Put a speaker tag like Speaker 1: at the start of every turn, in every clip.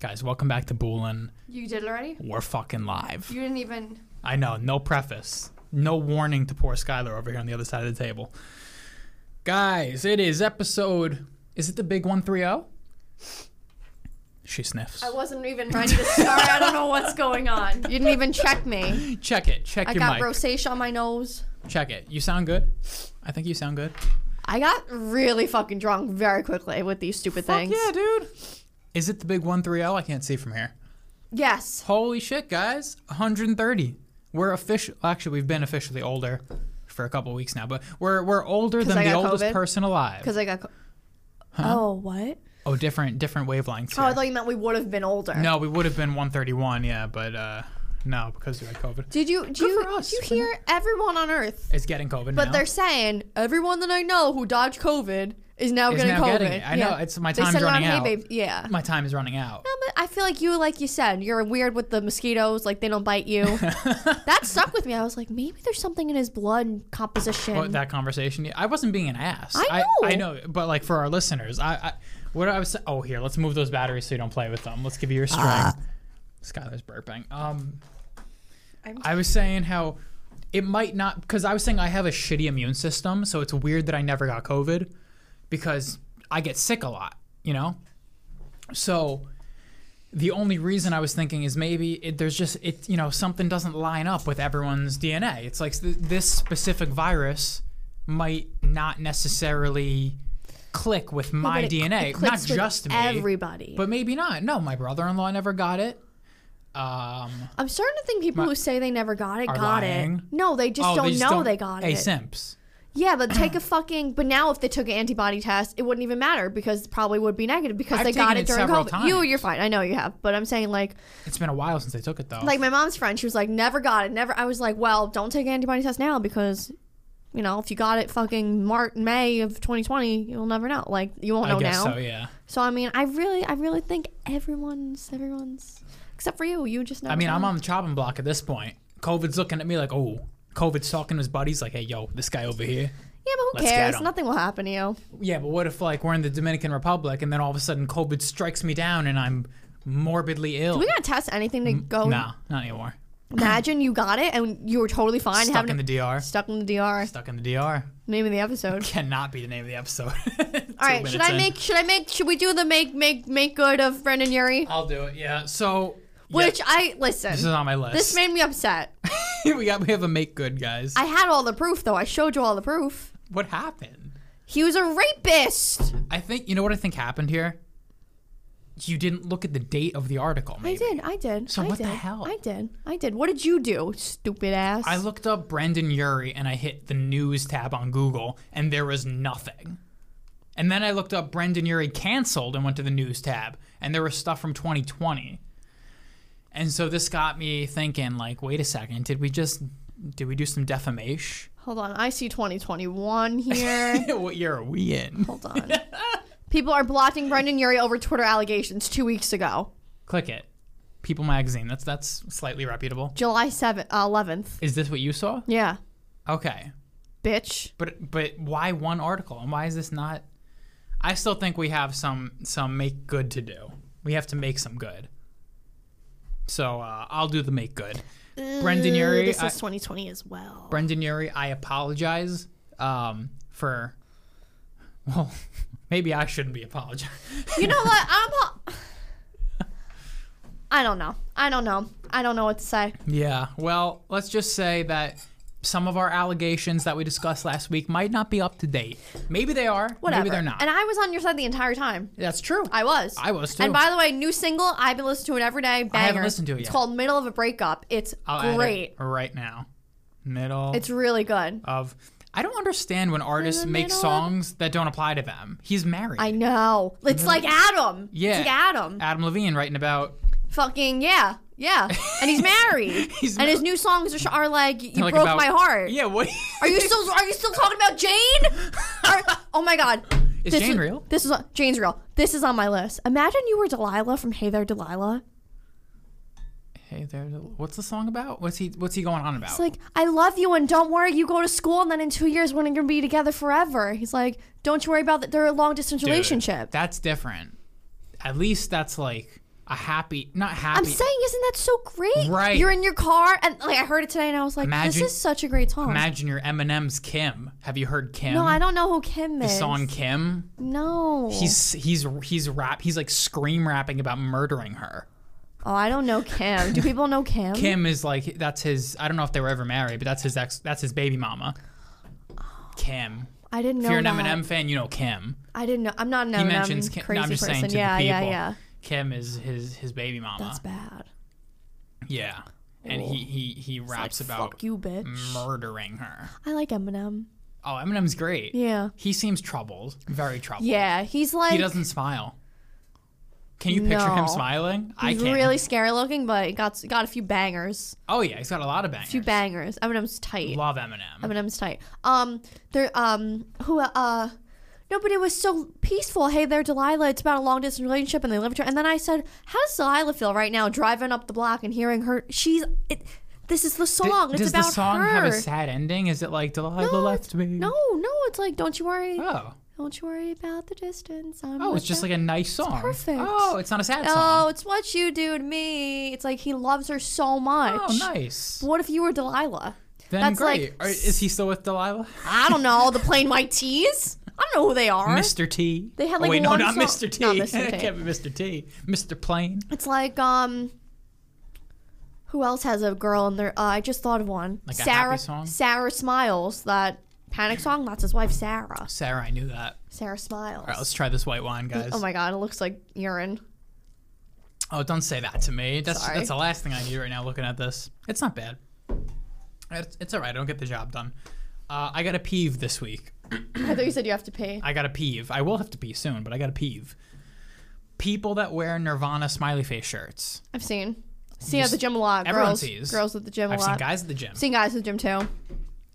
Speaker 1: Guys, welcome back to Boolin.
Speaker 2: You did it already?
Speaker 1: We're fucking live.
Speaker 2: You didn't even.
Speaker 1: I know, no preface, no warning to poor Skylar over here on the other side of the table. Guys, it is episode. Is it the big 130? She sniffs.
Speaker 2: I wasn't even ready to start. I don't know what's going on. You didn't even check me.
Speaker 1: Check it. Check
Speaker 2: I
Speaker 1: your
Speaker 2: got
Speaker 1: mic.
Speaker 2: rosacea on my nose.
Speaker 1: Check it. You sound good. I think you sound good.
Speaker 2: I got really fucking drunk very quickly with these stupid things.
Speaker 1: Fuck yeah, dude. Is it the big 130? I can't see from here.
Speaker 2: Yes.
Speaker 1: Holy shit, guys. 130. We're official. Actually, we've been officially older for a couple weeks now, but we're we're older
Speaker 2: 'Cause
Speaker 1: than
Speaker 2: I
Speaker 1: the
Speaker 2: got
Speaker 1: oldest
Speaker 2: COVID?
Speaker 1: person alive.
Speaker 2: Because I got. Co- Oh, what?
Speaker 1: Oh, different different wavelengths.
Speaker 2: Oh, I
Speaker 1: here.
Speaker 2: thought you meant we would have been older.
Speaker 1: no, we would have been 131, yeah, but uh, no, because we had COVID.
Speaker 2: Did you do you,
Speaker 1: for us.
Speaker 2: do you
Speaker 1: We're
Speaker 2: hear everyone on Earth?
Speaker 1: It's getting COVID
Speaker 2: But
Speaker 1: now.
Speaker 2: they're saying everyone that I know who dodged COVID is now
Speaker 1: Is
Speaker 2: getting
Speaker 1: now
Speaker 2: COVID.
Speaker 1: getting it. I know, it's- my
Speaker 2: they
Speaker 1: time's
Speaker 2: send
Speaker 1: running
Speaker 2: around,
Speaker 1: out.
Speaker 2: Hey, babe. Yeah.
Speaker 1: My time is running out.
Speaker 2: Yeah, but I feel like you, like you said, you're weird with the mosquitoes. Like they don't bite you. that stuck with me. I was like, maybe there's something in his blood composition.
Speaker 1: But that conversation, yeah, I wasn't being an ass.
Speaker 2: I
Speaker 1: I,
Speaker 2: know.
Speaker 1: know, but like for our listeners, I, I what I was. Oh, here, let's move those batteries so you don't play with them. Let's give you your strength.
Speaker 2: Ah.
Speaker 1: Skylar's burping. Um,
Speaker 2: I'm-
Speaker 1: I was saying how it might not because I was saying I have a shitty immune system, so it's weird that I never got COVID because I get sick a lot, you know. So the only reason I was thinking is maybe it, there's just it you know something doesn't line up with everyone's DNA. It's like th- this specific virus might not necessarily click with
Speaker 2: But
Speaker 1: my
Speaker 2: it-
Speaker 1: DNA,
Speaker 2: it
Speaker 1: not
Speaker 2: clicks with
Speaker 1: just me,
Speaker 2: Everybody.
Speaker 1: but maybe not. No, my brother-in-law never got it. Um,
Speaker 2: I'm starting to think people who say they never got it
Speaker 1: Are
Speaker 2: got
Speaker 1: lying.
Speaker 2: it. No, they just
Speaker 1: oh,
Speaker 2: don't
Speaker 1: they just
Speaker 2: know
Speaker 1: don't-
Speaker 2: they got
Speaker 1: hey,
Speaker 2: it.
Speaker 1: simps.
Speaker 2: Yeah, but take a fucking. But now if they took an antibody test, it wouldn't even matter because it probably would be negative because
Speaker 1: I've
Speaker 2: they got
Speaker 1: taken
Speaker 2: it
Speaker 1: it
Speaker 2: during
Speaker 1: several
Speaker 2: COVID. You,
Speaker 1: times.
Speaker 2: you're fine. I know you have, but I'm saying like,
Speaker 1: It's been a while since I took it though.
Speaker 2: like my mom's friend, she was like, never got it, never. I was like, well, don't take antibody test now because, you know, if you got it fucking March, May of 2020, you'll never know. Like you won't
Speaker 1: I
Speaker 2: know
Speaker 1: guess
Speaker 2: now.
Speaker 1: so. Yeah.
Speaker 2: So I mean, I really, I really think everyone's, everyone's, except for you. You just never.
Speaker 1: I mean, I'm
Speaker 2: know.
Speaker 1: on the chopping block at this point. COVID's looking at me like, oh, COVID's talking to his buddies like, hey, yo, this guy over here.
Speaker 2: Yeah, but who
Speaker 1: Let's get
Speaker 2: cares?
Speaker 1: 'em.
Speaker 2: Nothing will happen to you.
Speaker 1: Yeah, but what if like we're in the Dominican Republic and then all of a sudden COVID strikes me down and I'm morbidly ill?
Speaker 2: We gotta test anything to go.
Speaker 1: Mm, nah, not anymore.
Speaker 2: Imagine you got it and you were totally fine.
Speaker 1: Stuck
Speaker 2: having
Speaker 1: in the DR.
Speaker 2: stuck in the DR.
Speaker 1: Stuck in the DR.
Speaker 2: Name of the episode.
Speaker 1: Cannot be the name of the episode.
Speaker 2: All right, should I make? Should I make? Should we do the make, make, make good of Brendan Yuri?
Speaker 1: I'll do it. Yeah. So. Uh, yeah,
Speaker 2: Which I listen.
Speaker 1: this is on my list.
Speaker 2: This made me upset.
Speaker 1: we got we have a make good guys.
Speaker 2: I had all the proof, though. I showed you all the proof.
Speaker 1: what happened?
Speaker 2: He was a rapist.
Speaker 1: I think you know what I think happened here. You didn't look at the date of the article.
Speaker 2: I
Speaker 1: Maybe.
Speaker 2: did. I did.
Speaker 1: So
Speaker 2: I
Speaker 1: what the
Speaker 2: did.
Speaker 1: hell?
Speaker 2: I did. I did. What did you do, stupid ass?
Speaker 1: I looked up Brendan Urie and I hit the news tab on Google and there was nothing. And then I looked up Brendan Urie canceled and went to the news tab and there was stuff from 2020. And so this got me thinking like wait a second, did we just did we do some defamation?
Speaker 2: Hold on. I see 2021 here.
Speaker 1: what year are we in?
Speaker 2: Hold on. People are blocking Brendan Urie over Twitter allegations two weeks ago,
Speaker 1: Click it. People magazine. That's that's slightly reputable.
Speaker 2: July 7th, uh, 11th.
Speaker 1: Is this what you saw?
Speaker 2: Yeah,
Speaker 1: Okay.
Speaker 2: bitch.
Speaker 1: But but why one article and why is this not? I still think we have some some make good to do. We have to make some good. So uh, I'll do the make good. Brendan
Speaker 2: Ooh,
Speaker 1: Urie,
Speaker 2: This
Speaker 1: I,
Speaker 2: is 2020 as well.
Speaker 1: Brendan Urie, I apologize um, for. Well, maybe I shouldn't be apologizing.
Speaker 2: you know what? I'm. A- I don't know. I don't know. I don't know what to say.
Speaker 1: Yeah. Well, let's just say that some of our allegations that we discussed last week might not be up to date. Maybe they are.
Speaker 2: Whatever.
Speaker 1: Maybe they're not.
Speaker 2: And I was on your side the entire time.
Speaker 1: That's true.
Speaker 2: I was.
Speaker 1: I was, too.
Speaker 2: And by the way, new single. I've been listening to it every day. Banger.
Speaker 1: haven't listened to it
Speaker 2: It's
Speaker 1: yet.
Speaker 2: called "Middle of a Breakup." It's
Speaker 1: I'll add it
Speaker 2: great.
Speaker 1: right now. Middle.
Speaker 2: It's really good.
Speaker 1: of I don't understand when artists
Speaker 2: the
Speaker 1: make
Speaker 2: middle of-
Speaker 1: songs that don't apply to them. He's married.
Speaker 2: I know. It's like Adam.
Speaker 1: Yeah.
Speaker 2: It's like Adam.
Speaker 1: Adam Levine writing about
Speaker 2: Fucking yeah. Yeah. And he's married.
Speaker 1: He's
Speaker 2: and his new songs are, are like "You
Speaker 1: like
Speaker 2: Broke
Speaker 1: about-
Speaker 2: My Heart."
Speaker 1: Yeah, what
Speaker 2: Are you still Are you still talking about Jane? Are- oh my God.
Speaker 1: Is
Speaker 2: This
Speaker 1: Jane
Speaker 2: is-
Speaker 1: real?
Speaker 2: This is on- Jane's real. This is on my list. Imagine you were Delilah from Hey There Delilah.
Speaker 1: Hey there what's the song about? What's he what's he going on about?
Speaker 2: It's like, I love you and don't worry, you go to school and then in two years we're gonna be together forever. He's like, Don't you worry about that they're a long distance
Speaker 1: Dude,
Speaker 2: relationship.
Speaker 1: That's different. At least that's like a happy, not happy.
Speaker 2: I'm saying, isn't that so great?
Speaker 1: Right.
Speaker 2: You're in your car, and like I heard it today, and I was like,
Speaker 1: Imagine-
Speaker 2: this is such a great song.
Speaker 1: Imagine your Eminem's Kim. Have you heard Kim?
Speaker 2: no, I don't know who Kim
Speaker 1: The
Speaker 2: is.
Speaker 1: song Kim.
Speaker 2: No.
Speaker 1: He's he's he's rap. He's like scream rapping about murdering her.
Speaker 2: Oh, I don't know Kim. Do people know Kim?
Speaker 1: Kim is like that's his. I don't know if they were ever married, but that's his ex. That's his baby mama. Kim.
Speaker 2: I didn't know.
Speaker 1: If you're an
Speaker 2: that.
Speaker 1: Eminem fan, you know Kim.
Speaker 2: I didn't know. I'm not an Eminem
Speaker 1: He mentions Kim.
Speaker 2: crazy
Speaker 1: no, I'm just
Speaker 2: person.
Speaker 1: saying to
Speaker 2: yeah,
Speaker 1: the people.
Speaker 2: yeah, yeah.
Speaker 1: Kim is his his baby mama.
Speaker 2: That's bad.
Speaker 1: yeah, and he he he raps
Speaker 2: Like,
Speaker 1: about Mm.
Speaker 2: fuck you, bitch.
Speaker 1: murdering her.
Speaker 2: I like Eminem.
Speaker 1: Oh, Eminem's great.
Speaker 2: Yeah.
Speaker 1: He seems troubled, very troubled.
Speaker 2: Yeah, he's like
Speaker 1: He doesn't smile. Can you picture
Speaker 2: No.
Speaker 1: him smiling? I
Speaker 2: he's
Speaker 1: can.
Speaker 2: really scary looking, but he got got a few bangers.
Speaker 1: Oh yeah, he's got a lot of bangers.
Speaker 2: A few bangers. Eminem's tight.
Speaker 1: Love Eminem.
Speaker 2: Eminem's tight. Um, there. Um, who? Uh, no, but it was so peaceful. Hey there, Delilah. It's about a long distance relationship, and they live. And then I said, how does Delilah feel right now, driving up the block and hearing her? She's. It, this is the
Speaker 1: D-
Speaker 2: song.
Speaker 1: Does
Speaker 2: it's about
Speaker 1: the song
Speaker 2: her.
Speaker 1: have a sad ending? Is it like Delilah
Speaker 2: no,
Speaker 1: left
Speaker 2: it's-
Speaker 1: me?
Speaker 2: No, no. It's like, don't you worry.
Speaker 1: Oh.
Speaker 2: Don't you worry about the distance. I'm
Speaker 1: Oh, it's just like a nice song.
Speaker 2: perfect.
Speaker 1: Oh, it's not a sad
Speaker 2: Oh,
Speaker 1: song.
Speaker 2: it's what you do to me. It's like he loves her so much.
Speaker 1: Oh, nice.
Speaker 2: What if you were Delilah?
Speaker 1: Then
Speaker 2: that's
Speaker 1: great.
Speaker 2: like-
Speaker 1: Are- is he still with Delilah?
Speaker 2: I don't know. The plain white tees? I don't know who they are.
Speaker 1: Mr. T.
Speaker 2: They had,
Speaker 1: Oh,
Speaker 2: like,
Speaker 1: wait, no,
Speaker 2: one
Speaker 1: not
Speaker 2: song-
Speaker 1: Mr. T.
Speaker 2: Not Mr. T.
Speaker 1: It can't be Mr. T. Mr. Plain.
Speaker 2: It's like um who else has a girl in their uh, I just thought of one.
Speaker 1: Like a happy
Speaker 2: Sarah
Speaker 1: song?
Speaker 2: Sarah Smiles, that panic song, that's his wife Sarah.
Speaker 1: Sarah, I knew that.
Speaker 2: Sarah Smiles.
Speaker 1: All right, let's try this white wine, guys.
Speaker 2: oh my god, it looks like urine.
Speaker 1: Oh, don't say that to me. That's
Speaker 2: Sorry.
Speaker 1: that's the last thing I need right now. Looking at this, it's not bad. It's, it's all right. I don't get the job done. Uh, I got a peeve this week.
Speaker 2: I thought you said you have to pee.
Speaker 1: I got a peeve. I will have to pee soon, but I got a peeve. People that wear Nirvana smiley face shirts.
Speaker 2: I've seen. Seen
Speaker 1: You
Speaker 2: at the
Speaker 1: s-
Speaker 2: gym a lot.
Speaker 1: everyone
Speaker 2: girls,
Speaker 1: sees.
Speaker 2: girls at the gym a
Speaker 1: I've
Speaker 2: lot.
Speaker 1: seen guys at the gym.
Speaker 2: seen guys at the gym too.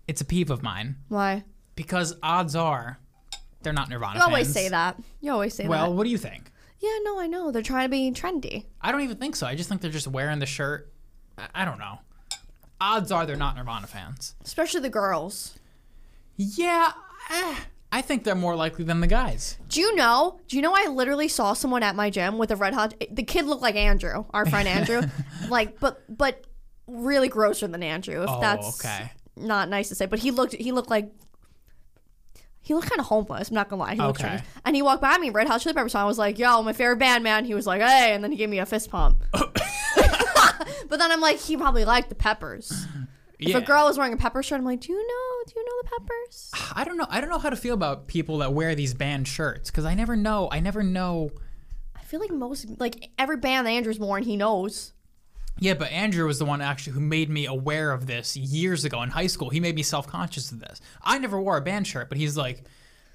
Speaker 1: It's a peeve of mine
Speaker 2: Why?
Speaker 1: because odds are they're not Nirvana
Speaker 2: You always
Speaker 1: fans.
Speaker 2: say that. You always say
Speaker 1: Well,
Speaker 2: that.
Speaker 1: what do you think?
Speaker 2: Yeah, no, I know. They're trying to be trendy.
Speaker 1: I don't even think so. I just think they're just wearing the shirt. I, I don't know. Odds are they're not Nirvana fans.
Speaker 2: Especially the girls.
Speaker 1: Yeah, eh, I think they're more likely than the guys.
Speaker 2: Do you know? Do you know? I literally saw someone at my gym with a red hot. The kid looked like Andrew, our friend Andrew, like, but but really grosser than Andrew. If
Speaker 1: Oh,
Speaker 2: that's
Speaker 1: okay.
Speaker 2: not nice to say, but he looked he looked like he looked kind of homeless. I'm not gonna lie. He looked
Speaker 1: Okay.
Speaker 2: strange. And he walked by me, Red Hot Chili Peppers song. I was like, "Yo, my favorite band, man." He was like, "Hey," and then he gave me a fist pump. but then I'm like, he probably liked the Peppers.
Speaker 1: Yeah.
Speaker 2: If a girl was wearing a Pepper shirt, I'm like, "Do you know? Do you know the Peppers?"
Speaker 1: I don't know. I don't know how to feel about people that wear these band shirts because I never know. I never know.
Speaker 2: I feel like most like every band that Andrew's worn, he knows.
Speaker 1: Yeah, but Andrew was the one actually who made me aware of this years ago in high school. He made me self conscious of this. I never wore a band shirt, but he's like,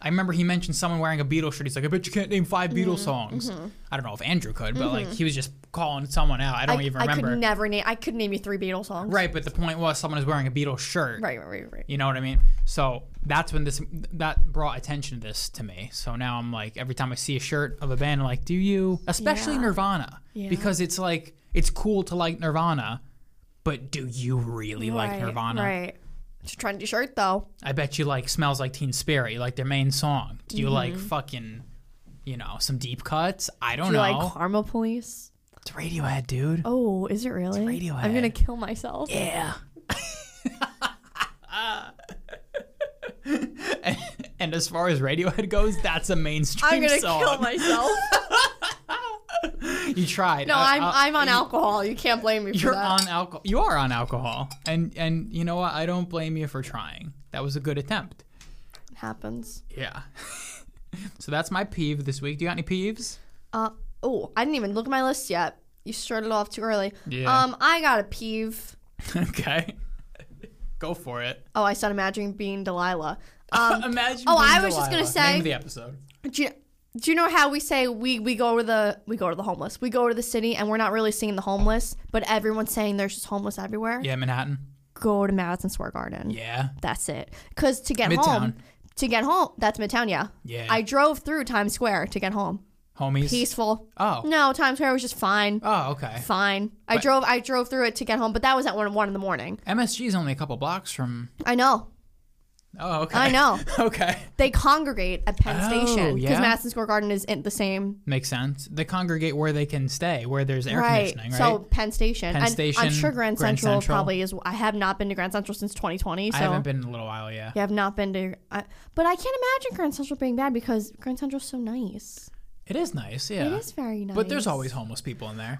Speaker 1: I remember he mentioned someone wearing a Beatles shirt. He's like, I bet you can't name five Beatles
Speaker 2: Mm-hmm,
Speaker 1: songs. I don't know if Andrew could, but like he was just calling someone out. I don't even
Speaker 2: I
Speaker 1: remember.
Speaker 2: could never name. I could name you three Beatles songs.
Speaker 1: right, but the point was someone is wearing a Beatles shirt.
Speaker 2: right, right, right, right.
Speaker 1: You know what I mean? So that's when this that brought attention to this to me. So now I'm like every time I see a shirt of a band, I'm like, do you? Especially
Speaker 2: Yeah.
Speaker 1: Nirvana,
Speaker 2: Yeah.
Speaker 1: because it's like it's cool to like Nirvana, but do you really like
Speaker 2: Right,
Speaker 1: Nirvana?
Speaker 2: Right. It's a trendy shirt though.
Speaker 1: I bet you like "Smells Like Teen Spirit." You like their main song. Do you like fucking, you know, some deep cuts? I don't
Speaker 2: Mm-hmm. Do you
Speaker 1: know.
Speaker 2: like Karma Police?
Speaker 1: it's Radiohead, dude.
Speaker 2: Oh, is it really?
Speaker 1: Radiohead.
Speaker 2: I'm gonna kill myself.
Speaker 1: Yeah. and as far as Radiohead goes, that's a mainstream
Speaker 2: I'm gonna
Speaker 1: song.
Speaker 2: kill myself.
Speaker 1: You tried.
Speaker 2: No, I'm I'm on alcohol. You can't blame me for
Speaker 1: Uh, You're
Speaker 2: that.
Speaker 1: on alcohol. You are on alcohol, and and you know what? I don't blame you for trying. That was a good attempt.
Speaker 2: It happens.
Speaker 1: Yeah. so that's my peeve this week. Do you got any peeves?
Speaker 2: Uh oh, I didn't even look at my list yet. You started off too early.
Speaker 1: Yeah.
Speaker 2: Um, I got a peeve.
Speaker 1: okay. Go for it.
Speaker 2: Oh, I said imagining being Delilah.
Speaker 1: Imagine.
Speaker 2: oh,
Speaker 1: being
Speaker 2: I was just gonna
Speaker 1: Delilah. Name
Speaker 2: say-
Speaker 1: of the episode.
Speaker 2: do you, do you know how we say we, we go to the we go to the homeless we go to the city and we're not really seeing the homeless but everyone's saying there's just homeless everywhere
Speaker 1: Yeah, Manhattan.
Speaker 2: go to madison square garden
Speaker 1: Yeah.
Speaker 2: that's it because to get
Speaker 1: Midtown.
Speaker 2: home to get home that's midtown yeah
Speaker 1: Yeah.
Speaker 2: i drove through times square to get home
Speaker 1: Homies.
Speaker 2: peaceful
Speaker 1: Oh.
Speaker 2: no times square was just fine
Speaker 1: Oh, okay.
Speaker 2: fine i drove i drove through it to get home but that was at one, one in the morning
Speaker 1: MSG is only a couple blocks from
Speaker 2: i know
Speaker 1: Oh, okay.
Speaker 2: I know.
Speaker 1: okay.
Speaker 2: They congregate at Penn
Speaker 1: Oh,
Speaker 2: Station because
Speaker 1: yeah.
Speaker 2: Madison Square Garden is in the same.
Speaker 1: Makes sense. They congregate where they can stay, where there's air
Speaker 2: Right.
Speaker 1: conditioning, right?
Speaker 2: So Penn Station.
Speaker 1: Penn
Speaker 2: And I'm
Speaker 1: Station,
Speaker 2: sure Grand,
Speaker 1: Grand
Speaker 2: Central,
Speaker 1: Central.
Speaker 2: probably is. I have not been to Grand Central since 2020. So
Speaker 1: I haven't been in a little while, yeah.
Speaker 2: Yeah, I've not been to. I, but I can't imagine Grand Central being bad because Grand Central's so nice.
Speaker 1: It is nice, yeah.
Speaker 2: It is very
Speaker 1: Uh,
Speaker 2: nice.
Speaker 1: But there's always homeless people in there.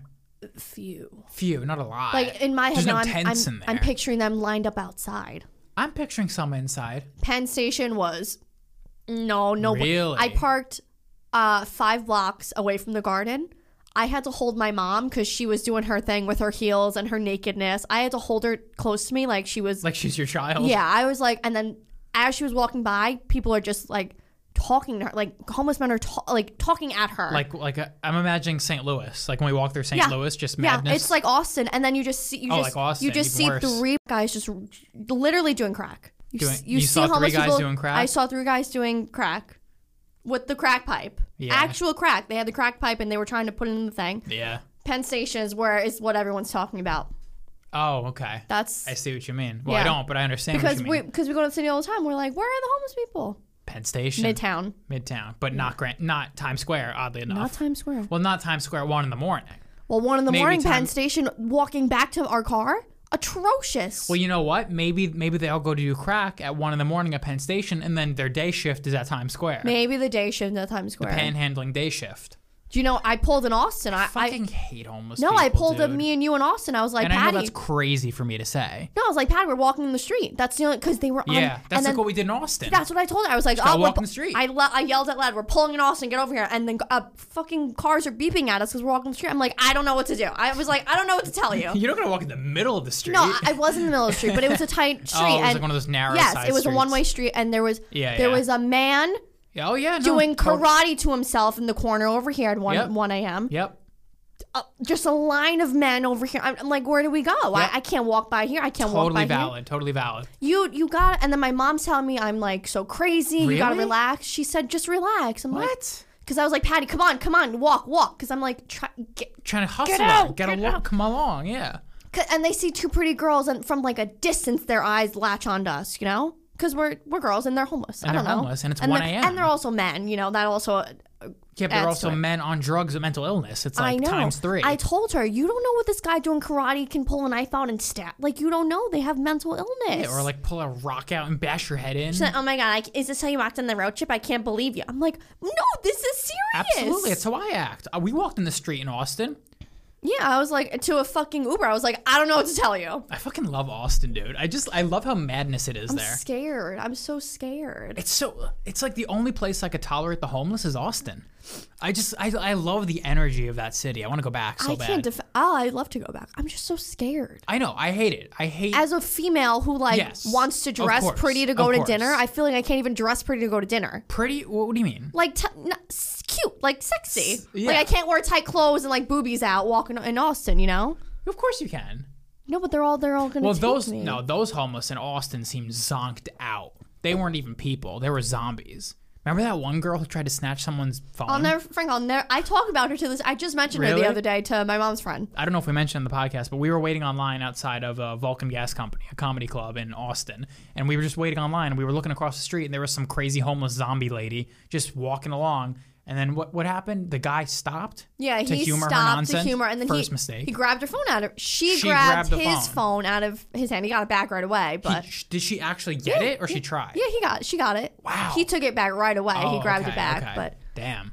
Speaker 2: few.
Speaker 1: Few, not a lot.
Speaker 2: Like in my head,
Speaker 1: There's
Speaker 2: now,
Speaker 1: no
Speaker 2: I'm,
Speaker 1: tents
Speaker 2: I'm,
Speaker 1: in
Speaker 2: I'm
Speaker 1: there.
Speaker 2: picturing them lined up outside.
Speaker 1: I'm picturing some inside.
Speaker 2: Penn Station was no, no.
Speaker 1: Really?
Speaker 2: I parked uh, five blocks away from the garden. I had to hold my mom because she was doing her thing with her heels and her nakedness. I had to hold her close to me, like she was.
Speaker 1: Like she's your child.
Speaker 2: yeah, I was like, and then as she was walking by, people are just like talking to her, like homeless men are ta- like talking at her.
Speaker 1: Like like uh, I'm imagining St. Louis. Like when we walk through St.
Speaker 2: Yeah.
Speaker 1: Louis, just
Speaker 2: Yeah,
Speaker 1: madness.
Speaker 2: it's like Austin, and then you just see you
Speaker 1: Oh,
Speaker 2: just
Speaker 1: like Austin,
Speaker 2: you just see
Speaker 1: even worse.
Speaker 2: three guys just r- literally doing crack. You,
Speaker 1: Doing-
Speaker 2: s-
Speaker 1: you saw three guys doing crack?
Speaker 2: I saw three guys doing crack with the crack pipe,
Speaker 1: Yeah.
Speaker 2: actual crack. They had the crack pipe and they were trying to put it in the thing.
Speaker 1: Yeah.
Speaker 2: Penn Station is where is what everyone's talking about.
Speaker 1: Oh, okay.
Speaker 2: That's
Speaker 1: I see what you mean. Well,
Speaker 2: Yeah.
Speaker 1: I don't, but I understand
Speaker 2: because
Speaker 1: what you mean.
Speaker 2: we because we go to the city all the time. We're like, where are the homeless people?
Speaker 1: Penn Station,
Speaker 2: Midtown,
Speaker 1: Midtown, but not Grant, not Times Square, oddly enough.
Speaker 2: not Times Square.
Speaker 1: well, not Times Square. One in the morning.
Speaker 2: Well, one in the
Speaker 1: Maybe
Speaker 2: morning, Penn
Speaker 1: time-
Speaker 2: Station, walking back to our car, atrocious.
Speaker 1: Well, you know what? Maybe maybe they all go to do crack at one in the morning at Penn Station, and then their day shift is at Times Square.
Speaker 2: Maybe the day shift at Times Square.
Speaker 1: Panhandling day shift.
Speaker 2: Do you know I pulled in Austin? I, I
Speaker 1: Fucking hate homeless.
Speaker 2: no, I
Speaker 1: people,
Speaker 2: pulled up
Speaker 1: dude.
Speaker 2: me and you in Austin. I was like,
Speaker 1: And I know
Speaker 2: Patty.
Speaker 1: that's crazy for me to say.
Speaker 2: no, I was like, Patty, we're walking in the street. That's the only because they were on.
Speaker 1: Yeah, that's
Speaker 2: Um, and
Speaker 1: like
Speaker 2: then,
Speaker 1: what we did in Austin.
Speaker 2: that's what I told her. I was like,
Speaker 1: gotta
Speaker 2: oh, we're
Speaker 1: walk in
Speaker 2: pu-
Speaker 1: the street.
Speaker 2: I, le- I yelled at Lad, we're pulling in Austin, get over here. And then uh, fucking cars are beeping at us because we're walking the street. I'm like, I don't know what to do. I was like, I don't know what to tell you.
Speaker 1: You're not gonna walk in the middle of the street.
Speaker 2: No, I, I was in the middle of the street, but it was a tight street.
Speaker 1: oh, it was
Speaker 2: and
Speaker 1: like one of those narrow.
Speaker 2: yes,
Speaker 1: side
Speaker 2: it was a
Speaker 1: streets.
Speaker 2: one-way street, and there was
Speaker 1: Yeah,
Speaker 2: there
Speaker 1: yeah.
Speaker 2: was a man
Speaker 1: Oh yeah, no.
Speaker 2: doing
Speaker 1: Oh,
Speaker 2: karate to himself in the corner over here at one
Speaker 1: Yep.
Speaker 2: one a.m.
Speaker 1: Yep.
Speaker 2: uh, just a line of men over here. I'm, I'm like, where do we go? I,
Speaker 1: Yep.
Speaker 2: I can't walk by here. I can't walk by
Speaker 1: Totally
Speaker 2: here.
Speaker 1: valid. Totally valid.
Speaker 2: You you got. And then my mom's telling me I'm like so crazy. You gotta
Speaker 1: Really?
Speaker 2: relax. She said just relax. I'm like, because I was like Patty, come on, come on, walk, walk. Because I'm like, try, get,
Speaker 1: Trying to hustle.
Speaker 2: out,
Speaker 1: her. Gotta
Speaker 2: get
Speaker 1: walk.
Speaker 2: out.
Speaker 1: Come along. Yeah.
Speaker 2: 'Cause- and they see two pretty girls, and from like a distance, their eyes latch onto us. You know. Because we're, we're girls and they're homeless. I
Speaker 1: they're
Speaker 2: don't know.
Speaker 1: homeless, and it's
Speaker 2: they're-
Speaker 1: 1 a.m..
Speaker 2: And they're also men, you know. That also,
Speaker 1: Yeah, but there
Speaker 2: Adds
Speaker 1: are
Speaker 2: to
Speaker 1: also
Speaker 2: it.
Speaker 1: men on drugs and mental illness. It's like
Speaker 2: I know.
Speaker 1: times three.
Speaker 2: I told her, you don't know what this guy doing karate can pull a knife out and stab. Like you don't know they have mental illness.
Speaker 1: Yeah, or like pull a rock out and bash your head in.
Speaker 2: She's like, oh my god, I, is this how you act on the road trip? I can't believe you. I'm like, no, this is serious.
Speaker 1: Absolutely, that's how I act. Uh, We walked in the street in Austin.
Speaker 2: yeah, I was like to a fucking Uber. I was like, I don't know what to tell you.
Speaker 1: I fucking love Austin, dude. I just I love how madness it is
Speaker 2: I'm
Speaker 1: there.
Speaker 2: scared. I'm so scared.
Speaker 1: It's so it's like the only place I could tolerate the homeless is Austin. I just I, I love the energy of that city. I want to go back so
Speaker 2: I
Speaker 1: bad.
Speaker 2: can't. Def- oh, I'd love to go back. I'm just so scared.
Speaker 1: I know. I hate it. I hate.
Speaker 2: As a female who like
Speaker 1: Yes,
Speaker 2: wants to
Speaker 1: of
Speaker 2: dress
Speaker 1: course,
Speaker 2: pretty to
Speaker 1: of
Speaker 2: go to
Speaker 1: course.
Speaker 2: dinner, I feel like I can't even dress pretty to go to dinner.
Speaker 1: pretty. What, what do you mean?
Speaker 2: Like t- n- s- cute, like sexy.
Speaker 1: yeah.
Speaker 2: Like I can't wear tight clothes and like boobies out walking in Austin. You know?
Speaker 1: Of course you can.
Speaker 2: No, but they're all they're all gonna.
Speaker 1: Well,
Speaker 2: take
Speaker 1: those
Speaker 2: me.
Speaker 1: no, those homeless in Austin seemed zonked out. They weren't even people. They were zombies. Remember that one girl who tried to snatch someone's phone?
Speaker 2: I'll never, Frank. I'll never. I talk about her to this. I just mentioned her
Speaker 1: Really?
Speaker 2: the other day to my mom's friend.
Speaker 1: I don't know if we mentioned in the podcast, but we were waiting online outside of uh, Vulcan Gas Company, a comedy club in Austin, and we were just waiting online. And we were looking across the street, and there was some crazy homeless zombie lady just walking along. And then what what happened? The guy stopped.
Speaker 2: Yeah,
Speaker 1: to
Speaker 2: he
Speaker 1: humor her
Speaker 2: stopped to
Speaker 1: nonsense?
Speaker 2: humor, and then
Speaker 1: first
Speaker 2: he
Speaker 1: mistake.
Speaker 2: he grabbed her phone out of. She,
Speaker 1: She grabbed
Speaker 2: grabbed,
Speaker 1: the
Speaker 2: his phone.
Speaker 1: phone.
Speaker 2: out of his hand. He got it back right away, but
Speaker 1: He- sh- did she actually get it, or she tried?
Speaker 2: yeah, he got she got it.
Speaker 1: Wow.
Speaker 2: He took it back right away.
Speaker 1: Oh,
Speaker 2: he grabbed
Speaker 1: okay,
Speaker 2: it back,
Speaker 1: okay.
Speaker 2: but
Speaker 1: damn.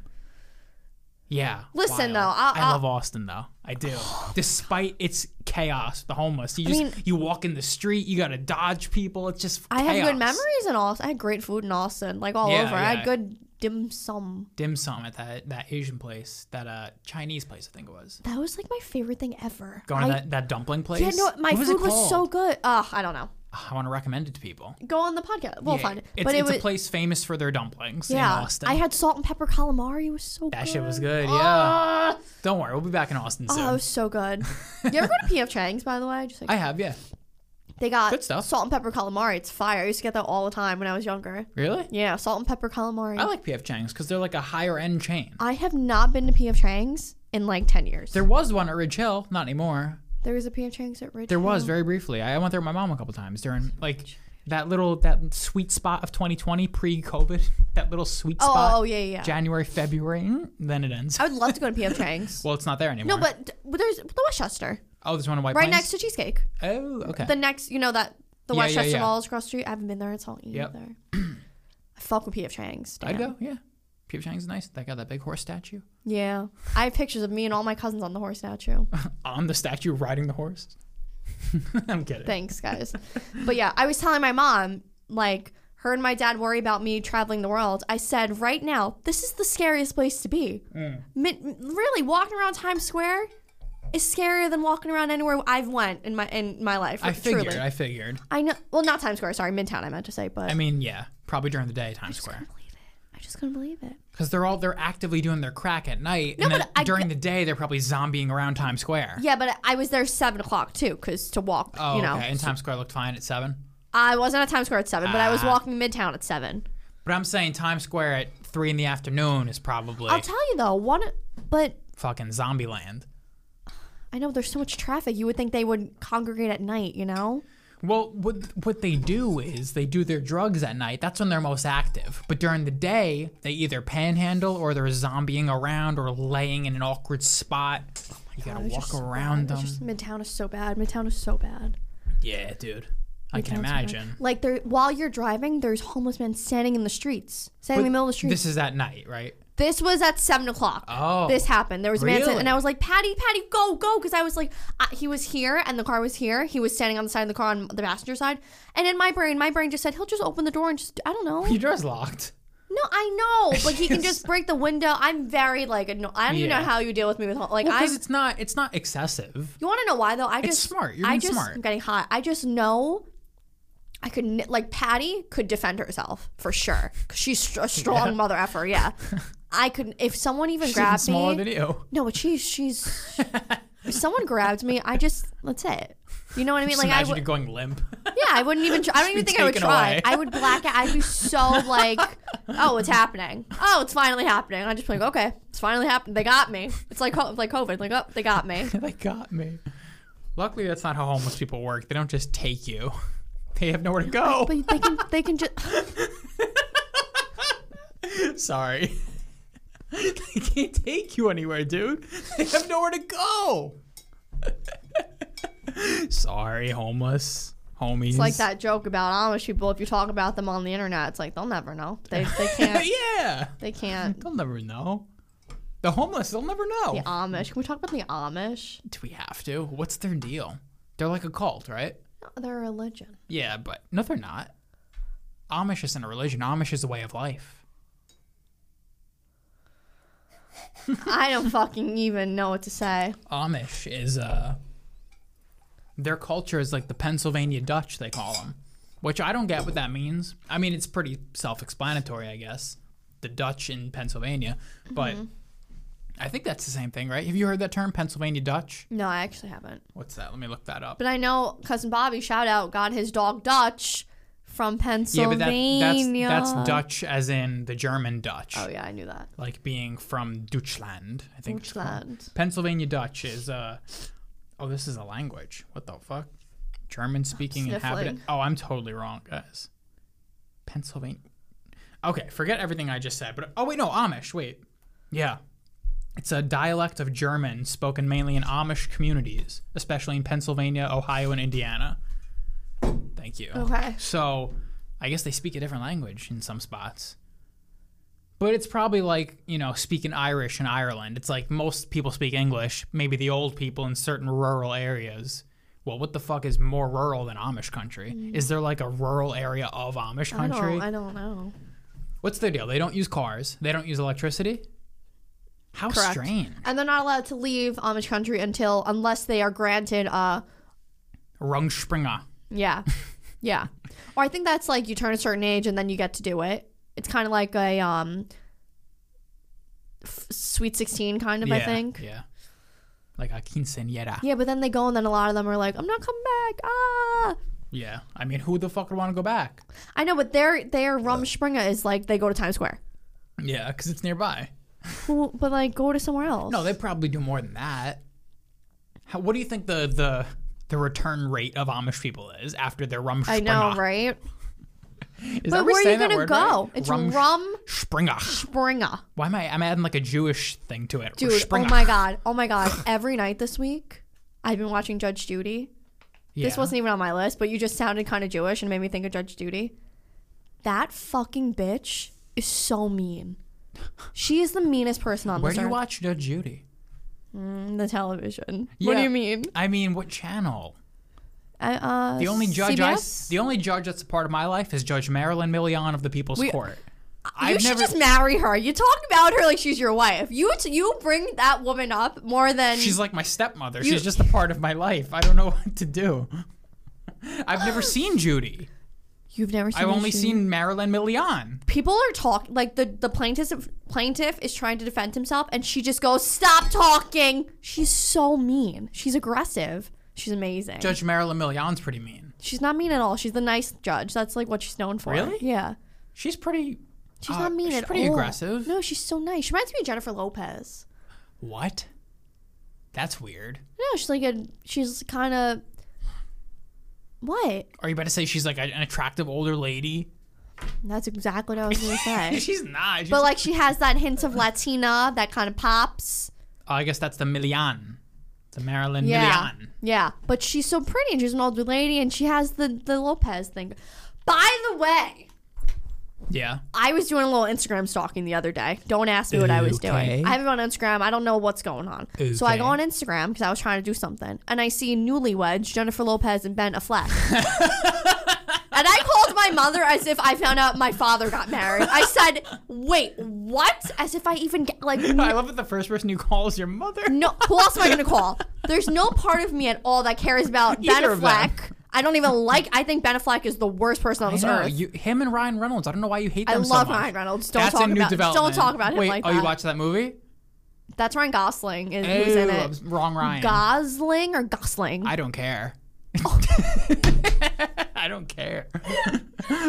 Speaker 1: Yeah.
Speaker 2: Listen,
Speaker 1: wild.
Speaker 2: though, I'll-
Speaker 1: I
Speaker 2: I'll-
Speaker 1: love Austin though. I do. Despite its chaos, the homeless. You
Speaker 2: I
Speaker 1: just
Speaker 2: mean-
Speaker 1: you walk in the street, you gotta dodge people. It's just
Speaker 2: I have good
Speaker 1: chaos.
Speaker 2: memories in Austin. I had great food in Austin, like all
Speaker 1: Yeah,
Speaker 2: over. I had
Speaker 1: yeah.
Speaker 2: good dim sum.
Speaker 1: dim sum at that that Asian place, that uh Chinese place I think it was.
Speaker 2: That was like my favorite thing ever.
Speaker 1: Going
Speaker 2: I,
Speaker 1: to that, that dumpling place.
Speaker 2: yeah, no, my
Speaker 1: What was it
Speaker 2: food was, so
Speaker 1: called?
Speaker 2: good. Ugh, I don't know.
Speaker 1: I want to recommend it to people.
Speaker 2: Go on the podcast. We'll
Speaker 1: Yeah,
Speaker 2: find it.
Speaker 1: It's,
Speaker 2: but it
Speaker 1: it's
Speaker 2: was
Speaker 1: a place famous for their dumplings in Austin.
Speaker 2: I had salt and pepper calamari. It was so good.
Speaker 1: that shit was good. Yeah.
Speaker 2: Ah!
Speaker 1: Don't worry, we'll be back in Austin soon.
Speaker 2: Oh, it was so good. you ever go to P.F. Chang's, by the way? Just like,
Speaker 1: I have, yeah.
Speaker 2: they got
Speaker 1: good stuff.
Speaker 2: salt and pepper calamari. It's fire. I used to get that all the time when I was younger.
Speaker 1: Really?
Speaker 2: Yeah, salt and pepper calamari.
Speaker 1: I like PF Chang's because they're like a higher end chain.
Speaker 2: I have not been to P.F. Chang's in like 10 years.
Speaker 1: There was one at Ridge Hill, not anymore.
Speaker 2: there was a P.F. Chang's at Rich.
Speaker 1: There was
Speaker 2: Hill.
Speaker 1: very briefly. I went there with my mom a couple times during like that little that sweet spot of 2020 pre-COVID, that little sweet
Speaker 2: Oh,
Speaker 1: spot.
Speaker 2: oh, yeah, yeah, yeah.
Speaker 1: January, February, mm, then it ends.
Speaker 2: I would love to go to P.F. Chang's.
Speaker 1: well, it's not there
Speaker 2: no,
Speaker 1: anymore.
Speaker 2: but d- but there's the Westchester
Speaker 1: oh, there's one in White
Speaker 2: right
Speaker 1: Plains?
Speaker 2: next to Cheesecake.
Speaker 1: Oh, okay.
Speaker 2: The next, you know that the
Speaker 1: Yeah, yeah,
Speaker 2: Westchester
Speaker 1: yeah.
Speaker 2: Mall is across the street. I haven't been there at all
Speaker 1: Yep.
Speaker 2: either. I fuck with P.F. Chang's.
Speaker 1: I'd
Speaker 2: damn.
Speaker 1: go. Yeah, Peter Chang's nice. They got that big horse statue
Speaker 2: Yeah, I have pictures of me and all my cousins on the horse statue.
Speaker 1: on the statue riding the horse. I'm kidding.
Speaker 2: Thanks, guys. but yeah, I was telling my mom, like, her and my dad worry about me traveling the world. I said, right now, this is the scariest place to be.
Speaker 1: Mm.
Speaker 2: Min- really, walking around Times Square is scarier than walking around anywhere I've went in my in my life.
Speaker 1: I figured.
Speaker 2: Truly.
Speaker 1: I figured.
Speaker 2: I know. Well, not Times Square. Sorry, Midtown. I meant to say, but
Speaker 1: I mean, yeah, probably during the day, Times Square,
Speaker 2: I just couldn't believe it.
Speaker 1: because they're all they're actively doing their crack at night, and
Speaker 2: but
Speaker 1: then
Speaker 2: I-
Speaker 1: during the day they're probably zombieing around Times Square.
Speaker 2: Yeah, but I was there seven o'clock too, because to walk,
Speaker 1: Oh,
Speaker 2: you know,
Speaker 1: okay. And Times Square looked fine at seven.
Speaker 2: I wasn't at Times Square at seven, but I was
Speaker 1: Ah.
Speaker 2: walking Midtown at seven.
Speaker 1: But I'm saying Times Square at three in the afternoon is probably
Speaker 2: I'll tell you though, one, but
Speaker 1: fucking zombie land.
Speaker 2: I know there's so much traffic. You would think they would congregate at night, you know?
Speaker 1: Well, what what they do is they do their drugs at night. That's when they're most active. But during the day, they either panhandle or they're zombieing around or laying in an awkward spot. you gotta
Speaker 2: It's
Speaker 1: walk
Speaker 2: just so
Speaker 1: around
Speaker 2: bad.
Speaker 1: them.
Speaker 2: It's just- Midtown is so bad. Midtown is so bad.
Speaker 1: Yeah, dude. I can
Speaker 2: Midtown's so bad.
Speaker 1: imagine.
Speaker 2: Like there, while you're driving, there's homeless men standing in the streets, standing in the middle of the street. This,
Speaker 1: This is at night, right?
Speaker 2: was at seven o'clock.
Speaker 1: Oh.
Speaker 2: this happened. There was a man, standing- and
Speaker 1: Really?
Speaker 2: I was like, "Patty, Patty, go, go!" Because I was like, I, he was here, and the car was here. He was standing on the side of the car on the passenger side, and in my brain, my brain just said, "He'll just open the door and just, I don't know."
Speaker 1: Your door's locked.
Speaker 2: No, I know, but he can just break the window. I'm very like, anno- I don't even
Speaker 1: Yeah.
Speaker 2: know how you deal with me with like
Speaker 1: Because
Speaker 2: I'm
Speaker 1: it's not it's not excessive.
Speaker 2: You want to know why though? I just
Speaker 1: smart. You're
Speaker 2: I
Speaker 1: being
Speaker 2: just
Speaker 1: smart.
Speaker 2: I'm getting hot. I just know I could n- like Patty could defend herself for sure. 'Cause She's str- a strong mother effer. Yeah, I could. If someone even
Speaker 1: She's even
Speaker 2: grabbed
Speaker 1: smaller
Speaker 2: me,
Speaker 1: than you.
Speaker 2: no, but she's she's. if someone grabbed me, I just that's it. You know what I mean?
Speaker 1: Just
Speaker 2: Like I
Speaker 1: imagine
Speaker 2: would.
Speaker 1: you going limp.
Speaker 2: Yeah, I wouldn't even. Try, I don't even
Speaker 1: be
Speaker 2: think I would
Speaker 1: taken
Speaker 2: try.
Speaker 1: away.
Speaker 2: I would black out. I'd be so like, oh, it's happening. Oh, it's finally happening. I just be like, okay, it's finally happening. They got me. It's like ho- like COVID. Like, oh, they got me.
Speaker 1: they got me. Luckily, that's not how homeless people work. They don't just take you. They have nowhere to go.
Speaker 2: But they can they can just.
Speaker 1: Sorry. they can't take you anywhere, dude. They have nowhere to go. Sorry, homeless homies.
Speaker 2: It's like that joke about Amish people. If you talk about them on the internet, it's like they'll never know. They they can't.
Speaker 1: yeah.
Speaker 2: they can't.
Speaker 1: They'll never know. The homeless, they'll never know.
Speaker 2: The Amish. Can we talk about the Amish?
Speaker 1: Do we have to? What's their deal? They're like a cult, right?
Speaker 2: No, They're a religion.
Speaker 1: Yeah, but no, they're not. Amish isn't a religion. Amish is a way of life.
Speaker 2: I don't fucking even know what to say.
Speaker 1: Amish is uh their culture is like the Pennsylvania Dutch they call them, which I don't get what that means. I mean, it's pretty self-explanatory, I guess. The Dutch in Pennsylvania, but
Speaker 2: Mm-hmm.
Speaker 1: I think that's the same thing, right? Have you heard that term Pennsylvania Dutch?
Speaker 2: No, I actually haven't.
Speaker 1: What's that? Let me look that up.
Speaker 2: But I know cousin Bobby. Shout out. Got his dog Dutch
Speaker 1: yeah,
Speaker 2: from
Speaker 1: but that, that's
Speaker 2: Pennsylvania.
Speaker 1: that's Dutch as in the German Dutch,
Speaker 2: Oh yeah, I knew that.
Speaker 1: like being from Deutschland. I think Uh, it's called.
Speaker 2: Deutschland.
Speaker 1: Pennsylvania Dutch is uh oh this is a language. What the fuck? German speaking inhabitant.
Speaker 2: Sniffling.
Speaker 1: Oh, I'm totally wrong, guys. Pennsylvania. Okay, forget everything I just said. But oh wait, no, Amish. Wait. Yeah. It's a dialect of German spoken mainly in Amish communities, especially in Pennsylvania, Ohio, and Indiana. Thank you.
Speaker 2: Okay.
Speaker 1: So, I guess they speak a different language in some spots. But it's probably like, you know, speaking Irish in Ireland. It's like most people speak English, maybe the old people in certain rural areas. Well, what the fuck is more rural than Amish country? Is there like a rural area of Amish
Speaker 2: Mm. I
Speaker 1: country?
Speaker 2: don't. I don't know.
Speaker 1: What's their deal? They don't use cars, they don't use electricity. How
Speaker 2: Correct.
Speaker 1: strange.
Speaker 2: And they're not allowed to leave Amish country until unless they are granted uh
Speaker 1: Rungspringer.
Speaker 2: Yeah. Yeah. or I think that's like you turn a certain age and then you get to do it. It's kind of like a um f- sweet 16 kind of, I
Speaker 1: Yeah,
Speaker 2: think.
Speaker 1: Yeah. Like a quinceanera.
Speaker 2: Yeah, but then they go and then a lot of them are like, "I'm not coming back." Ah.
Speaker 1: Yeah. I mean, who the fuck would want to go back?
Speaker 2: I know, but their their Rumspringa is like they go to Times Square.
Speaker 1: Yeah, because it's nearby.
Speaker 2: Well, but like go to somewhere else.
Speaker 1: No, they probably do more than that. How, what do you think the the the return rate of Amish people is after their rum?
Speaker 2: I know, right?
Speaker 1: Is
Speaker 2: But
Speaker 1: that
Speaker 2: where are you
Speaker 1: saying that
Speaker 2: gonna
Speaker 1: word
Speaker 2: go?
Speaker 1: right?
Speaker 2: It's Rum
Speaker 1: Springer.
Speaker 2: Springer.
Speaker 1: Why am I? I'm adding like a Jewish thing to it.
Speaker 2: Dude, oh my god. Oh my god. Every night this week, I've been watching Judge Judy. This wasn't even on my list, but you just sounded kind of Jewish and made me think of Judge Judy. That fucking bitch is so mean. She is the meanest person on
Speaker 1: Where
Speaker 2: this
Speaker 1: do you
Speaker 2: earth.
Speaker 1: watch Judge Judy?
Speaker 2: Mm, the television. What do
Speaker 1: Yeah.
Speaker 2: you mean?
Speaker 1: I mean, what channel?
Speaker 2: I, uh,
Speaker 1: The only judge
Speaker 2: CBS?
Speaker 1: I the only judge that's a part of my life is Judge Marilyn Million of the People's
Speaker 2: We-
Speaker 1: Court.
Speaker 2: You should just marry her. You talk about her like she's your wife. You you bring that woman up more than
Speaker 1: She's like my stepmother.
Speaker 2: You-
Speaker 1: She's just a part of my life. I don't know what to do. I've never seen Judy.
Speaker 2: you've never seen.
Speaker 1: I've
Speaker 2: this
Speaker 1: only
Speaker 2: shit.
Speaker 1: seen Marilyn Million.
Speaker 2: people are talking like the the plaintiff plaintiff is trying to defend himself, and she just goes, "Stop talking." She's so mean. She's aggressive. She's amazing.
Speaker 1: Judge Marilyn Million's pretty mean.
Speaker 2: She's not mean at all. She's the nice judge. That's like what she's known for.
Speaker 1: Really?
Speaker 2: Yeah.
Speaker 1: She's pretty.
Speaker 2: She's
Speaker 1: uh,
Speaker 2: not mean
Speaker 1: she's
Speaker 2: at
Speaker 1: pretty
Speaker 2: all.
Speaker 1: aggressive.
Speaker 2: No, she's so nice. She reminds me of Jennifer Lopez.
Speaker 1: What? That's weird.
Speaker 2: No, she's like a she's kind of what?
Speaker 1: Are you about to say she's like a- an attractive older lady?
Speaker 2: That's exactly what I was gonna say.
Speaker 1: she's not. She's,
Speaker 2: but like she has that hint of Latina that kind of pops.
Speaker 1: oh, I guess that's the Million. The Marilyn
Speaker 2: Yeah.
Speaker 1: Million.
Speaker 2: Yeah. But she's so pretty and she's an older lady and she has the, the Lopez thing. By the way,
Speaker 1: Yeah.
Speaker 2: I was doing a little Instagram stalking the other day. Don't ask me what I was
Speaker 1: Okay.
Speaker 2: doing. I haven't been on Instagram. I don't know what's going on. So I go on
Speaker 1: Okay.
Speaker 2: Instagram because I was trying to do something and I see newlyweds Jennifer Lopez and Ben Affleck. and I called my mother as if I found out my father got married. I said, wait, what? As if I even get, like,
Speaker 1: I love that the first person you call is your mother.
Speaker 2: No, who else am I going to call? There's no part of me at all that cares about Ben
Speaker 1: Either of them.
Speaker 2: Affleck. I don't even like. I think Ben Affleck is the worst person on
Speaker 1: I
Speaker 2: this
Speaker 1: know.
Speaker 2: earth.
Speaker 1: You, him and Ryan Reynolds. I don't know why you hate
Speaker 2: I
Speaker 1: them so
Speaker 2: love
Speaker 1: much.
Speaker 2: Ryan Reynolds. Don't
Speaker 1: That's
Speaker 2: talk
Speaker 1: a new
Speaker 2: about- don't
Speaker 1: development.
Speaker 2: talk about him
Speaker 1: Wait,
Speaker 2: like
Speaker 1: oh, you
Speaker 2: that.
Speaker 1: watched that movie?
Speaker 2: That's Ryan Gosling is who's in
Speaker 1: Ew, I
Speaker 2: it.
Speaker 1: was- wrong Ryan.
Speaker 2: Gosling or Gosling?
Speaker 1: I don't care. I don't care.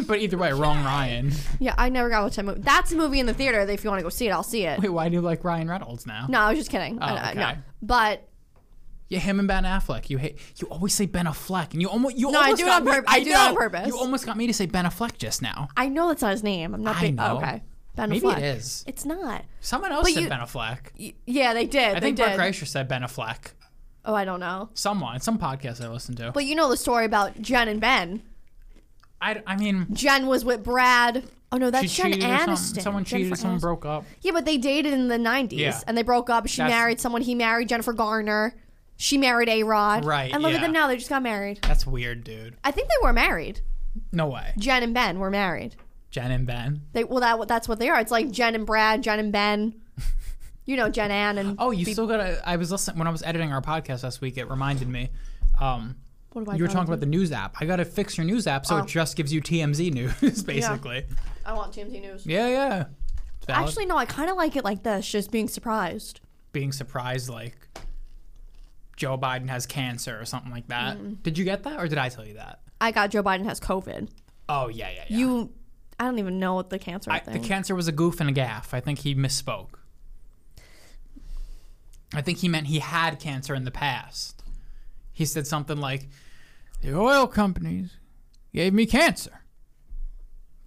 Speaker 1: but either way, wrong Ryan.
Speaker 2: yeah, I never got what that movie. That's a movie in the theater. that If you want to go see it, I'll see it.
Speaker 1: Wait, why do you like Ryan Reynolds now?
Speaker 2: No, I was just kidding. I- I- no.
Speaker 1: okay.
Speaker 2: but
Speaker 1: Yeah, him and Ben Affleck. You hate. You always say Ben Affleck, and you almost. You
Speaker 2: No, I
Speaker 1: almost
Speaker 2: do it
Speaker 1: got
Speaker 2: on
Speaker 1: me-
Speaker 2: purp- I do it on
Speaker 1: know.
Speaker 2: purpose.
Speaker 1: You almost got me to say Ben Affleck just now.
Speaker 2: I know that's not his name. I'm not.
Speaker 1: I
Speaker 2: big-
Speaker 1: know.
Speaker 2: Okay, Ben
Speaker 1: Maybe
Speaker 2: Affleck.
Speaker 1: it is.
Speaker 2: It's not.
Speaker 1: Someone else
Speaker 2: But
Speaker 1: said
Speaker 2: you-
Speaker 1: Ben Affleck.
Speaker 2: Y- yeah, they did.
Speaker 1: I
Speaker 2: they
Speaker 1: think
Speaker 2: did.
Speaker 1: Mark Kreischer said Ben Affleck.
Speaker 2: Oh, I don't know.
Speaker 1: Someone, some podcast I listened to.
Speaker 2: But you know the story about Jen and Ben.
Speaker 1: I, I mean,
Speaker 2: Jen was with Brad. Oh no,
Speaker 1: she
Speaker 2: that's Jen
Speaker 1: cheated or
Speaker 2: Aniston.
Speaker 1: something. Someone cheated,
Speaker 2: Jennifer
Speaker 1: someone
Speaker 2: Aniston.
Speaker 1: broke up.
Speaker 2: Yeah, but they dated in the '90s,
Speaker 1: Yeah.
Speaker 2: and they broke up. She
Speaker 1: That's-
Speaker 2: married someone. He married Jennifer Garner. She married A Rod.
Speaker 1: Right,
Speaker 2: And look at
Speaker 1: yeah.
Speaker 2: them now; they just got married.
Speaker 1: That's weird, dude.
Speaker 2: I think they were married.
Speaker 1: No way.
Speaker 2: Jen and Ben were married.
Speaker 1: Jen and Ben.
Speaker 2: They well, that that's what they are. It's like Jen and Brad, Jen and Ben. You know, Jen Ann and
Speaker 1: Oh, you still gotta. I was listening when I was editing our podcast last week. It reminded me. Um,
Speaker 2: what do I
Speaker 1: you were
Speaker 2: call
Speaker 1: talking about the news app. I gotta fix your news app so
Speaker 2: Oh.
Speaker 1: it just gives you TMZ news, basically.
Speaker 2: them? I want TMZ News.
Speaker 1: Yeah, yeah. It's valid.
Speaker 2: Actually, no, I kind of like it like this, just being surprised.
Speaker 1: being surprised like Joe Biden has cancer or something like that.
Speaker 2: Mm.
Speaker 1: Did you get that, or did I tell you that?
Speaker 2: I got Joe Biden has COVID.
Speaker 1: Oh yeah, yeah, yeah.
Speaker 2: You, I don't even know what the cancer
Speaker 1: I,
Speaker 2: thing.
Speaker 1: the cancer was a goof and a gaff. I think he misspoke. I think he meant he had cancer in the past. He said something like, "The oil companies gave me cancer,"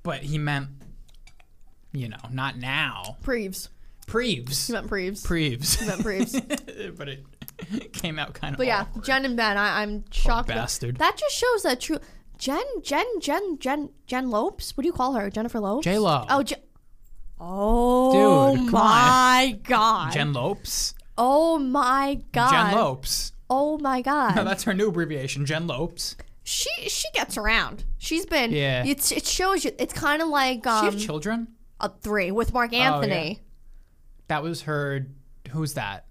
Speaker 1: but he meant, you know, not now.
Speaker 2: Preves.
Speaker 1: Preves,
Speaker 2: You meant Preves.
Speaker 1: Preves,
Speaker 2: meant Preves.
Speaker 1: but it came out kind of.
Speaker 2: But yeah,
Speaker 1: awkward.
Speaker 2: Jen and Ben, I, I'm shocked. that-
Speaker 1: bastard.
Speaker 2: That just shows that true. Jen, Jen, Jen, Jen, Jen Lopes. What do you call her? Jennifer Lopes.
Speaker 1: J-Lo.
Speaker 2: Oh, J- oh
Speaker 1: Dude, come on.
Speaker 2: my god.
Speaker 1: Jen Lopes.
Speaker 2: oh my god.
Speaker 1: Jen Lopes.
Speaker 2: Oh my god.
Speaker 1: No, that's her new abbreviation. Jen Lopes.
Speaker 2: she she gets around. She's been.
Speaker 1: Yeah.
Speaker 2: It's it shows you. It's kind of like
Speaker 1: Do you
Speaker 2: um
Speaker 1: have children?
Speaker 2: a three with
Speaker 1: Oh,
Speaker 2: Mark Anthony.
Speaker 1: That was her. Who's that?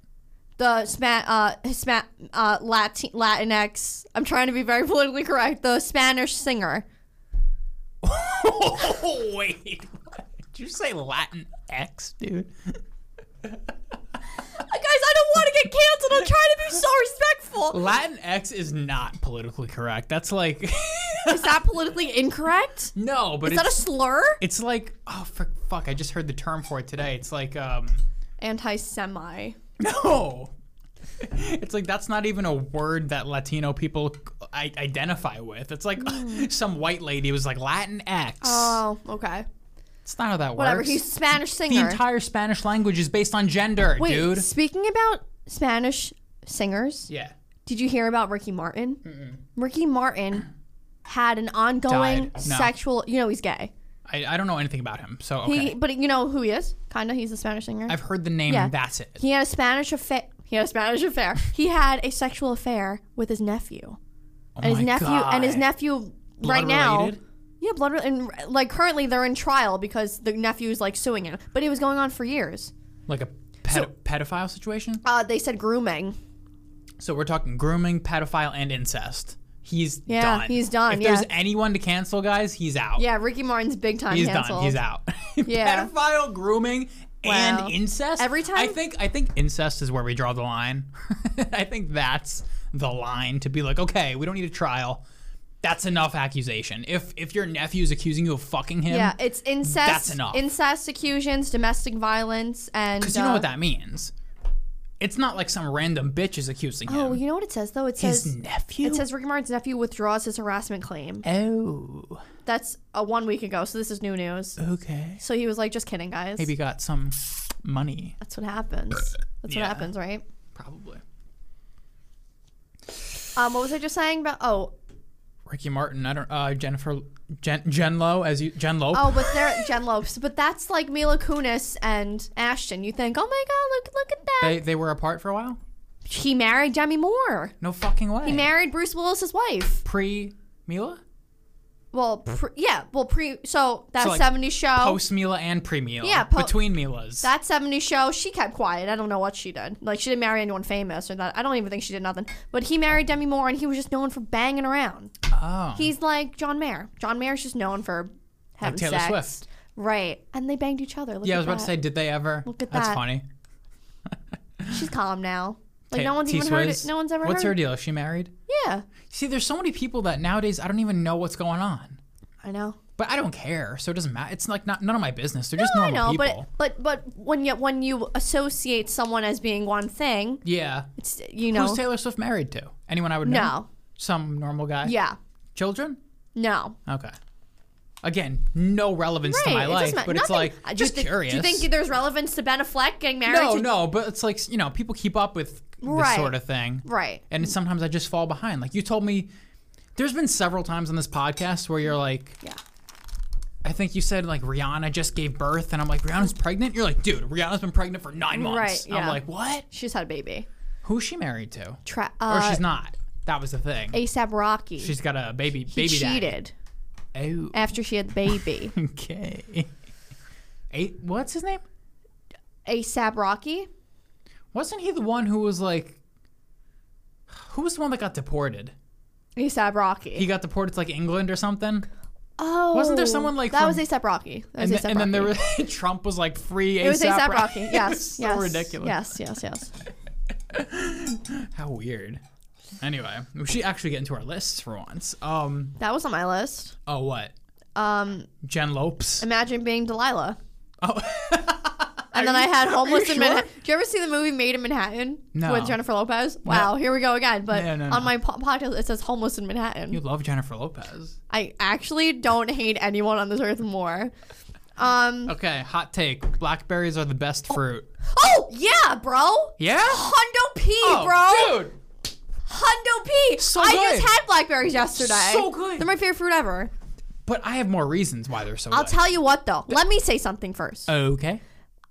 Speaker 2: The Span, uh, Hispan, uh, Latin, Latinx. I'm trying to be very politically correct. The Spanish singer.
Speaker 1: oh, wait. Did you say Latin X, dude?
Speaker 2: Uh, Guys, I don't want to get canceled. I'm trying to be so respectful.
Speaker 1: Latin X is not politically correct. That's like
Speaker 2: Is that politically incorrect?
Speaker 1: no, but
Speaker 2: Is
Speaker 1: it's
Speaker 2: that a slur?
Speaker 1: it's like oh for, fuck. I just heard the term for it today. It's like um
Speaker 2: Anti Semi.
Speaker 1: no. It's like that's not even a word that Latino people I identify with. It's like some white lady was like Latin X.
Speaker 2: Oh, okay.
Speaker 1: it's not how that
Speaker 2: Whatever.
Speaker 1: works.
Speaker 2: He's a Spanish
Speaker 1: the
Speaker 2: singer.
Speaker 1: entire Spanish language is based on gender,
Speaker 2: Wait,
Speaker 1: dude.
Speaker 2: speaking about Spanish singers,
Speaker 1: Yeah.
Speaker 2: did you hear about Ricky Martin? Ricky Martin had an ongoing
Speaker 1: Died. No.
Speaker 2: sexual. You know he's gay.
Speaker 1: I, I don't know anything about him, so okay.
Speaker 2: He, but you know who he is? Kinda. He's a Spanish singer.
Speaker 1: I've heard the name.
Speaker 2: Yeah.
Speaker 1: and That's it.
Speaker 2: he had a Spanish affair. He had a Spanish affair. he had a sexual affair with his nephew,
Speaker 1: Oh
Speaker 2: and his
Speaker 1: my
Speaker 2: nephew, and his
Speaker 1: God.
Speaker 2: nephew. right
Speaker 1: Blood
Speaker 2: now,
Speaker 1: related?
Speaker 2: yeah, blood. rel- And like currently, they're in trial because the nephew is like suing him. But it was going on for years.
Speaker 1: like a ped- pedophile situation.
Speaker 2: Uh, they said grooming.
Speaker 1: So we're talking grooming, pedophile, and incest. He's
Speaker 2: Yeah,
Speaker 1: done.
Speaker 2: he's done,
Speaker 1: If there's
Speaker 2: yeah.
Speaker 1: anyone to cancel, guys, he's out.
Speaker 2: Yeah, Ricky Martin's big time.
Speaker 1: he's
Speaker 2: canceled.
Speaker 1: done. He's out.
Speaker 2: Yeah.
Speaker 1: pedophile, grooming,
Speaker 2: Wow.
Speaker 1: and incest.
Speaker 2: Every time-
Speaker 1: I think I think incest is where we draw the line. I think that's the line to be like, okay, we don't need a trial. That's enough accusation. If if your nephew's accusing you of fucking him,
Speaker 2: Yeah, it's incest,
Speaker 1: That's enough.
Speaker 2: incest, accusations, domestic violence, and
Speaker 1: because you know
Speaker 2: uh,
Speaker 1: what that means. It's not like some random bitch is accusing him.
Speaker 2: Oh, you know what it says though? It
Speaker 1: His
Speaker 2: says
Speaker 1: nephew.
Speaker 2: it says Ricky Martin's nephew withdraws his harassment claim.
Speaker 1: oh,
Speaker 2: That's uh, one week ago, so this is new news.
Speaker 1: okay.
Speaker 2: So he was like, "Just kidding, guys."
Speaker 1: Maybe got some money,
Speaker 2: that's what happens. That's
Speaker 1: Yeah.
Speaker 2: what happens, right?
Speaker 1: probably.
Speaker 2: Um, what was I just saying about? Oh,
Speaker 1: Ricky Martin. I don't. Uh, Jennifer. Jen. Jen Lo as you. Jen Lo.
Speaker 2: oh, but they're Jen Lopes, but that's like Mila Kunis and Ashton. You think, oh my god, look, look at that.
Speaker 1: They they were apart for a while.
Speaker 2: he married Demi Moore.
Speaker 1: No fucking way.
Speaker 2: He married Bruce Willis's wife.
Speaker 1: Pre Mila.
Speaker 2: Well, pre, yeah, well, pre. So that
Speaker 1: So, like,
Speaker 2: 70s show.
Speaker 1: Post Mila and pre Mila.
Speaker 2: Oh. Yeah, po-
Speaker 1: Between Milas.
Speaker 2: That 70s show, she kept quiet. I don't know what she did. Like, she didn't marry anyone famous or that. I don't even think she did nothing. But he married Demi Moore and he was just known for banging around.
Speaker 1: oh.
Speaker 2: He's like John Mayer. John Mayer's just known for having
Speaker 1: Taylor
Speaker 2: sex.
Speaker 1: Swift.
Speaker 2: Right. And they banged each other. Look
Speaker 1: yeah, I
Speaker 2: at
Speaker 1: was about to
Speaker 2: that.
Speaker 1: say, did they ever?
Speaker 2: Look at
Speaker 1: That's
Speaker 2: that.
Speaker 1: funny.
Speaker 2: She's calm now. Like,
Speaker 1: Ta-
Speaker 2: no one's even heard it.
Speaker 1: T-Swizz?
Speaker 2: No one's ever
Speaker 1: What's her
Speaker 2: heard
Speaker 1: deal? Is she married?
Speaker 2: Yeah.
Speaker 1: See, there's so many people that nowadays I don't even know what's going on.
Speaker 2: I know.
Speaker 1: But I don't care, so it doesn't matter. It's like not none of my business. They're just
Speaker 2: No, I
Speaker 1: normal
Speaker 2: know,
Speaker 1: people.
Speaker 2: but, but but when you when you associate someone as being one thing,
Speaker 1: yeah.
Speaker 2: it's you know
Speaker 1: Who's Taylor Swift married to? Anyone I would know?
Speaker 2: no,
Speaker 1: Some normal guy?
Speaker 2: yeah,
Speaker 1: Children?
Speaker 2: no.
Speaker 1: Okay. Again, no relevance to my
Speaker 2: it
Speaker 1: life,
Speaker 2: doesn't matter.
Speaker 1: but it's
Speaker 2: Nothing-
Speaker 1: like
Speaker 2: uh, do you
Speaker 1: just
Speaker 2: thi-
Speaker 1: curious.
Speaker 2: Do you think there's relevance to Ben Affleck getting married?
Speaker 1: no,
Speaker 2: to-
Speaker 1: no, but it's like you know, people keep up with this
Speaker 2: Right.
Speaker 1: sort of thing,
Speaker 2: Right.
Speaker 1: and sometimes I just fall behind. Like you told me, there's been several times on this podcast where you're like,
Speaker 2: Yeah.
Speaker 1: I think you said like Rihanna just gave birth, and I'm like, Rihanna's pregnant. You're like, dude, Rihanna's been pregnant for nine months.
Speaker 2: Right,
Speaker 1: I'm
Speaker 2: yeah.
Speaker 1: like, what?
Speaker 2: She's had a baby.
Speaker 1: Who's she married to?
Speaker 2: Tra-
Speaker 1: Or
Speaker 2: uh,
Speaker 1: she's not. That was the thing.
Speaker 2: ASAP Rocky.
Speaker 1: she's got a baby.
Speaker 2: he
Speaker 1: baby
Speaker 2: cheated
Speaker 1: Daddy. Oh.
Speaker 2: after she had the baby.
Speaker 1: Okay. Eight. What's his name?
Speaker 2: ASAP Rocky.
Speaker 1: Wasn't he the one who was like? Who was the one that got deported?
Speaker 2: ASAP Rocky.
Speaker 1: He got deported to like England or something.
Speaker 2: oh,
Speaker 1: wasn't there someone, like,
Speaker 2: that
Speaker 1: from-
Speaker 2: was ASAP Rocky? That was
Speaker 1: And, th-
Speaker 2: A$AP
Speaker 1: and then there
Speaker 2: Rocky.
Speaker 1: was Trump was like free.
Speaker 2: It was ASAP
Speaker 1: ASAP
Speaker 2: Rocky. Yes,
Speaker 1: so
Speaker 2: yes,
Speaker 1: ridiculous.
Speaker 2: Yes, yes, yes.
Speaker 1: How weird. Anyway, we should actually get into our lists for once. Um.
Speaker 2: That was on my list.
Speaker 1: Oh, what?
Speaker 2: Um,
Speaker 1: Jen Lopes.
Speaker 2: imagine being Delilah.
Speaker 1: Oh.
Speaker 2: And then I had homeless
Speaker 1: you
Speaker 2: in
Speaker 1: sure?
Speaker 2: Manhattan. Did you ever see the movie Made in Manhattan
Speaker 1: No.
Speaker 2: with Jennifer Lopez? Wow, here we go again. But
Speaker 1: No, no, no.
Speaker 2: on my po- podcast, it says homeless in Manhattan.
Speaker 1: you love Jennifer Lopez.
Speaker 2: I actually don't hate anyone on this earth more. Um.
Speaker 1: Okay, hot take. Blackberries are the best fruit.
Speaker 2: Oh yeah, bro.
Speaker 1: Yeah.
Speaker 2: Hundo P,
Speaker 1: Oh,
Speaker 2: bro.
Speaker 1: dude.
Speaker 2: Hundo P.
Speaker 1: So
Speaker 2: I
Speaker 1: good.
Speaker 2: just had blackberries yesterday.
Speaker 1: So good.
Speaker 2: They're my favorite fruit ever.
Speaker 1: But I have more reasons why they're so.
Speaker 2: I'll
Speaker 1: good.
Speaker 2: tell you what though. Let me say something first.
Speaker 1: Uh, Okay.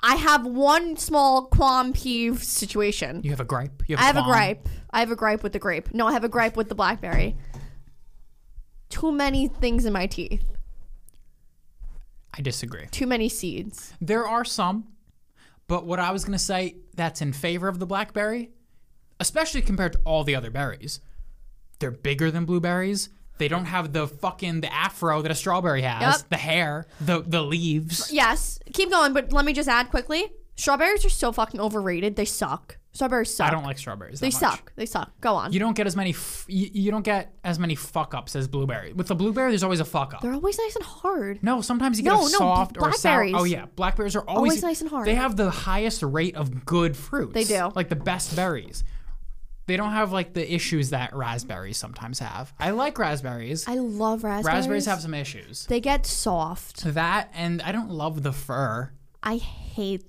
Speaker 2: I have one small qualm peeve situation.
Speaker 1: You have a gripe. You have
Speaker 2: I have a
Speaker 1: qualm?
Speaker 2: gripe. I have a gripe with the grape. No, I have a gripe with the blackberry. Too many things in my teeth.
Speaker 1: I disagree.
Speaker 2: Too many seeds.
Speaker 1: There are some, but what I was going to say that's in favor of the blackberry, especially compared to all the other berries. They're bigger than blueberries. They don't have the fucking the afro that a strawberry has,
Speaker 2: Yep.
Speaker 1: the hair, the the leaves.
Speaker 2: Yes. Keep going, but let me just add quickly. Strawberries are so fucking overrated. They suck. Strawberries suck.
Speaker 1: I don't like strawberries.
Speaker 2: they
Speaker 1: that much.
Speaker 2: suck. They suck. Go on.
Speaker 1: You don't get as many f- you, you don't get as many fuck ups as blueberry. With the blueberry there's always a fuck up.
Speaker 2: They're always nice and hard.
Speaker 1: No, sometimes you get
Speaker 2: No,
Speaker 1: a
Speaker 2: no,
Speaker 1: soft or a sour.
Speaker 2: blackberries.
Speaker 1: Oh yeah, blackberries are always,
Speaker 2: Always nice and hard.
Speaker 1: They have the highest rate of good fruits.
Speaker 2: They do.
Speaker 1: like the best berries. They don't have like the issues that raspberries sometimes have. I like raspberries.
Speaker 2: I love raspberries.
Speaker 1: raspberries have some issues.
Speaker 2: They get soft.
Speaker 1: That and I don't love the fur.
Speaker 2: I hate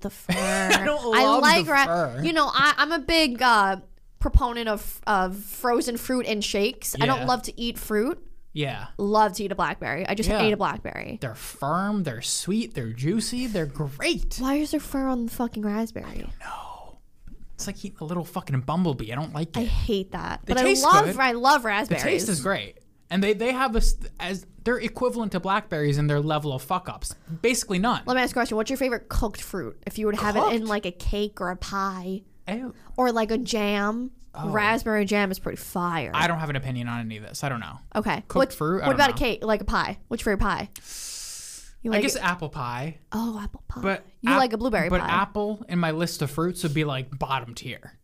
Speaker 2: the fur. I
Speaker 1: don't love the fur.
Speaker 2: You know, I, I'm a big uh, proponent of of frozen fruit and shakes. I
Speaker 1: Yeah.
Speaker 2: don't love to eat fruit.
Speaker 1: Yeah.
Speaker 2: Love to eat a blackberry. I just
Speaker 1: Yeah.
Speaker 2: ate a blackberry.
Speaker 1: They're firm, they're sweet, they're juicy, they're great.
Speaker 2: Why is there fur on the fucking raspberry?
Speaker 1: It's like eating a little fucking bumblebee. I don't like
Speaker 2: I
Speaker 1: it.
Speaker 2: hate that. but
Speaker 1: taste
Speaker 2: I love
Speaker 1: good.
Speaker 2: I love
Speaker 1: The taste
Speaker 2: raspberries.
Speaker 1: is great. And they, they have a, s- as they're equivalent to blackberries in their level of fuck ups. Basically none.
Speaker 2: Let me ask you a question. What's your favorite cooked fruit? If you would have it in
Speaker 1: Cooked?
Speaker 2: like a cake or a pie
Speaker 1: Ew.
Speaker 2: or like a jam, raspberry jam is pretty fire.
Speaker 1: Oh. I don't have an opinion on any of this. I don't know.
Speaker 2: okay. Cooked
Speaker 1: fruit? I
Speaker 2: What
Speaker 1: don't
Speaker 2: about a
Speaker 1: know.
Speaker 2: cake? Like a pie? What's your favorite pie? You like
Speaker 1: I guess apple pie,
Speaker 2: oh apple pie.
Speaker 1: but
Speaker 2: you
Speaker 1: ap-
Speaker 2: like a blueberry
Speaker 1: But
Speaker 2: pie.
Speaker 1: apple in my list of fruits would be like bottom tier.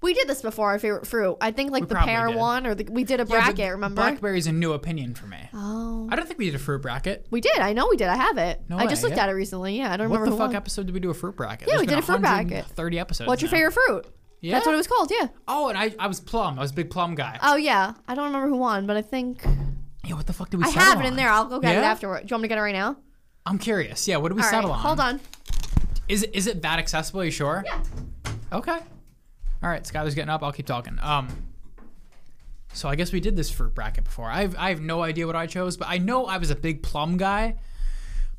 Speaker 2: we did this before. Our favorite fruit. I think like the
Speaker 1: probably
Speaker 2: pear
Speaker 1: did.
Speaker 2: one or the, we did a
Speaker 1: Yeah,
Speaker 2: bracket.
Speaker 1: but
Speaker 2: remember?
Speaker 1: Blackberry's a new opinion for me.
Speaker 2: oh,
Speaker 1: I don't think we did a fruit bracket.
Speaker 2: we did. I know we did. I have it.
Speaker 1: No
Speaker 2: I just
Speaker 1: way.
Speaker 2: looked at it recently. Yeah, I don't
Speaker 1: What
Speaker 2: remember
Speaker 1: the
Speaker 2: who
Speaker 1: fuck
Speaker 2: won.
Speaker 1: episode did we do a fruit bracket?
Speaker 2: we did a fruit bracket.
Speaker 1: Thirty episodes.
Speaker 2: What's your
Speaker 1: now.
Speaker 2: favorite fruit?
Speaker 1: Yeah.
Speaker 2: That's what it was called. Yeah.
Speaker 1: Oh, and I, I was plum. I was a big plum guy.
Speaker 2: Oh yeah. I don't remember who won, but I think
Speaker 1: yeah, what the fuck did we?
Speaker 2: I
Speaker 1: settle
Speaker 2: have it in
Speaker 1: on?
Speaker 2: there. I'll go get it
Speaker 1: Yeah?
Speaker 2: afterward. Do you want me to get it right now?
Speaker 1: I'm curious. Yeah, what did we
Speaker 2: All right,
Speaker 1: settle on?
Speaker 2: hold on.
Speaker 1: Is it- is it that accessible? Are you sure?
Speaker 2: Yeah.
Speaker 1: Okay. All right, Skylar's getting up. I'll keep talking. Um. So I guess we did this fruit bracket before. I've I have no idea what I chose, but I know I was a big plum guy.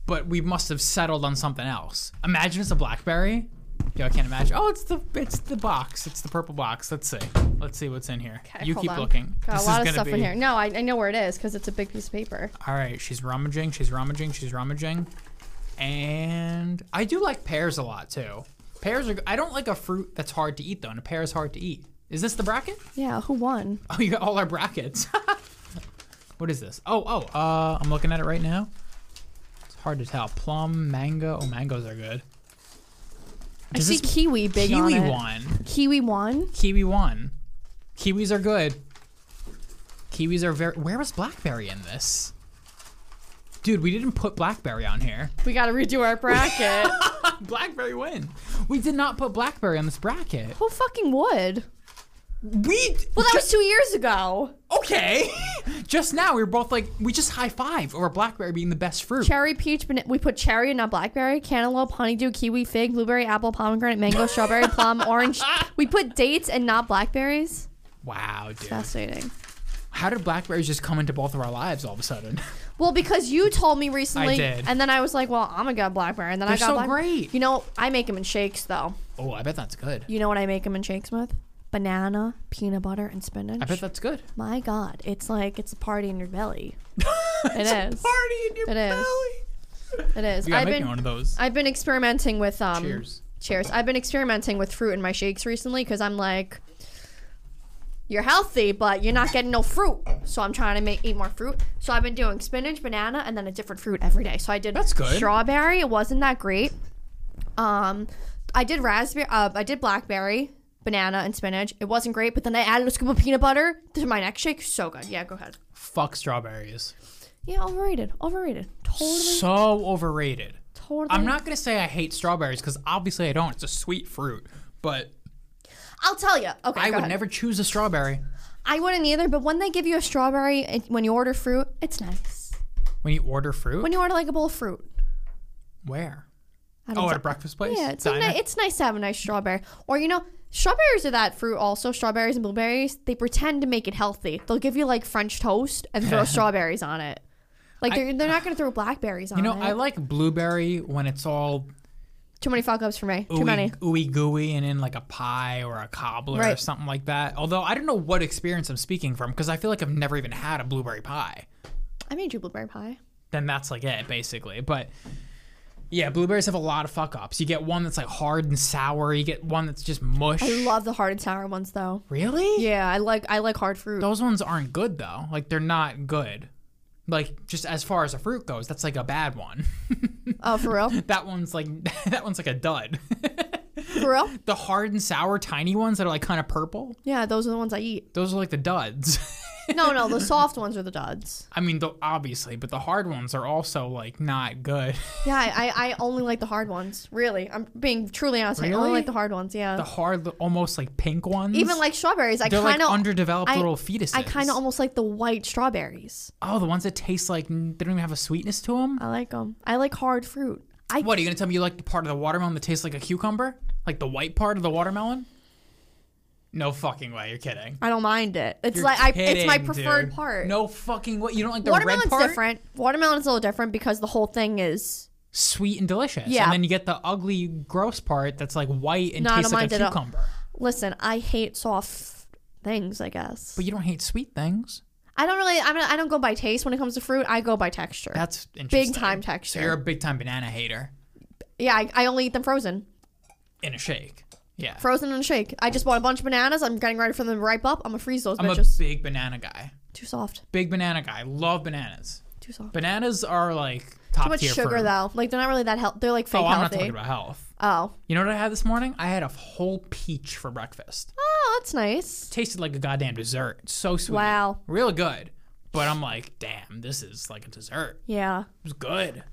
Speaker 1: But we must have settled on something else. Imagine it's a blackberry. Yo, I can't imagine. Oh, it's the it's the box. It's the purple box. Let's see. Let's see what's in here.
Speaker 2: Okay,
Speaker 1: you
Speaker 2: hold
Speaker 1: keep
Speaker 2: on.
Speaker 1: looking.
Speaker 2: Got
Speaker 1: this
Speaker 2: a lot
Speaker 1: is
Speaker 2: of
Speaker 1: gonna
Speaker 2: stuff
Speaker 1: be
Speaker 2: in here. No, I, I know where it is because it's a big piece of paper.
Speaker 1: all right. She's rummaging. She's rummaging. She's rummaging. And I do like pears a lot too. Pears are. I don't like a fruit that's hard to eat though, and a pear is hard to eat. Is this the bracket?
Speaker 2: Yeah, who won?
Speaker 1: Oh, you got all our brackets. what is this? Oh, oh, uh, I'm looking at it right now. It's hard to tell. Plum, mango. Oh, mangoes are good.
Speaker 2: I
Speaker 1: Does
Speaker 2: see
Speaker 1: this-
Speaker 2: kiwi big on
Speaker 1: Kiwi
Speaker 2: it.
Speaker 1: won.
Speaker 2: Kiwi won.
Speaker 1: Kiwi won. Kiwis are good. Kiwis are very. Where was blackberry in this? Dude, we didn't put blackberry on here.
Speaker 2: We got to redo our bracket.
Speaker 1: Blackberry win. We did not put Blackberry on this bracket.
Speaker 2: who fucking would?
Speaker 1: We
Speaker 2: Well, that was two years ago.
Speaker 1: okay. just now we were both like we just high five over Blackberry being the best fruit.
Speaker 2: Cherry, peach, banana. We put cherry and not blackberry, cantaloupe, honeydew, kiwi, fig, blueberry, apple, pomegranate, mango, strawberry, plum, orange. We put dates and not blackberries.
Speaker 1: wow, dude.
Speaker 2: Fascinating.
Speaker 1: How did Blackberries just come into both of our lives all of a sudden?
Speaker 2: Well, because you told me recently,
Speaker 1: did.
Speaker 2: and then I was like, "Well, I'm gonna get a blackberry," and then I
Speaker 1: They're
Speaker 2: got
Speaker 1: so
Speaker 2: blackberry.
Speaker 1: great.
Speaker 2: You know, I make them in shakes though.
Speaker 1: oh, I bet that's good.
Speaker 2: You know what I make them in shakes with? Banana, peanut butter, and spinach.
Speaker 1: I bet that's good.
Speaker 2: My God, it's like it's a party in your belly. It is.
Speaker 1: Party in your
Speaker 2: It is. It is.
Speaker 1: You gotta
Speaker 2: I've
Speaker 1: make
Speaker 2: been
Speaker 1: me one of those.
Speaker 2: I've been experimenting with um.
Speaker 1: Cheers.
Speaker 2: Cheers. I've been experimenting with fruit in my shakes recently because I'm like, you're healthy, but you're not getting no fruit. So I'm trying to make eat more fruit. So I've been doing spinach, banana, and then a different fruit every day. So I did
Speaker 1: That's good.
Speaker 2: strawberry. It wasn't that great. Um, I did raspberry. Uh, I did blackberry, banana, and spinach. It wasn't great, but then I added a scoop of peanut butter to my next shake. So good. Yeah, go ahead.
Speaker 1: Fuck strawberries.
Speaker 2: Yeah, overrated. Overrated. Totally.
Speaker 1: So overrated.
Speaker 2: Totally.
Speaker 1: I'm not gonna say I hate strawberries because obviously I don't. It's a sweet fruit, but
Speaker 2: I'll tell you. Okay.
Speaker 1: I
Speaker 2: go
Speaker 1: would
Speaker 2: ahead.
Speaker 1: never choose a strawberry.
Speaker 2: I wouldn't either, but when they give you a strawberry it- when you order fruit, it's nice.
Speaker 1: When you order fruit,
Speaker 2: When you order like a bowl of fruit,
Speaker 1: where?
Speaker 2: I
Speaker 1: Oh, at a
Speaker 2: know.
Speaker 1: breakfast place?
Speaker 2: yeah, it's, a
Speaker 1: Diner?
Speaker 2: ni- it's nice to have a nice strawberry. Or you know, strawberries are that fruit also. Strawberries and blueberries, they pretend to make it healthy. They'll give you like French toast and throw strawberries on it. Like they're, they're not gonna throw blackberries on
Speaker 1: You know,
Speaker 2: it.
Speaker 1: I like blueberry when it's all
Speaker 2: Too many fuck ups for me. Too many.
Speaker 1: ooey, ooey gooey and in like a pie or a cobbler or
Speaker 2: Right.
Speaker 1: something like that. Although I don't know what experience I'm speaking from because I feel like I've never even had a blueberry pie.
Speaker 2: I made you blueberry pie.
Speaker 1: Then that's like it, basically. But yeah, blueberries have a lot of fuck ups. You get one that's like hard and sour. You get one that's just mush.
Speaker 2: I love the hard and sour ones though.
Speaker 1: really?
Speaker 2: Yeah, I like I like hard fruit.
Speaker 1: Those ones aren't good though. Like they're not good. Like just as far as a fruit goes, that's like a bad one.
Speaker 2: Oh, for real?
Speaker 1: that one's like that one's like a dud.
Speaker 2: For real?
Speaker 1: the hard and sour tiny ones that are like kind of purple
Speaker 2: Yeah, those are the ones I eat.
Speaker 1: those are like the duds
Speaker 2: No, no, the soft ones are the duds.
Speaker 1: I mean, the, obviously, but the hard ones are also like not good.
Speaker 2: Yeah, I, I, I only like the hard ones. Really, I'm being truly honest. I
Speaker 1: Really?
Speaker 2: only like the hard ones. Yeah,
Speaker 1: the hard, almost like pink ones.
Speaker 2: even like strawberries. I
Speaker 1: they're
Speaker 2: kind of
Speaker 1: like underdeveloped
Speaker 2: I-
Speaker 1: little fetuses.
Speaker 2: I kind of almost like the white strawberries.
Speaker 1: Oh, the ones that taste like n- they don't even have a sweetness to them.
Speaker 2: I like them. I like hard fruit. I
Speaker 1: What are you gonna tell me? You like the part of the watermelon that tastes like a cucumber, like the white part of the watermelon? No fucking way! You're kidding.
Speaker 2: I don't mind it. It's
Speaker 1: You're
Speaker 2: like I, it's my
Speaker 1: kidding,
Speaker 2: preferred
Speaker 1: dude.
Speaker 2: part.
Speaker 1: No fucking way! You don't like the
Speaker 2: watermelon's
Speaker 1: red part?
Speaker 2: different. Watermelon's a little different because the whole thing is
Speaker 1: Sweet and delicious.
Speaker 2: Yeah.
Speaker 1: And then you get the ugly, gross part that's like white and
Speaker 2: No, I
Speaker 1: tastes
Speaker 2: don't
Speaker 1: like a
Speaker 2: mind it at all.
Speaker 1: cucumber.
Speaker 2: listen. I hate soft things. I guess
Speaker 1: But you don't hate sweet things.
Speaker 2: I don't really. I'm. Not, I don't go by taste when it comes to fruit. I go by texture.
Speaker 1: That's interesting.
Speaker 2: Big time
Speaker 1: So
Speaker 2: texture.
Speaker 1: you're a big time banana hater
Speaker 2: yeah, I, I only eat them frozen.
Speaker 1: in a shake. Yeah.
Speaker 2: Frozen and shake. I just bought a bunch of bananas. I'm getting ready for them to ripe up. I'm gonna freeze those
Speaker 1: I'm a
Speaker 2: bitches.
Speaker 1: big banana guy.
Speaker 2: Too soft.
Speaker 1: Big banana guy. Love bananas.
Speaker 2: Too soft.
Speaker 1: Bananas are like top
Speaker 2: Too much
Speaker 1: tier
Speaker 2: sugar
Speaker 1: fruit.
Speaker 2: though. Like they're not really that healthy. They're like fake
Speaker 1: Oh, I'm not
Speaker 2: healthy.
Speaker 1: talking about health.
Speaker 2: oh.
Speaker 1: You know what I had this morning? I had a whole peach for breakfast.
Speaker 2: Oh, that's nice.
Speaker 1: Tasted like a goddamn dessert. So sweet.
Speaker 2: Wow.
Speaker 1: Real good. But I'm like, damn, this is like a dessert.
Speaker 2: Yeah.
Speaker 1: It was good.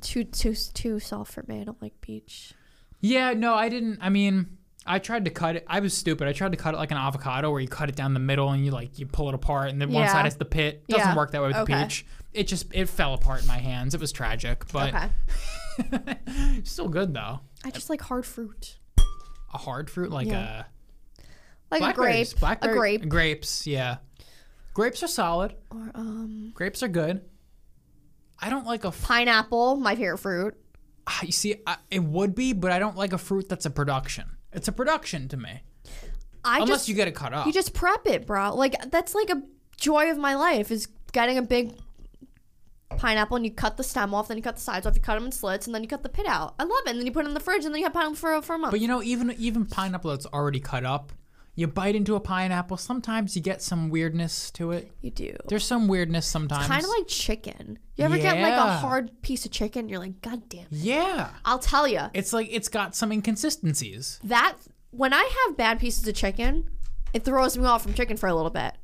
Speaker 2: Too too too soft for me. I don't like peach.
Speaker 1: Yeah, no, I didn't. I mean, I tried to cut it. I was stupid. I tried to cut it like an avocado, where you cut it down the middle and you like you pull it apart, and then one
Speaker 2: Yeah.
Speaker 1: side is the pit. Doesn't
Speaker 2: Yeah.
Speaker 1: work that way with
Speaker 2: Okay.
Speaker 1: peach. It just it fell apart in my hands. It was tragic, but
Speaker 2: Okay.
Speaker 1: still good though.
Speaker 2: I just like hard fruit.
Speaker 1: A hard fruit like
Speaker 2: Yeah.
Speaker 1: a
Speaker 2: Like a grape.
Speaker 1: blackberries, blackberry-
Speaker 2: a grape.
Speaker 1: grapes. Yeah, grapes are solid.
Speaker 2: Or um
Speaker 1: Grapes are good. I don't like a. F-
Speaker 2: pineapple, my favorite fruit.
Speaker 1: ah, you see, I, it would be, but I don't like a fruit that's a production. It's a production to me,
Speaker 2: I
Speaker 1: unless
Speaker 2: just
Speaker 1: you get it cut up.
Speaker 2: you just prep it, bro. Like that's like a joy of my life is getting a big pineapple and you cut the stem off, then you cut the sides off, you cut them in slits, and then you cut the pit out. I love it. And then you put it in the fridge, and then you have pineapple for for a month.
Speaker 1: But you know, even even pineapple that's already cut up, you bite into a pineapple. Sometimes you get some weirdness to it.
Speaker 2: you do.
Speaker 1: There's some weirdness sometimes.
Speaker 2: Kind of like chicken. You ever get like a
Speaker 1: Yeah.
Speaker 2: hard piece of chicken? and You're like, God damn. It.
Speaker 1: yeah,
Speaker 2: I'll tell you
Speaker 1: it's like it's got some inconsistencies.
Speaker 2: that when I have bad pieces of chicken, it throws me off from chicken for a little bit.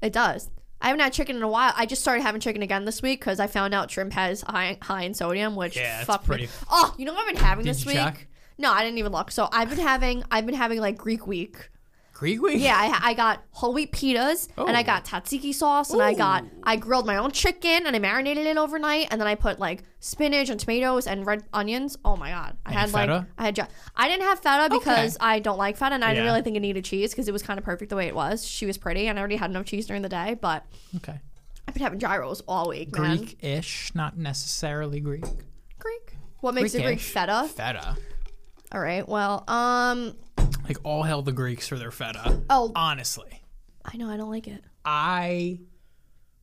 Speaker 2: It does. I haven't had chicken in a while. I just started having chicken again this week because I found out shrimp has high, high in sodium, which
Speaker 1: Yeah, it's
Speaker 2: fuck
Speaker 1: pretty-
Speaker 2: me. Oh, you know what I've been having this
Speaker 1: you
Speaker 2: week?
Speaker 1: check?
Speaker 2: No, I didn't even look. So I've been having I've been having like Greek week.
Speaker 1: Greek week.
Speaker 2: Yeah, I, I got whole wheat pitas and I
Speaker 1: Oh.
Speaker 2: got tzatziki sauce and I got
Speaker 1: Ooh.
Speaker 2: I grilled my own chicken and I marinated it overnight and then I put like spinach and tomatoes and red onions. Oh my god, I had like
Speaker 1: feta?
Speaker 2: I had ja- I didn't have feta because I don't like feta and I didn't
Speaker 1: Yeah.
Speaker 2: really think it needed cheese because it was kind of perfect the way it was. She was pretty and I already had enough cheese during the day, but
Speaker 1: Okay.
Speaker 2: I've been having gyros all week, man. Greek,
Speaker 1: Greek-ish, not necessarily Greek.
Speaker 2: What makes it Greek
Speaker 1: Greekish.
Speaker 2: feta?
Speaker 1: Feta.
Speaker 2: All right, well, um,
Speaker 1: Like all hell the Greeks for their feta.
Speaker 2: oh,
Speaker 1: Honestly,
Speaker 2: I know I don't like it.
Speaker 1: I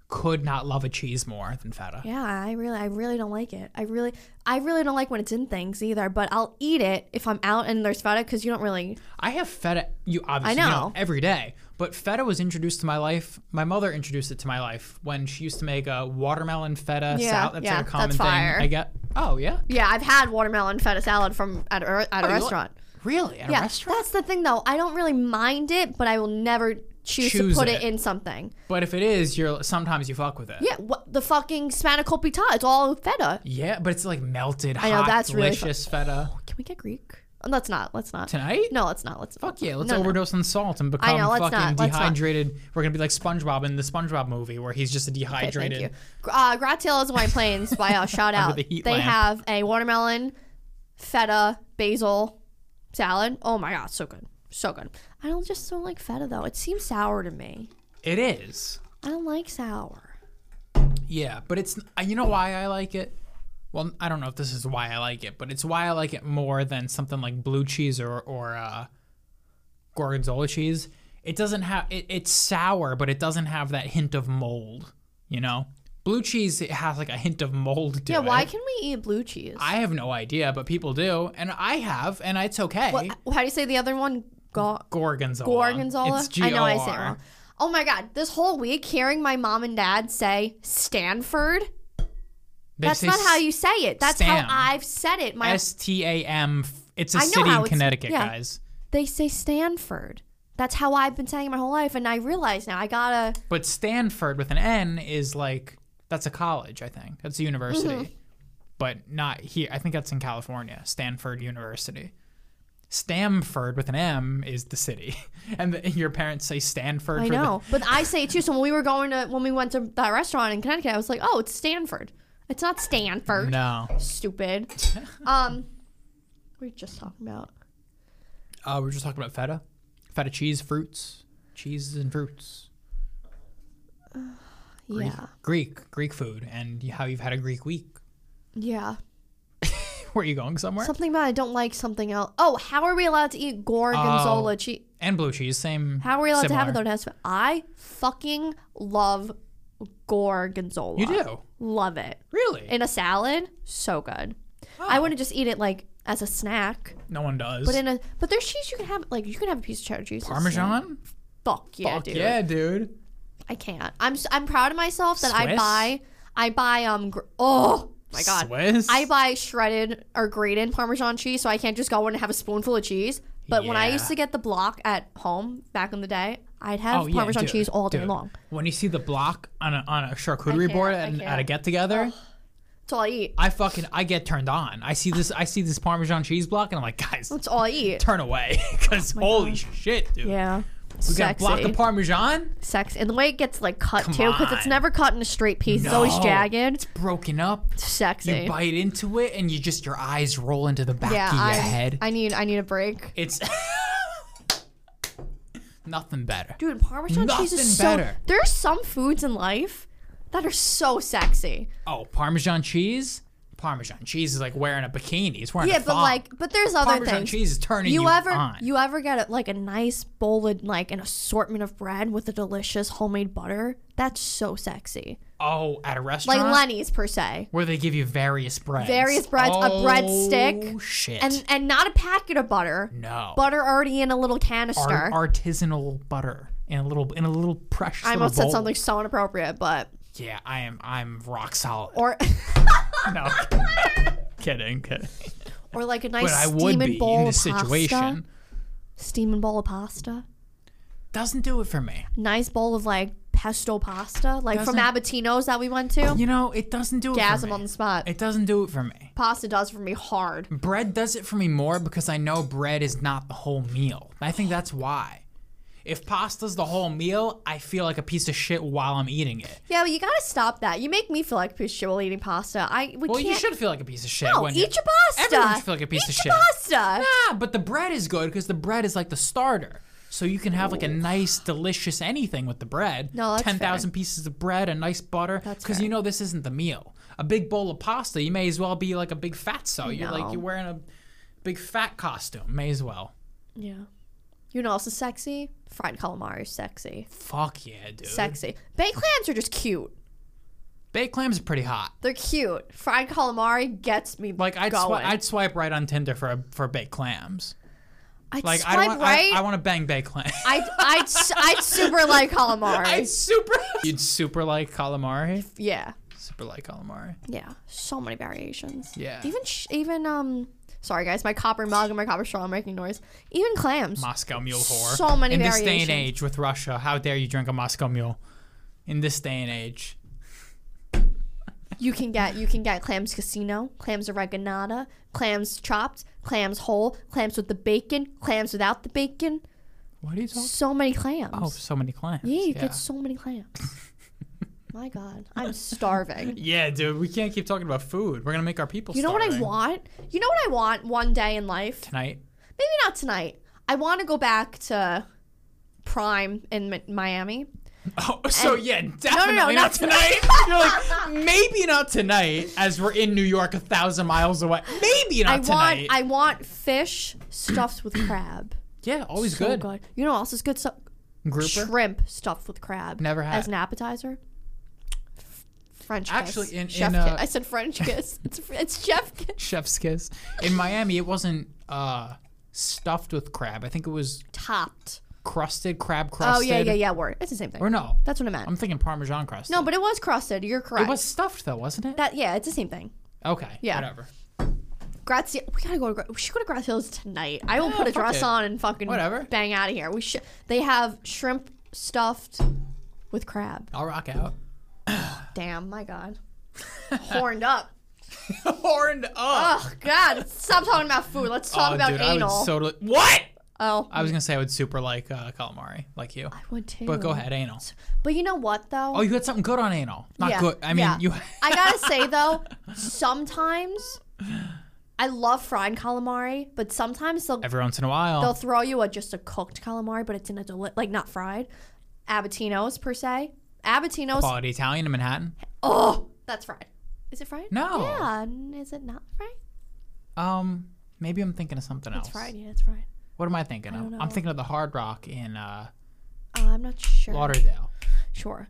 Speaker 1: could not love a cheese more than feta.
Speaker 2: Yeah, I really, I really don't like it. I really, I really don't like when it's in things either. But I'll eat it if I'm out and there's feta because you don't really.
Speaker 1: I have feta. You obviously
Speaker 2: I
Speaker 1: know.
Speaker 2: know.
Speaker 1: every day, but feta was introduced to my life. My mother introduced it to my life when she used to make a watermelon feta
Speaker 2: Yeah,
Speaker 1: salad. That's
Speaker 2: yeah,
Speaker 1: like a
Speaker 2: that's
Speaker 1: common
Speaker 2: fire.
Speaker 1: thing. I get. Oh yeah,
Speaker 2: Yeah, I've had watermelon feta salad from at a, at a
Speaker 1: you-
Speaker 2: restaurant.
Speaker 1: really? At
Speaker 2: Yeah,
Speaker 1: a restaurant.
Speaker 2: that's the thing though. I don't really mind it, but I will never choose,
Speaker 1: Choose
Speaker 2: to put it.
Speaker 1: it.
Speaker 2: in something.
Speaker 1: But if it is, you're sometimes you fuck with it.
Speaker 2: Yeah, what the fucking spanakopita? It's all feta.
Speaker 1: Yeah, but it's like melted,
Speaker 2: know,
Speaker 1: hot,
Speaker 2: that's really fu-
Speaker 1: delicious feta.
Speaker 2: Can we get Greek? Oh, Let's not. Let's not.
Speaker 1: Tonight?
Speaker 2: No, let's not. Let's
Speaker 1: Fuck yeah, let's
Speaker 2: no, no.
Speaker 1: overdose on salt and become
Speaker 2: know, let's
Speaker 1: fucking
Speaker 2: not, let's not.
Speaker 1: dehydrated. We're gonna be like SpongeBob in the SpongeBob movie where he's just a
Speaker 2: Okay, thank
Speaker 1: dehydrated.
Speaker 2: you. Gr- Uh, Grattails and White Plains by uh, shout out.
Speaker 1: the heat
Speaker 2: they
Speaker 1: lamp.
Speaker 2: have a watermelon, feta, basil salad. Oh my god, so good, so good. I don't just don't like feta though. It seems sour to me.
Speaker 1: It is.
Speaker 2: I don't like sour.
Speaker 1: Yeah, but it's uh, you know why I like it. Well, I don't know if this is why I like it, but it's why I like it more than something like blue cheese or or uh, gorgonzola cheese. It doesn't have it, it's sour, but it doesn't have that hint of mold. You know, blue cheese it has like a hint of mold to
Speaker 2: Yeah,
Speaker 1: it.
Speaker 2: why can we eat blue cheese?
Speaker 1: I have no idea, but people do, and I have, and it's okay.
Speaker 2: What- Uh, how do you say the other one? Go-
Speaker 1: Gorgonzola.
Speaker 2: Gorgonzola.
Speaker 1: It's G O
Speaker 2: I
Speaker 1: R.
Speaker 2: know I say it wrong. Oh my god, this whole week hearing my mom and dad say Stanford.
Speaker 1: They
Speaker 2: That's
Speaker 1: say
Speaker 2: not how you say it. That's
Speaker 1: Stam.
Speaker 2: how I've said it. My
Speaker 1: S T A M. It's a
Speaker 2: I know
Speaker 1: city in
Speaker 2: how it's-
Speaker 1: Connecticut,
Speaker 2: yeah.
Speaker 1: guys.
Speaker 2: they say Stanford. That's how I've been saying it my whole life, and I realize now I gotta.
Speaker 1: But Stanford with an N is like that's a college, I think. That's a university.
Speaker 2: Mm-hmm.
Speaker 1: But not here. I think that's in California, Stanford University. Stamford with an M is the city. And the, your parents say Stanford
Speaker 2: I
Speaker 1: for
Speaker 2: know, but I say it too. So when we were going to when we went to that restaurant in Connecticut, I was like, "Oh, it's Stanford. It's not Stanford."
Speaker 1: the No.
Speaker 2: Stupid. um, what were you just talking about?
Speaker 1: Uh, we were just talking about feta. Feta cheese, fruits, cheeses and fruits. Greek,
Speaker 2: Yeah,
Speaker 1: Greek, Greek food and how you've had a Greek week.
Speaker 2: yeah.
Speaker 1: Were you going somewhere?
Speaker 2: Something about I don't like something else. Oh, how are we allowed to eat gorgonzola
Speaker 1: Oh.
Speaker 2: cheese?
Speaker 1: and blue cheese, same.
Speaker 2: How are we allowed to have it though?
Speaker 1: similar.
Speaker 2: It has to- I fucking love gorgonzola.
Speaker 1: You do?
Speaker 2: Love it
Speaker 1: Really?
Speaker 2: in a salad. So good. I wouldn't just eat it like as a snack,
Speaker 1: no one does.
Speaker 2: but in a but there's cheese you can have like you can have a piece of cheddar cheese. as a snack.
Speaker 1: Parmesan?
Speaker 2: Fuck yeah,
Speaker 1: Fuck
Speaker 2: dude.
Speaker 1: yeah, dude.
Speaker 2: I can't. I'm s- I'm proud of myself that I
Speaker 1: Swiss?
Speaker 2: buy I buy um gr- oh my god.
Speaker 1: Swiss?
Speaker 2: I buy shredded or grated Parmesan cheese, so I can't just go in and have a spoonful of cheese. But when I
Speaker 1: Yeah.
Speaker 2: used to get the block at home back in the day, I'd have
Speaker 1: Oh, yeah,
Speaker 2: Parmesan
Speaker 1: dude,
Speaker 2: cheese all day
Speaker 1: dude.
Speaker 2: long.
Speaker 1: When you see the block on a, on a charcuterie
Speaker 2: can't,
Speaker 1: board
Speaker 2: I
Speaker 1: at, an-
Speaker 2: can't.
Speaker 1: at a get together,
Speaker 2: That's all I eat.
Speaker 1: I fucking I get turned on. I see this I see this Parmesan cheese block and I'm like, guys,
Speaker 2: That's all I eat.
Speaker 1: turn away because holy shit, dude.
Speaker 2: Oh Yeah.
Speaker 1: We got a block
Speaker 2: Sexy.
Speaker 1: of Parmesan
Speaker 2: Sex. And the way it gets like cut too, because it's
Speaker 1: on.
Speaker 2: never cut in a straight piece. It's always
Speaker 1: No.
Speaker 2: jagged.
Speaker 1: broken up.
Speaker 2: Sexy.
Speaker 1: You bite into it and you just your eyes roll into the back
Speaker 2: yeah,
Speaker 1: of your
Speaker 2: I,
Speaker 1: head.
Speaker 2: I need I need a break.
Speaker 1: it's nothing better.
Speaker 2: Dude, Parmesan cheese
Speaker 1: Nothing
Speaker 2: is so
Speaker 1: better.
Speaker 2: there are some foods in life that are so sexy.
Speaker 1: Oh, Parmesan cheese? Parmesan cheese is like wearing a bikini. It's wearing
Speaker 2: Yeah,
Speaker 1: a
Speaker 2: but
Speaker 1: thong.
Speaker 2: like, but there's other
Speaker 1: Parmesan
Speaker 2: things.
Speaker 1: cheese is turning
Speaker 2: you,
Speaker 1: you
Speaker 2: ever
Speaker 1: on.
Speaker 2: you ever get a, like a nice bowl of like an assortment of bread with a delicious homemade butter? That's so sexy.
Speaker 1: Oh, at a
Speaker 2: Like
Speaker 1: restaurant?
Speaker 2: Lenny's per se,
Speaker 1: Where they give you various breads.
Speaker 2: Various breads, a breadstick,
Speaker 1: Oh, shit.
Speaker 2: and and not a packet of butter,
Speaker 1: no.
Speaker 2: butter already in a little
Speaker 1: Ar-
Speaker 2: canister.
Speaker 1: artisanal butter in a little in a little precious
Speaker 2: I
Speaker 1: little
Speaker 2: almost said
Speaker 1: bowl.
Speaker 2: something so inappropriate, but
Speaker 1: Yeah, I am I'm rock solid.
Speaker 2: or
Speaker 1: no. kidding, kidding.
Speaker 2: or like a
Speaker 1: But
Speaker 2: nice
Speaker 1: I would
Speaker 2: steaming
Speaker 1: be
Speaker 2: bowl
Speaker 1: in this
Speaker 2: of pasta,
Speaker 1: situation.
Speaker 2: steaming bowl of pasta,
Speaker 1: Doesn't do it for me.
Speaker 2: nice bowl of like pesto pasta, like from Abatino's that we went to.
Speaker 1: You know, it doesn't do it for
Speaker 2: Gasm
Speaker 1: me.
Speaker 2: on the spot.
Speaker 1: It doesn't do it for me.
Speaker 2: pasta does for me hard.
Speaker 1: Bread does it for me more because I know bread is not the whole meal. I think that's why. If pasta's the whole meal, I feel like a piece of shit while I'm eating it.
Speaker 2: Yeah, but you gotta stop that. You make me feel like a piece of shit while eating pasta. I we
Speaker 1: Well,
Speaker 2: can't.
Speaker 1: you should feel like a piece of shit
Speaker 2: no,
Speaker 1: when
Speaker 2: eat
Speaker 1: you-
Speaker 2: your pasta.
Speaker 1: Everyone should feel like a piece
Speaker 2: eat
Speaker 1: of
Speaker 2: your
Speaker 1: shit.
Speaker 2: pasta.
Speaker 1: Ah, but the bread is good because the bread is like the starter. So you can have like a nice, delicious anything with the bread.
Speaker 2: No, that's fair.
Speaker 1: ten thousand pieces of bread, a nice butter,
Speaker 2: That's
Speaker 1: because
Speaker 2: fair.
Speaker 1: you know this isn't the meal. A big bowl of pasta, you may as well be like a big fatso. You're
Speaker 2: No.
Speaker 1: like you're wearing a big fat costume. May as well.
Speaker 2: Yeah. You know, what else is sexy. Fried calamari is sexy.
Speaker 1: Fuck yeah, dude.
Speaker 2: Sexy. Baked clams are just cute.
Speaker 1: Baked clams are pretty hot.
Speaker 2: They're cute. Fried calamari gets me
Speaker 1: Like I'd
Speaker 2: going.
Speaker 1: swi- I'd swipe right on Tinder for a, for baked clams.
Speaker 2: I'd
Speaker 1: Like
Speaker 2: swipe
Speaker 1: I want
Speaker 2: right.
Speaker 1: I, want to bang baked clams.
Speaker 2: I'd, I'd, s- I'd super like calamari.
Speaker 1: I'd super. You'd super like calamari.
Speaker 2: yeah.
Speaker 1: Super like calamari.
Speaker 2: Yeah. So many variations.
Speaker 1: Yeah.
Speaker 2: Even sh- even um. Sorry guys, my copper mug and my copper straw are making noise. Even clams.
Speaker 1: Moscow Mule whore.
Speaker 2: So many
Speaker 1: In this day
Speaker 2: variations.
Speaker 1: and age with Russia, how dare you drink a Moscow Mule? In this day and age,
Speaker 2: You can get you can get clams casino, clams oreganata, clams chopped, clams whole, clams with the bacon, clams without the bacon.
Speaker 1: what are you talking?
Speaker 2: So many clams.
Speaker 1: Oh, so many clams.
Speaker 2: yeah, you get so many clams. My God, I'm starving.
Speaker 1: Yeah, dude, we can't keep talking about food. We're gonna make our people.
Speaker 2: You know what I
Speaker 1: starving.
Speaker 2: want? You know what I want one day in life?
Speaker 1: tonight?
Speaker 2: Maybe not tonight. I want to go back to prime in Mi- Miami.
Speaker 1: Oh, so yeah, definitely
Speaker 2: no,
Speaker 1: not,
Speaker 2: not
Speaker 1: tonight. You're like maybe not tonight, as we're in New York, a thousand miles away. Maybe not
Speaker 2: I
Speaker 1: tonight.
Speaker 2: want I want fish stuffed with crab.
Speaker 1: yeah, always
Speaker 2: So
Speaker 1: good.
Speaker 2: good. You know what else is good stuff?
Speaker 1: Grouper.
Speaker 2: shrimp stuffed with crab.
Speaker 1: Never had
Speaker 2: as an appetizer. F- French
Speaker 1: Actually,
Speaker 2: kiss.
Speaker 1: in-
Speaker 2: chef
Speaker 1: in, uh,
Speaker 2: kiss. I said French kiss. It's fr- it's chef kiss.
Speaker 1: Chef's kiss. In Miami, it wasn't uh, stuffed with crab. I think it was
Speaker 2: topped.
Speaker 1: crusted crab
Speaker 2: Oh
Speaker 1: crusted.
Speaker 2: yeah, yeah, yeah. Word. It's the same thing.
Speaker 1: Or no,
Speaker 2: That's what I meant.
Speaker 1: I'm thinking Parmesan crust.
Speaker 2: no, but it was crusted. You're correct.
Speaker 1: it was stuffed though, wasn't it?
Speaker 2: that. Yeah, it's the same thing.
Speaker 1: okay.
Speaker 2: Yeah.
Speaker 1: Whatever.
Speaker 2: Grazie. We gotta go to. Gra- We should go to Grazie Hills tonight. I will
Speaker 1: Yeah,
Speaker 2: put a
Speaker 1: fuck
Speaker 2: dress
Speaker 1: it.
Speaker 2: on and fucking
Speaker 1: Whatever.
Speaker 2: bang out of here. We should. They have shrimp stuffed with crab.
Speaker 1: I'll rock out.
Speaker 2: Damn, my god, horned up.
Speaker 1: Horned up.
Speaker 2: Oh god, stop talking about food. Let's talk
Speaker 1: Oh,
Speaker 2: about
Speaker 1: dude,
Speaker 2: anal.
Speaker 1: I would so li- what?
Speaker 2: oh,
Speaker 1: I was gonna say I would super like uh, calamari, like you.
Speaker 2: I would too.
Speaker 1: But go ahead, anal.
Speaker 2: But you know what though?
Speaker 1: Oh, you had something good on anal. Not
Speaker 2: Yeah,
Speaker 1: good. I mean,
Speaker 2: yeah.
Speaker 1: you.
Speaker 2: I gotta say though, sometimes I love fried calamari, but sometimes they'll
Speaker 1: Every once in a
Speaker 2: they'll
Speaker 1: while.
Speaker 2: throw you a just a cooked calamari, but it's in a deli- like not fried, abatinos per se. Abatinos.
Speaker 1: Quality Italian in Manhattan.
Speaker 2: Oh, that's fried. Is it fried?
Speaker 1: No.
Speaker 2: Yeah, n- is it not fried?
Speaker 1: Um, maybe I'm thinking of something
Speaker 2: It's
Speaker 1: else.
Speaker 2: fried. Yeah, it's fried.
Speaker 1: What am I thinking of?
Speaker 2: don't know.
Speaker 1: I'm thinking of the Hard Rock in uh,
Speaker 2: Uh, I'm not sure.
Speaker 1: Lauderdale.
Speaker 2: Sure.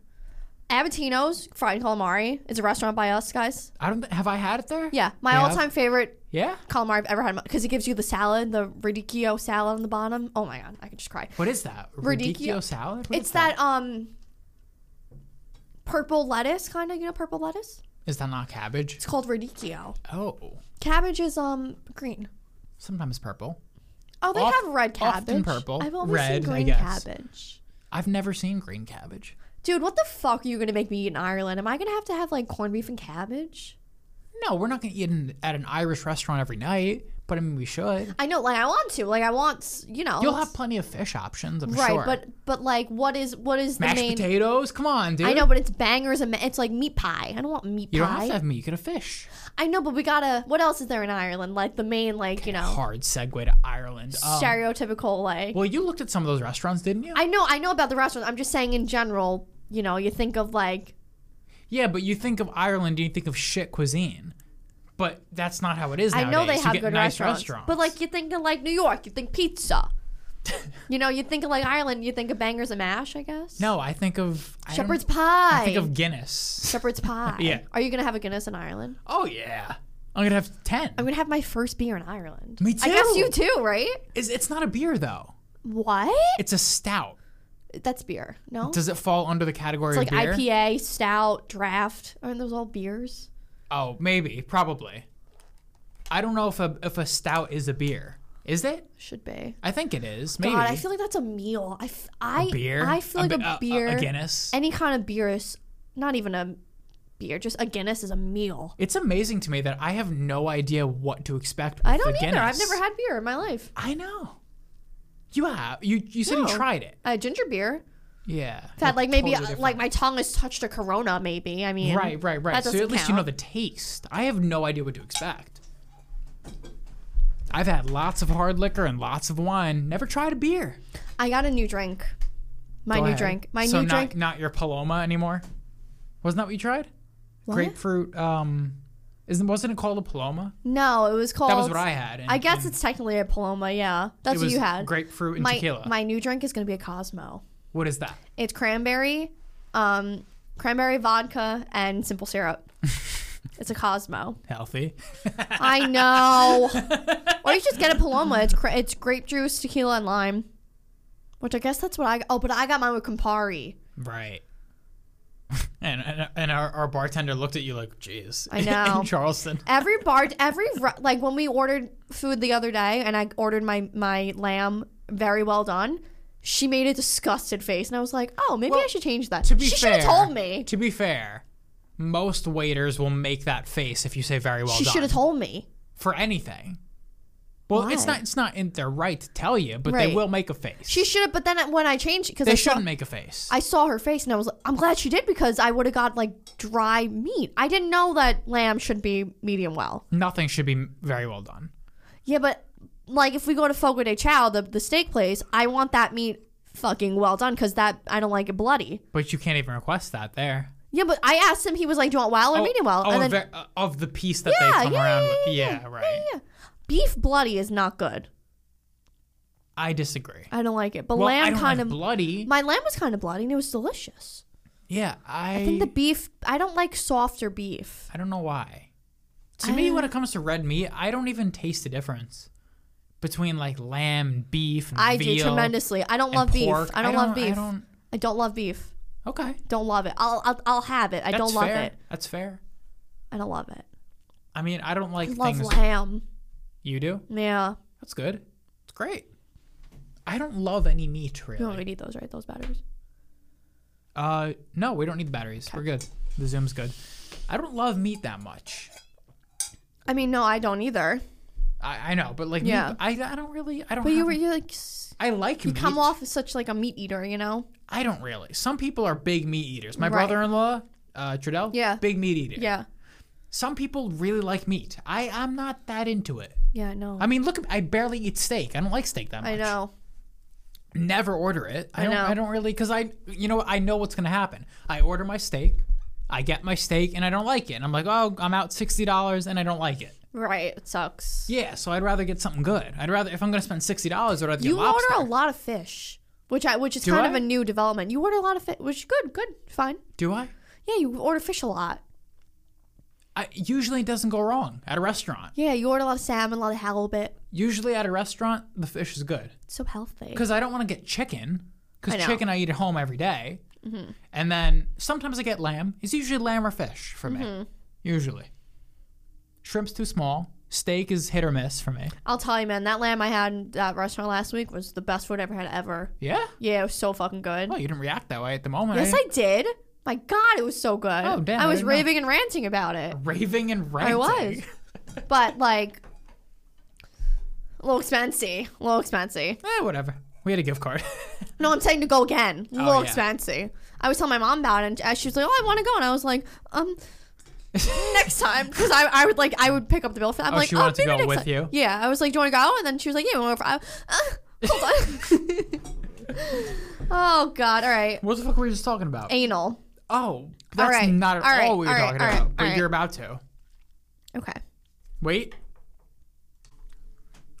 Speaker 2: Abatinos fried calamari. It's a restaurant by us guys.
Speaker 1: I don't. Th- have I had it there?
Speaker 2: Yeah, my
Speaker 1: You have?
Speaker 2: all-time favorite
Speaker 1: Yeah.
Speaker 2: calamari I've ever had because it gives you the salad, the radicchio salad on the bottom. Oh my god, I could just cry.
Speaker 1: What is that?
Speaker 2: Radicchio-
Speaker 1: Radicchio salad. What
Speaker 2: It's that um purple lettuce kind of, you know, purple lettuce.
Speaker 1: Is that not cabbage?
Speaker 2: It's called radicchio.
Speaker 1: Oh,
Speaker 2: Cabbage is um green.
Speaker 1: sometimes purple.
Speaker 2: Oh, they
Speaker 1: Oft-
Speaker 2: have red
Speaker 1: often
Speaker 2: cabbage.
Speaker 1: purple.
Speaker 2: I've always
Speaker 1: Red, I
Speaker 2: seen green
Speaker 1: guess.
Speaker 2: cabbage.
Speaker 1: I've never seen green cabbage.
Speaker 2: Dude, what the fuck are you gonna make me eat in Ireland? Am I gonna have to have like corned beef and cabbage?
Speaker 1: No, we're not gonna eat in, at an Irish restaurant every night, but I mean we should.
Speaker 2: I know, like I want to, like I want, s- you know.
Speaker 1: You'll have plenty of fish options, I'm
Speaker 2: right,
Speaker 1: sure.
Speaker 2: but but like, what is what is the
Speaker 1: mashed
Speaker 2: main?
Speaker 1: potatoes. Come on, dude.
Speaker 2: I know, but it's bangers and ma- it's like meat pie. I don't want meat
Speaker 1: You don't
Speaker 2: pie.
Speaker 1: have to have meat. You could have fish.
Speaker 2: I know, but we gotta. What else is there in Ireland? Like the main, like you know,
Speaker 1: Hard segue to Ireland. Um,
Speaker 2: stereotypical like.
Speaker 1: well, you looked at some of those restaurants, didn't you?
Speaker 2: I know, I know about the restaurants. I'm just saying in general. You know, you think of like.
Speaker 1: yeah, but you think of Ireland, you think of shit cuisine. But that's not how it is.
Speaker 2: I
Speaker 1: nowadays.
Speaker 2: know they
Speaker 1: You
Speaker 2: have
Speaker 1: get
Speaker 2: good
Speaker 1: nice
Speaker 2: restaurants, but like you think of like New York, you think pizza. you know, you think of like Ireland, you think of bangers and mash. I guess.
Speaker 1: no, I think of I don't-
Speaker 2: Shepherd's
Speaker 1: I
Speaker 2: pie.
Speaker 1: think of Guinness.
Speaker 2: Shepherd's pie.
Speaker 1: Yeah.
Speaker 2: Are you gonna have a Guinness in Ireland?
Speaker 1: Oh yeah, I'm gonna have 10
Speaker 2: I'm gonna have my first beer in Ireland.
Speaker 1: Me
Speaker 2: I guess
Speaker 1: too.
Speaker 2: you too, right?
Speaker 1: It's, it's not a beer though.
Speaker 2: What?
Speaker 1: It's a stout.
Speaker 2: That's beer. No.
Speaker 1: Does it fall under the category
Speaker 2: It's like
Speaker 1: of beer?
Speaker 2: IPA, stout, draft. Aren't those all beers?
Speaker 1: Oh, maybe, probably. I don't know if a if a stout is a beer. Is it?
Speaker 2: Should be.
Speaker 1: I think it is. Maybe.
Speaker 2: God, I feel like that's a meal. I, f- I,
Speaker 1: beer.
Speaker 2: I feel like
Speaker 1: bi-
Speaker 2: a, beer.
Speaker 1: A, Guinness.
Speaker 2: Any kind of beer is not even a beer. Just a Guinness is a meal.
Speaker 1: It's amazing to me that I have no idea what to expect. With
Speaker 2: I don't
Speaker 1: the
Speaker 2: either. I've
Speaker 1: Guinness.
Speaker 2: never had beer in my life.
Speaker 1: I know. You have. You you said you
Speaker 2: No.
Speaker 1: tried it.
Speaker 2: Uh, ginger beer.
Speaker 1: Yeah.
Speaker 2: I've had like maybe
Speaker 1: Totally
Speaker 2: uh,
Speaker 1: different.
Speaker 2: like my tongue has touched a Corona. Maybe I mean.
Speaker 1: Right, right, right.
Speaker 2: That
Speaker 1: So at
Speaker 2: doesn't
Speaker 1: least you know
Speaker 2: count.
Speaker 1: the taste. I have no idea what to expect. I've had lots of hard liquor and lots of wine. Never tried a beer.
Speaker 2: I got a new drink. My
Speaker 1: Go
Speaker 2: new
Speaker 1: ahead.
Speaker 2: drink. My
Speaker 1: so
Speaker 2: new
Speaker 1: not,
Speaker 2: drink.
Speaker 1: Not your Paloma anymore. Wasn't that what you tried?
Speaker 2: What?
Speaker 1: Grapefruit. Um, isn't wasn't it called a Paloma?
Speaker 2: No, it was called.
Speaker 1: That was what I had. and-
Speaker 2: I guess
Speaker 1: and
Speaker 2: it's technically a Paloma. Yeah,
Speaker 1: it
Speaker 2: that's what
Speaker 1: was
Speaker 2: you had.
Speaker 1: grapefruit and
Speaker 2: my
Speaker 1: tequila.
Speaker 2: my new drink is gonna be a Cosmo.
Speaker 1: what is that?
Speaker 2: It's cranberry, um, cranberry vodka, and simple syrup. it's a Cosmo.
Speaker 1: Healthy.
Speaker 2: I know. or you just get a Paloma. It's cra- it's grape juice, tequila, and lime. Which I guess that's what I. Oh, but I got mine with Campari.
Speaker 1: Right. And, and, and our, our bartender looked at you like, "Jeez."
Speaker 2: I know.
Speaker 1: in Charleston.
Speaker 2: Every bar, every re- like when we ordered food the other day, and I ordered my my lamb very well done. She made a disgusted face, and I was like, "Oh, maybe I should change that."
Speaker 1: To be
Speaker 2: she
Speaker 1: fair,
Speaker 2: should have told me.
Speaker 1: To be fair, most waiters will make that face if you say very well
Speaker 2: She
Speaker 1: done
Speaker 2: should have told me.
Speaker 1: for anything. Well, it's
Speaker 2: Why?
Speaker 1: not it's not in their right to tell you, but
Speaker 2: Right.
Speaker 1: they will make a face.
Speaker 2: She should have. But then when I changed, because
Speaker 1: they
Speaker 2: I saw,
Speaker 1: shouldn't make a face.
Speaker 2: I saw her face, and I was like, "I'm glad she did," because I would have got like dry meat. I didn't know that lamb should be medium well.
Speaker 1: Nothing should be very well done.
Speaker 2: Yeah, but like if we go to Fogo de Chao, the the steak place, I want that meat fucking well done because that I don't like it bloody.
Speaker 1: But you can't even request that there.
Speaker 2: Yeah, but I asked him. He was like, "Do you want well or medium well?"
Speaker 1: Oh,
Speaker 2: and
Speaker 1: of ver-
Speaker 2: then
Speaker 1: uh, of the piece that
Speaker 2: Yeah,
Speaker 1: they come
Speaker 2: yeah,
Speaker 1: around
Speaker 2: yeah,
Speaker 1: with.
Speaker 2: yeah,
Speaker 1: Yeah, right.
Speaker 2: beef bloody is not good.
Speaker 1: I disagree.
Speaker 2: I don't like it. But
Speaker 1: Well, I
Speaker 2: lamb
Speaker 1: don't
Speaker 2: kind
Speaker 1: like
Speaker 2: of
Speaker 1: bloody.
Speaker 2: my lamb was kind of bloody and it was delicious.
Speaker 1: yeah, I
Speaker 2: I think the beef. I don't like softer beef.
Speaker 1: I don't know why. To
Speaker 2: I
Speaker 1: me,
Speaker 2: don't-
Speaker 1: when it comes to red meat, I don't even taste the difference between like lamb, beef, and
Speaker 2: I
Speaker 1: veal.
Speaker 2: do tremendously. I don't
Speaker 1: and
Speaker 2: love beef.
Speaker 1: pork.
Speaker 2: I don't, love beef.
Speaker 1: I don't.
Speaker 2: I don't love beef.
Speaker 1: Okay,
Speaker 2: Don't love it. I'll I'll, I'll have it. I
Speaker 1: that's
Speaker 2: don't love
Speaker 1: fair.
Speaker 2: it.
Speaker 1: That's fair.
Speaker 2: I don't love it.
Speaker 1: I mean, I don't like
Speaker 2: I love
Speaker 1: things.
Speaker 2: lamb.
Speaker 1: You do?
Speaker 2: Yeah.
Speaker 1: That's good. It's great. I don't love any meat
Speaker 2: You don't
Speaker 1: really.
Speaker 2: really need those, right? Those batteries.
Speaker 1: Uh, no, we don't need the batteries. We're good. The zoom's good. I don't love meat that much.
Speaker 2: I mean, no, I don't either.
Speaker 1: I, I know, but like,
Speaker 2: Yeah.
Speaker 1: meat, I, I don't really. I don't.
Speaker 2: But you
Speaker 1: have-
Speaker 2: were you like s-
Speaker 1: I like
Speaker 2: you
Speaker 1: meat.
Speaker 2: come off as such like a meat eater, you know?
Speaker 1: I don't really. Some people are big meat eaters. My
Speaker 2: Right.
Speaker 1: brother-in-law, uh, Trudell.
Speaker 2: Yeah.
Speaker 1: Big meat eater.
Speaker 2: Yeah.
Speaker 1: Some people really like meat. I I'm not that into it.
Speaker 2: Yeah. No.
Speaker 1: I mean, look, at- I barely eat steak. I don't like steak that much.
Speaker 2: I know.
Speaker 1: Never order it. I,
Speaker 2: I
Speaker 1: don't.
Speaker 2: know.
Speaker 1: I don't really because I you know I know what's gonna happen. I order my steak. I get my steak and I don't like it. And I'm like, oh, I'm out sixty dollars and I don't like it.
Speaker 2: Right. It sucks.
Speaker 1: Yeah, so I'd rather get something good. I'd rather if I'm gonna spend sixty dollars, I'd rather
Speaker 2: You
Speaker 1: get lobster.
Speaker 2: order a lot of fish, which I which is
Speaker 1: Do
Speaker 2: kind
Speaker 1: I?
Speaker 2: of a new development. You order a lot of fish, which is good, good, fine.
Speaker 1: Do I?
Speaker 2: Yeah, you order fish a lot.
Speaker 1: I usually it doesn't go wrong at a restaurant.
Speaker 2: Yeah, you order a lot of salmon, a lot of halibut.
Speaker 1: Usually at a restaurant, the fish is good.
Speaker 2: It's so healthy.
Speaker 1: because I don't want to get chicken
Speaker 2: I
Speaker 1: because
Speaker 2: know. Mm-hmm.
Speaker 1: chicken I eat at home every day. and then sometimes I get lamb. It's usually lamb or fish for
Speaker 2: Mm-hmm.
Speaker 1: me. Usually, shrimp's too small. Steak is hit or miss for me.
Speaker 2: I'll tell you, man, that lamb I had in that restaurant last week was the best food I ever had ever.
Speaker 1: Yeah.
Speaker 2: Yeah, it was so fucking good.
Speaker 1: Well, you didn't react that way at the moment.
Speaker 2: yes, I did. My God, it was so good.
Speaker 1: Oh, damn,
Speaker 2: I
Speaker 1: I
Speaker 2: was
Speaker 1: didn't know.
Speaker 2: raving and ranting about it,
Speaker 1: raving and ranting.
Speaker 2: was. but like, a little expensive, a little expensive.
Speaker 1: eh, whatever. We had a gift card.
Speaker 2: No, I'm saying to go again. A little
Speaker 1: Oh, yeah.
Speaker 2: expensive. I was telling my mom about it, and uh, she was like, "Oh, I want to go," and I was like, "Um, next time," because I, I would like I would pick up the bill for that. I'm
Speaker 1: Oh,
Speaker 2: like,
Speaker 1: she
Speaker 2: "Oh,
Speaker 1: wanted to
Speaker 2: maybe
Speaker 1: go
Speaker 2: next
Speaker 1: with
Speaker 2: time."
Speaker 1: you?
Speaker 2: Yeah, I was like, "Do you want to go?" And then she was like, "Yeah." Well, if I, uh, hold on. oh God! All right,
Speaker 1: what the fuck were we just talking about?
Speaker 2: anal.
Speaker 1: Oh, that's
Speaker 2: right,
Speaker 1: not at
Speaker 2: all right,
Speaker 1: all we were
Speaker 2: all right,
Speaker 1: talking
Speaker 2: all
Speaker 1: about.
Speaker 2: right,
Speaker 1: but
Speaker 2: all right.
Speaker 1: you're about to.
Speaker 2: Okay.
Speaker 1: Wait.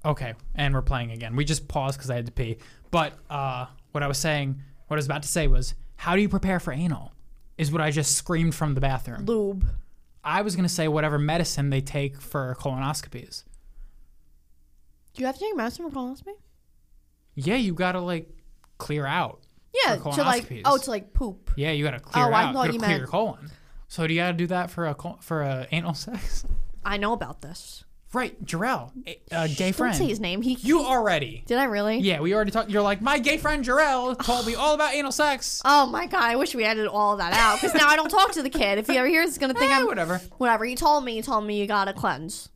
Speaker 1: Okay, and we're playing again. We just paused because I had to pee. But uh, what I was saying, what I was about to say was, how do you prepare for anal? Is what I just screamed from the bathroom.
Speaker 2: Lube.
Speaker 1: I was gonna say whatever medicine they take for colonoscopies.
Speaker 2: Do you have to take a medicine for colonoscopy?
Speaker 1: Yeah, you gotta like clear out.
Speaker 2: Yeah,
Speaker 1: For
Speaker 2: to like
Speaker 1: colonoscopies.
Speaker 2: oh, to like poop.
Speaker 1: Yeah, you gotta clear
Speaker 2: Oh, I
Speaker 1: out. you gotta
Speaker 2: thought you
Speaker 1: clear
Speaker 2: meant-
Speaker 1: your colon. So do you gotta do that for a col- for a anal sex?
Speaker 2: I know about this.
Speaker 1: Right, Jarrell, a, a gay
Speaker 2: Don't
Speaker 1: friend.
Speaker 2: say his name. He
Speaker 1: You already.
Speaker 2: did I really?
Speaker 1: Yeah, we already talked. You're like my gay friend Jarrell told me all about anal sex.
Speaker 2: Oh my god! I wish we edited all that out because now I don't talk to the kid. If he ever hears, he's gonna think
Speaker 1: Eh,
Speaker 2: I'm
Speaker 1: whatever.
Speaker 2: whatever you told me, you told me you gotta cleanse.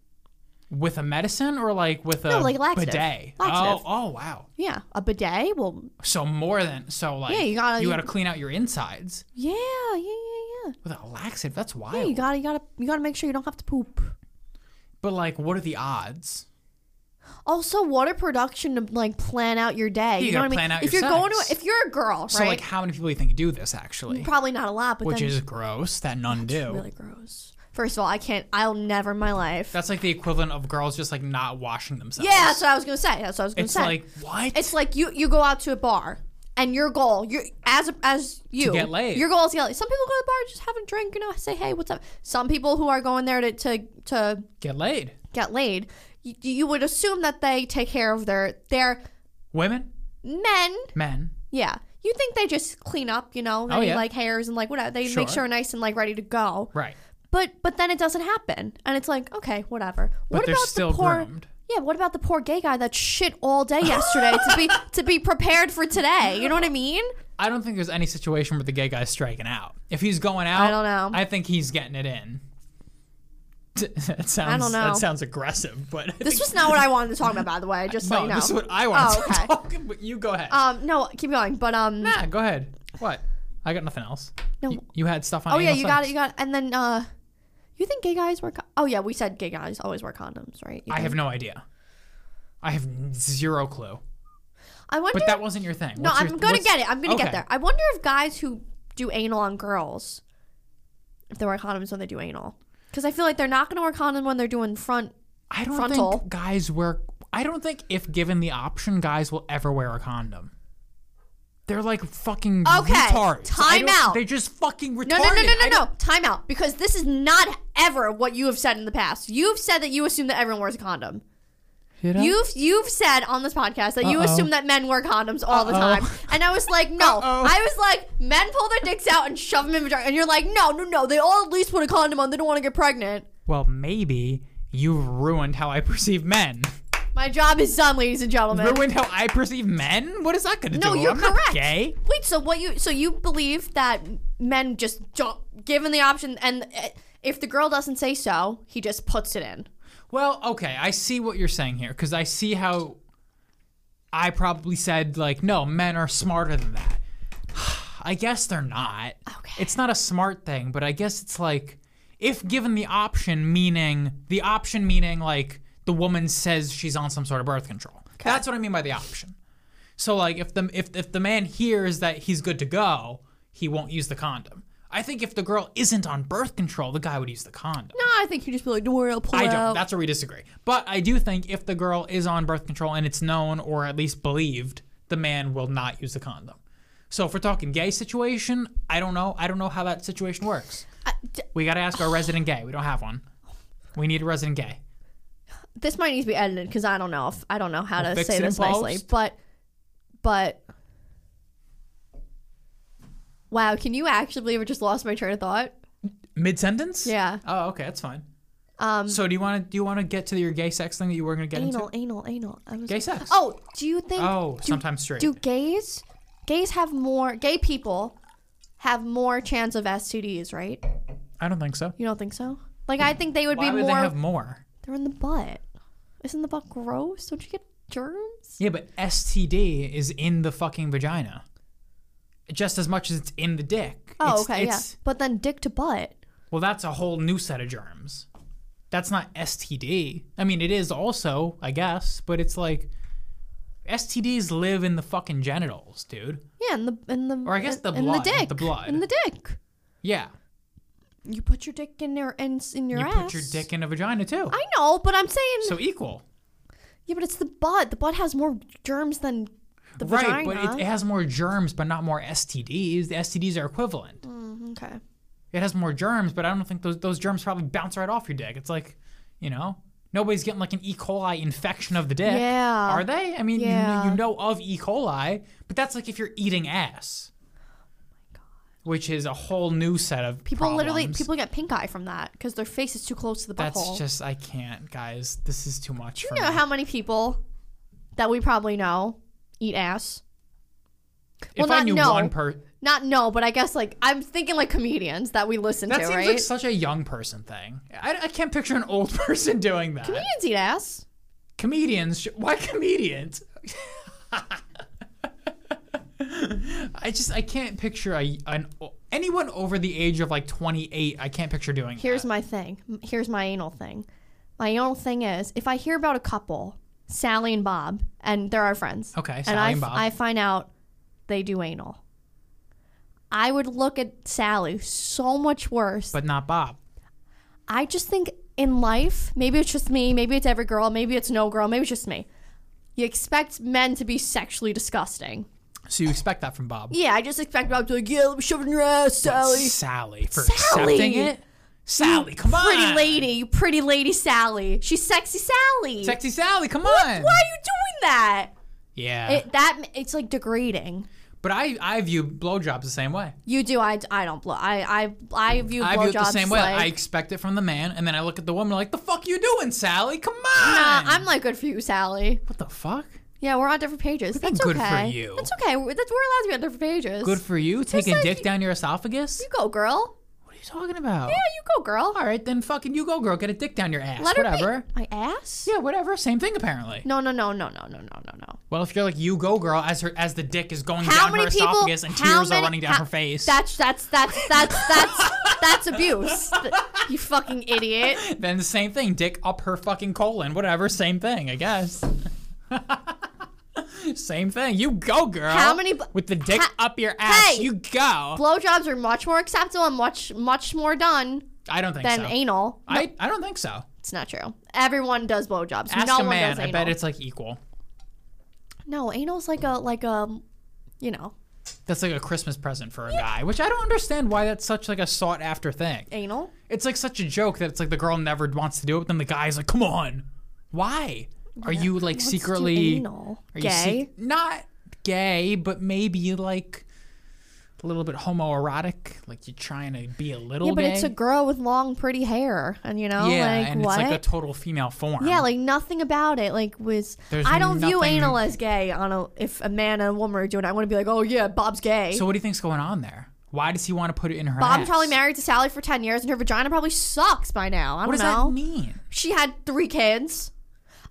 Speaker 1: With a medicine or like with a
Speaker 2: No, like laxative.
Speaker 1: bidet?
Speaker 2: Laxative.
Speaker 1: Oh, oh wow.
Speaker 2: Yeah, a bidet. Well,
Speaker 1: So more than so like
Speaker 2: Yeah, you gotta-
Speaker 1: clean out your insides
Speaker 2: yeah, yeah, yeah, yeah.
Speaker 1: with a laxative. That's wild.
Speaker 2: Yeah, you gotta, you gotta, you gotta make sure you don't have to poop.
Speaker 1: but like, what are the odds?
Speaker 2: Also, water production to like plan out your day. You, know
Speaker 1: gotta
Speaker 2: what I mean?
Speaker 1: plan out
Speaker 2: if
Speaker 1: your
Speaker 2: you're going
Speaker 1: sex.
Speaker 2: to, if you're a girl,
Speaker 1: So
Speaker 2: right?
Speaker 1: like, how many people do you think do this actually?
Speaker 2: probably not a lot, but
Speaker 1: Which
Speaker 2: then
Speaker 1: is gross that none do.
Speaker 2: really gross. First of all, I can't. I'll never in my life.
Speaker 1: That's like the equivalent of girls just like not washing themselves.
Speaker 2: yeah, that's what I was gonna say. That's what I was gonna
Speaker 1: It's
Speaker 2: say.
Speaker 1: like what?
Speaker 2: It's like you you go out to a bar and your goal, you as as you
Speaker 1: get laid.
Speaker 2: Your goal is to get laid. Some people go to the bar just have a drink, you know, say hey, what's up. Some people who are going there to to, to
Speaker 1: Get laid.
Speaker 2: get laid, you, you would assume that they take care of their their
Speaker 1: Women,
Speaker 2: men.
Speaker 1: men.
Speaker 2: Yeah. You think they just clean up, you know, any,
Speaker 1: Oh, yeah.
Speaker 2: like hairs and like whatever. They make
Speaker 1: Sure.
Speaker 2: sure nice and like ready to go.
Speaker 1: Right.
Speaker 2: But but then it doesn't happen, and it's like okay, whatever.
Speaker 1: But
Speaker 2: what
Speaker 1: they're
Speaker 2: about
Speaker 1: still
Speaker 2: the poor?
Speaker 1: groomed.
Speaker 2: Yeah, what about the poor gay guy that shit all day yesterday to be to be prepared for today? You know what I mean?
Speaker 1: I don't think there's any situation where the gay guy's striking out. If he's going out,
Speaker 2: I don't know.
Speaker 1: I think he's getting it in. That sounds,
Speaker 2: don't know.
Speaker 1: That sounds aggressive, but I
Speaker 2: This
Speaker 1: think-
Speaker 2: was not what I wanted to talk about, by the way. Just so
Speaker 1: no,
Speaker 2: you know.
Speaker 1: this is what I want
Speaker 2: Oh,
Speaker 1: to
Speaker 2: okay.
Speaker 1: talk about. You go ahead.
Speaker 2: um, no, keep going. But um,
Speaker 1: nah, go ahead. What? I got nothing else.
Speaker 2: No.
Speaker 1: You, you had stuff on.
Speaker 2: oh yeah,
Speaker 1: anal
Speaker 2: you got it,
Speaker 1: sex.
Speaker 2: you got. It. And then uh, you think gay guys wear? Con- oh yeah, we said gay guys always wear condoms, right? You
Speaker 1: I
Speaker 2: think-
Speaker 1: have no idea. I have zero clue.
Speaker 2: I wonder.
Speaker 1: But that wasn't your thing.
Speaker 2: no,
Speaker 1: What's
Speaker 2: I'm
Speaker 1: your-
Speaker 2: gonna
Speaker 1: what's-
Speaker 2: get it. I'm gonna get
Speaker 1: Okay.
Speaker 2: there. I wonder if guys who do anal on girls, if they wear condoms when they do anal, because I feel like they're not gonna wear condom when they're doing front.
Speaker 1: I don't
Speaker 2: Frontal.
Speaker 1: think guys wear. I don't think if given the option, guys will ever wear a condom. They're like fucking
Speaker 2: Okay,
Speaker 1: retards. I
Speaker 2: time
Speaker 1: don't-
Speaker 2: out.
Speaker 1: They're just fucking retarded.
Speaker 2: No, no, no, no,
Speaker 1: I
Speaker 2: no, no. Time out. Because this is not ever what you have said in the past. You've said that you assume that everyone wears a condom.
Speaker 1: don't- You know?
Speaker 2: You've you've said on this podcast that you
Speaker 1: Uh-oh.
Speaker 2: assume that men wear condoms all the
Speaker 1: Uh-oh.
Speaker 2: time, and I was like, no.
Speaker 1: Uh-oh.
Speaker 2: I was like, men pull their dicks out and shove them in vagina, and you're like, no, no, no. They all at least put a condom on. They don't want to get pregnant.
Speaker 1: Well, maybe You've ruined how I perceive men.
Speaker 2: My job is done, ladies and gentlemen.
Speaker 1: Ruined how I perceive men? What is that gonna
Speaker 2: No,
Speaker 1: do?
Speaker 2: you're
Speaker 1: I'm
Speaker 2: correct.
Speaker 1: not gay.
Speaker 2: Wait, so what you so you believe that men just don't given the option and uh, if the girl doesn't say so, he just puts it in.
Speaker 1: Well, okay, I see what you're saying here because I see how I probably said like, no, men are smarter than that. I guess they're not.
Speaker 2: Okay.
Speaker 1: It's not a smart thing, but I guess it's like if given the option, meaning the option meaning like the woman says she's on some sort of birth control. That's what I mean by the option. So like if the if if the man hears that he's good to go, he won't use the condom. I think if the girl isn't on birth control, the guy would use the condom.
Speaker 2: No, I think you just be like, don't worry, I'll pull
Speaker 1: I
Speaker 2: it
Speaker 1: don't.
Speaker 2: out.
Speaker 1: That's where we disagree. But I do think if the girl is on birth control and it's known or at least believed, the man will not use the condom. So if we're talking gay situation, I don't know. I don't know how that situation works.
Speaker 2: I- d-
Speaker 1: We got to ask our resident gay. We don't have one. We need a resident gay.
Speaker 2: this might need to be edited because I don't know if I don't know how to
Speaker 1: fix
Speaker 2: say
Speaker 1: it in
Speaker 2: this nicely,
Speaker 1: post.
Speaker 2: but but wow, can you actually believe I just lost my train of thought?
Speaker 1: Mid sentence?
Speaker 2: Yeah.
Speaker 1: Oh, okay, that's fine.
Speaker 2: Um,
Speaker 1: So do you want to do you want to get to your gay sex thing that you were going to get
Speaker 2: anal,
Speaker 1: into?
Speaker 2: anal, anal. I was
Speaker 1: Gay sex.
Speaker 2: Oh, do you think?
Speaker 1: Oh,
Speaker 2: do,
Speaker 1: sometimes straight.
Speaker 2: Do gays, gays have more? Gay people have more chance of STDs, right?
Speaker 1: I don't think so.
Speaker 2: You don't think so? Like, I think they would
Speaker 1: Why
Speaker 2: be
Speaker 1: would
Speaker 2: more.
Speaker 1: they have more?
Speaker 2: They're in the butt. Isn't the butt gross? Don't you get germs?
Speaker 1: Yeah, but STD is in the fucking vagina, just as much as it's in the dick.
Speaker 2: Oh,
Speaker 1: It's-
Speaker 2: okay,
Speaker 1: it's-
Speaker 2: yeah. But then dick to butt.
Speaker 1: Well, that's a whole new set of germs. That's not STD. I mean, it is also, I guess, but it's like STDs live in the fucking genitals, dude.
Speaker 2: Yeah, in the in the
Speaker 1: Or I guess the
Speaker 2: in
Speaker 1: blood,
Speaker 2: the
Speaker 1: not
Speaker 2: dick,
Speaker 1: the blood.
Speaker 2: in the dick.
Speaker 1: Yeah,
Speaker 2: You put your dick in your in, in your
Speaker 1: you
Speaker 2: ass.
Speaker 1: put your dick in a vagina too.
Speaker 2: I know, but I'm saying
Speaker 1: so equal,
Speaker 2: yeah, but it's the butt. The butt has more germs than the
Speaker 1: right?
Speaker 2: vagina.
Speaker 1: But it, it has more germs, but not more STDs. The STDs are equivalent.
Speaker 2: Mm, okay.
Speaker 1: It has more germs, but I don't think those those germs probably bounce right off your dick. It's like, you know, nobody's getting like an E. coli infection of the dick.
Speaker 2: Yeah.
Speaker 1: Are they? I mean, you-
Speaker 2: Yeah.
Speaker 1: you, know of E. coli, but that's like if you're eating ass.
Speaker 2: Oh
Speaker 1: Which is a whole new set of
Speaker 2: People literally
Speaker 1: problems.
Speaker 2: people get pink eye from that because their face is too close to the
Speaker 1: That's
Speaker 2: butthole.
Speaker 1: just I can't, guys. This is too much for
Speaker 2: you know
Speaker 1: me.
Speaker 2: how many people that we probably know eat ass.
Speaker 1: if
Speaker 2: well,
Speaker 1: I
Speaker 2: not
Speaker 1: knew
Speaker 2: no.
Speaker 1: one person,
Speaker 2: Not no, but I guess like I'm thinking like comedians that we listen
Speaker 1: that
Speaker 2: to,
Speaker 1: seems
Speaker 2: right?
Speaker 1: like such a young person thing. I, I can't picture an old person doing that.
Speaker 2: comedians eat ass.
Speaker 1: comedians sh- why comedians i just i can't picture a, an anyone over the age of like 28 i can't picture doing
Speaker 2: Here's
Speaker 1: that.
Speaker 2: my thing. M- Here's my anal thing. My anal thing is if I hear about a couple, Sally and Bob, and they're our friends.
Speaker 1: Okay,
Speaker 2: and
Speaker 1: Sally
Speaker 2: I
Speaker 1: and
Speaker 2: f-
Speaker 1: Bob.
Speaker 2: I find out they do anal. I would look at Sally so much worse.
Speaker 1: but not bob
Speaker 2: I just think in life, maybe it's just me, maybe it's every girl, maybe it's no girl, maybe it's just me. You expect men to be sexually disgusting.
Speaker 1: so you expect that from bob
Speaker 2: Yeah, I just expect Bob to be like, yeah, let me shove it in your ass, Sally.
Speaker 1: sally for
Speaker 2: Sally!
Speaker 1: accepting it sally come on
Speaker 2: Pretty lady, you pretty lady Sally. She's sexy Sally.
Speaker 1: sexy sally come on
Speaker 2: Why are you doing that?
Speaker 1: yeah
Speaker 2: It, that it's like degrading.
Speaker 1: but i i view blowjobs the same way
Speaker 2: You do. I, I don't blow. I I I view
Speaker 1: i view it the
Speaker 2: blowjobs
Speaker 1: same way
Speaker 2: Like,
Speaker 1: i expect it from the man and then i look at the woman like the fuck you doing sally come on
Speaker 2: nah, I'm like good for you, Sally.
Speaker 1: what the fuck
Speaker 2: Yeah, we're on different pages.
Speaker 1: do you mean
Speaker 2: That's
Speaker 1: good for
Speaker 2: okay.
Speaker 1: you?
Speaker 2: That's okay. We're, that's, we're allowed to be on different pages.
Speaker 1: good for you taking
Speaker 2: like
Speaker 1: dick
Speaker 2: you-
Speaker 1: down your esophagus
Speaker 2: you go, girl.
Speaker 1: What are you talking about?
Speaker 2: Yeah, you go, girl.
Speaker 1: All right, then fucking you go, girl. Get a dick down your ass.
Speaker 2: Let her be-
Speaker 1: whatever.
Speaker 2: My ass?
Speaker 1: Yeah, whatever. Same thing apparently.
Speaker 2: No, no, no, no, no, no, no, no, no.
Speaker 1: Well, if you're like you go, girl, as her as the dick is going
Speaker 2: How
Speaker 1: down
Speaker 2: many
Speaker 1: her
Speaker 2: people?
Speaker 1: esophagus and
Speaker 2: how
Speaker 1: tears
Speaker 2: many-
Speaker 1: are running down
Speaker 2: how-
Speaker 1: her face,
Speaker 2: That's that's that's that's that's that's abuse. Th- You fucking idiot.
Speaker 1: then the same thing. Dick up her fucking colon. Whatever. Same thing, I guess. same thing. You go, girl.
Speaker 2: How many bl-
Speaker 1: with the dick
Speaker 2: Ha-
Speaker 1: up your ass?
Speaker 2: Hey!
Speaker 1: You go.
Speaker 2: Blowjobs are much more acceptable and much much more done
Speaker 1: I don't think
Speaker 2: than
Speaker 1: so.
Speaker 2: anal.
Speaker 1: I I don't think so.
Speaker 2: It's not true. Everyone does blowjobs.
Speaker 1: Ask
Speaker 2: no
Speaker 1: a
Speaker 2: one
Speaker 1: man.
Speaker 2: does
Speaker 1: I
Speaker 2: anal.
Speaker 1: bet it's like equal.
Speaker 2: no, anal's like a like a, you know,
Speaker 1: That's like a Christmas present for a guy, which I don't understand why that's such like a sought after thing.
Speaker 2: anal.
Speaker 1: It's like such a joke that it's like the girl never wants to do it, but then the guy's like, "Come on, why? Are you like
Speaker 2: Let's do
Speaker 1: secretly
Speaker 2: anal.
Speaker 1: are you
Speaker 2: gay.
Speaker 1: sec- not gay, but maybe like a little bit homoerotic, like you're trying to be a little.
Speaker 2: Yeah, but
Speaker 1: gay.
Speaker 2: it's a girl with long, pretty hair, and you know,
Speaker 1: yeah,
Speaker 2: like
Speaker 1: and
Speaker 2: what?
Speaker 1: it's like a total female form.
Speaker 2: yeah, like nothing about it. Like was
Speaker 1: There's
Speaker 2: I don't view
Speaker 1: nothing-
Speaker 2: anal as gay. On a if a man and a woman are doing, it, I want to be like, oh yeah, Bob's gay.
Speaker 1: so what do you think's going on there? Why does he want to put it in her?
Speaker 2: Bob
Speaker 1: ass?
Speaker 2: probably married to Sally for ten years, and her vagina probably sucks by now. I
Speaker 1: What
Speaker 2: don't
Speaker 1: does
Speaker 2: know.
Speaker 1: that mean?
Speaker 2: She had three kids.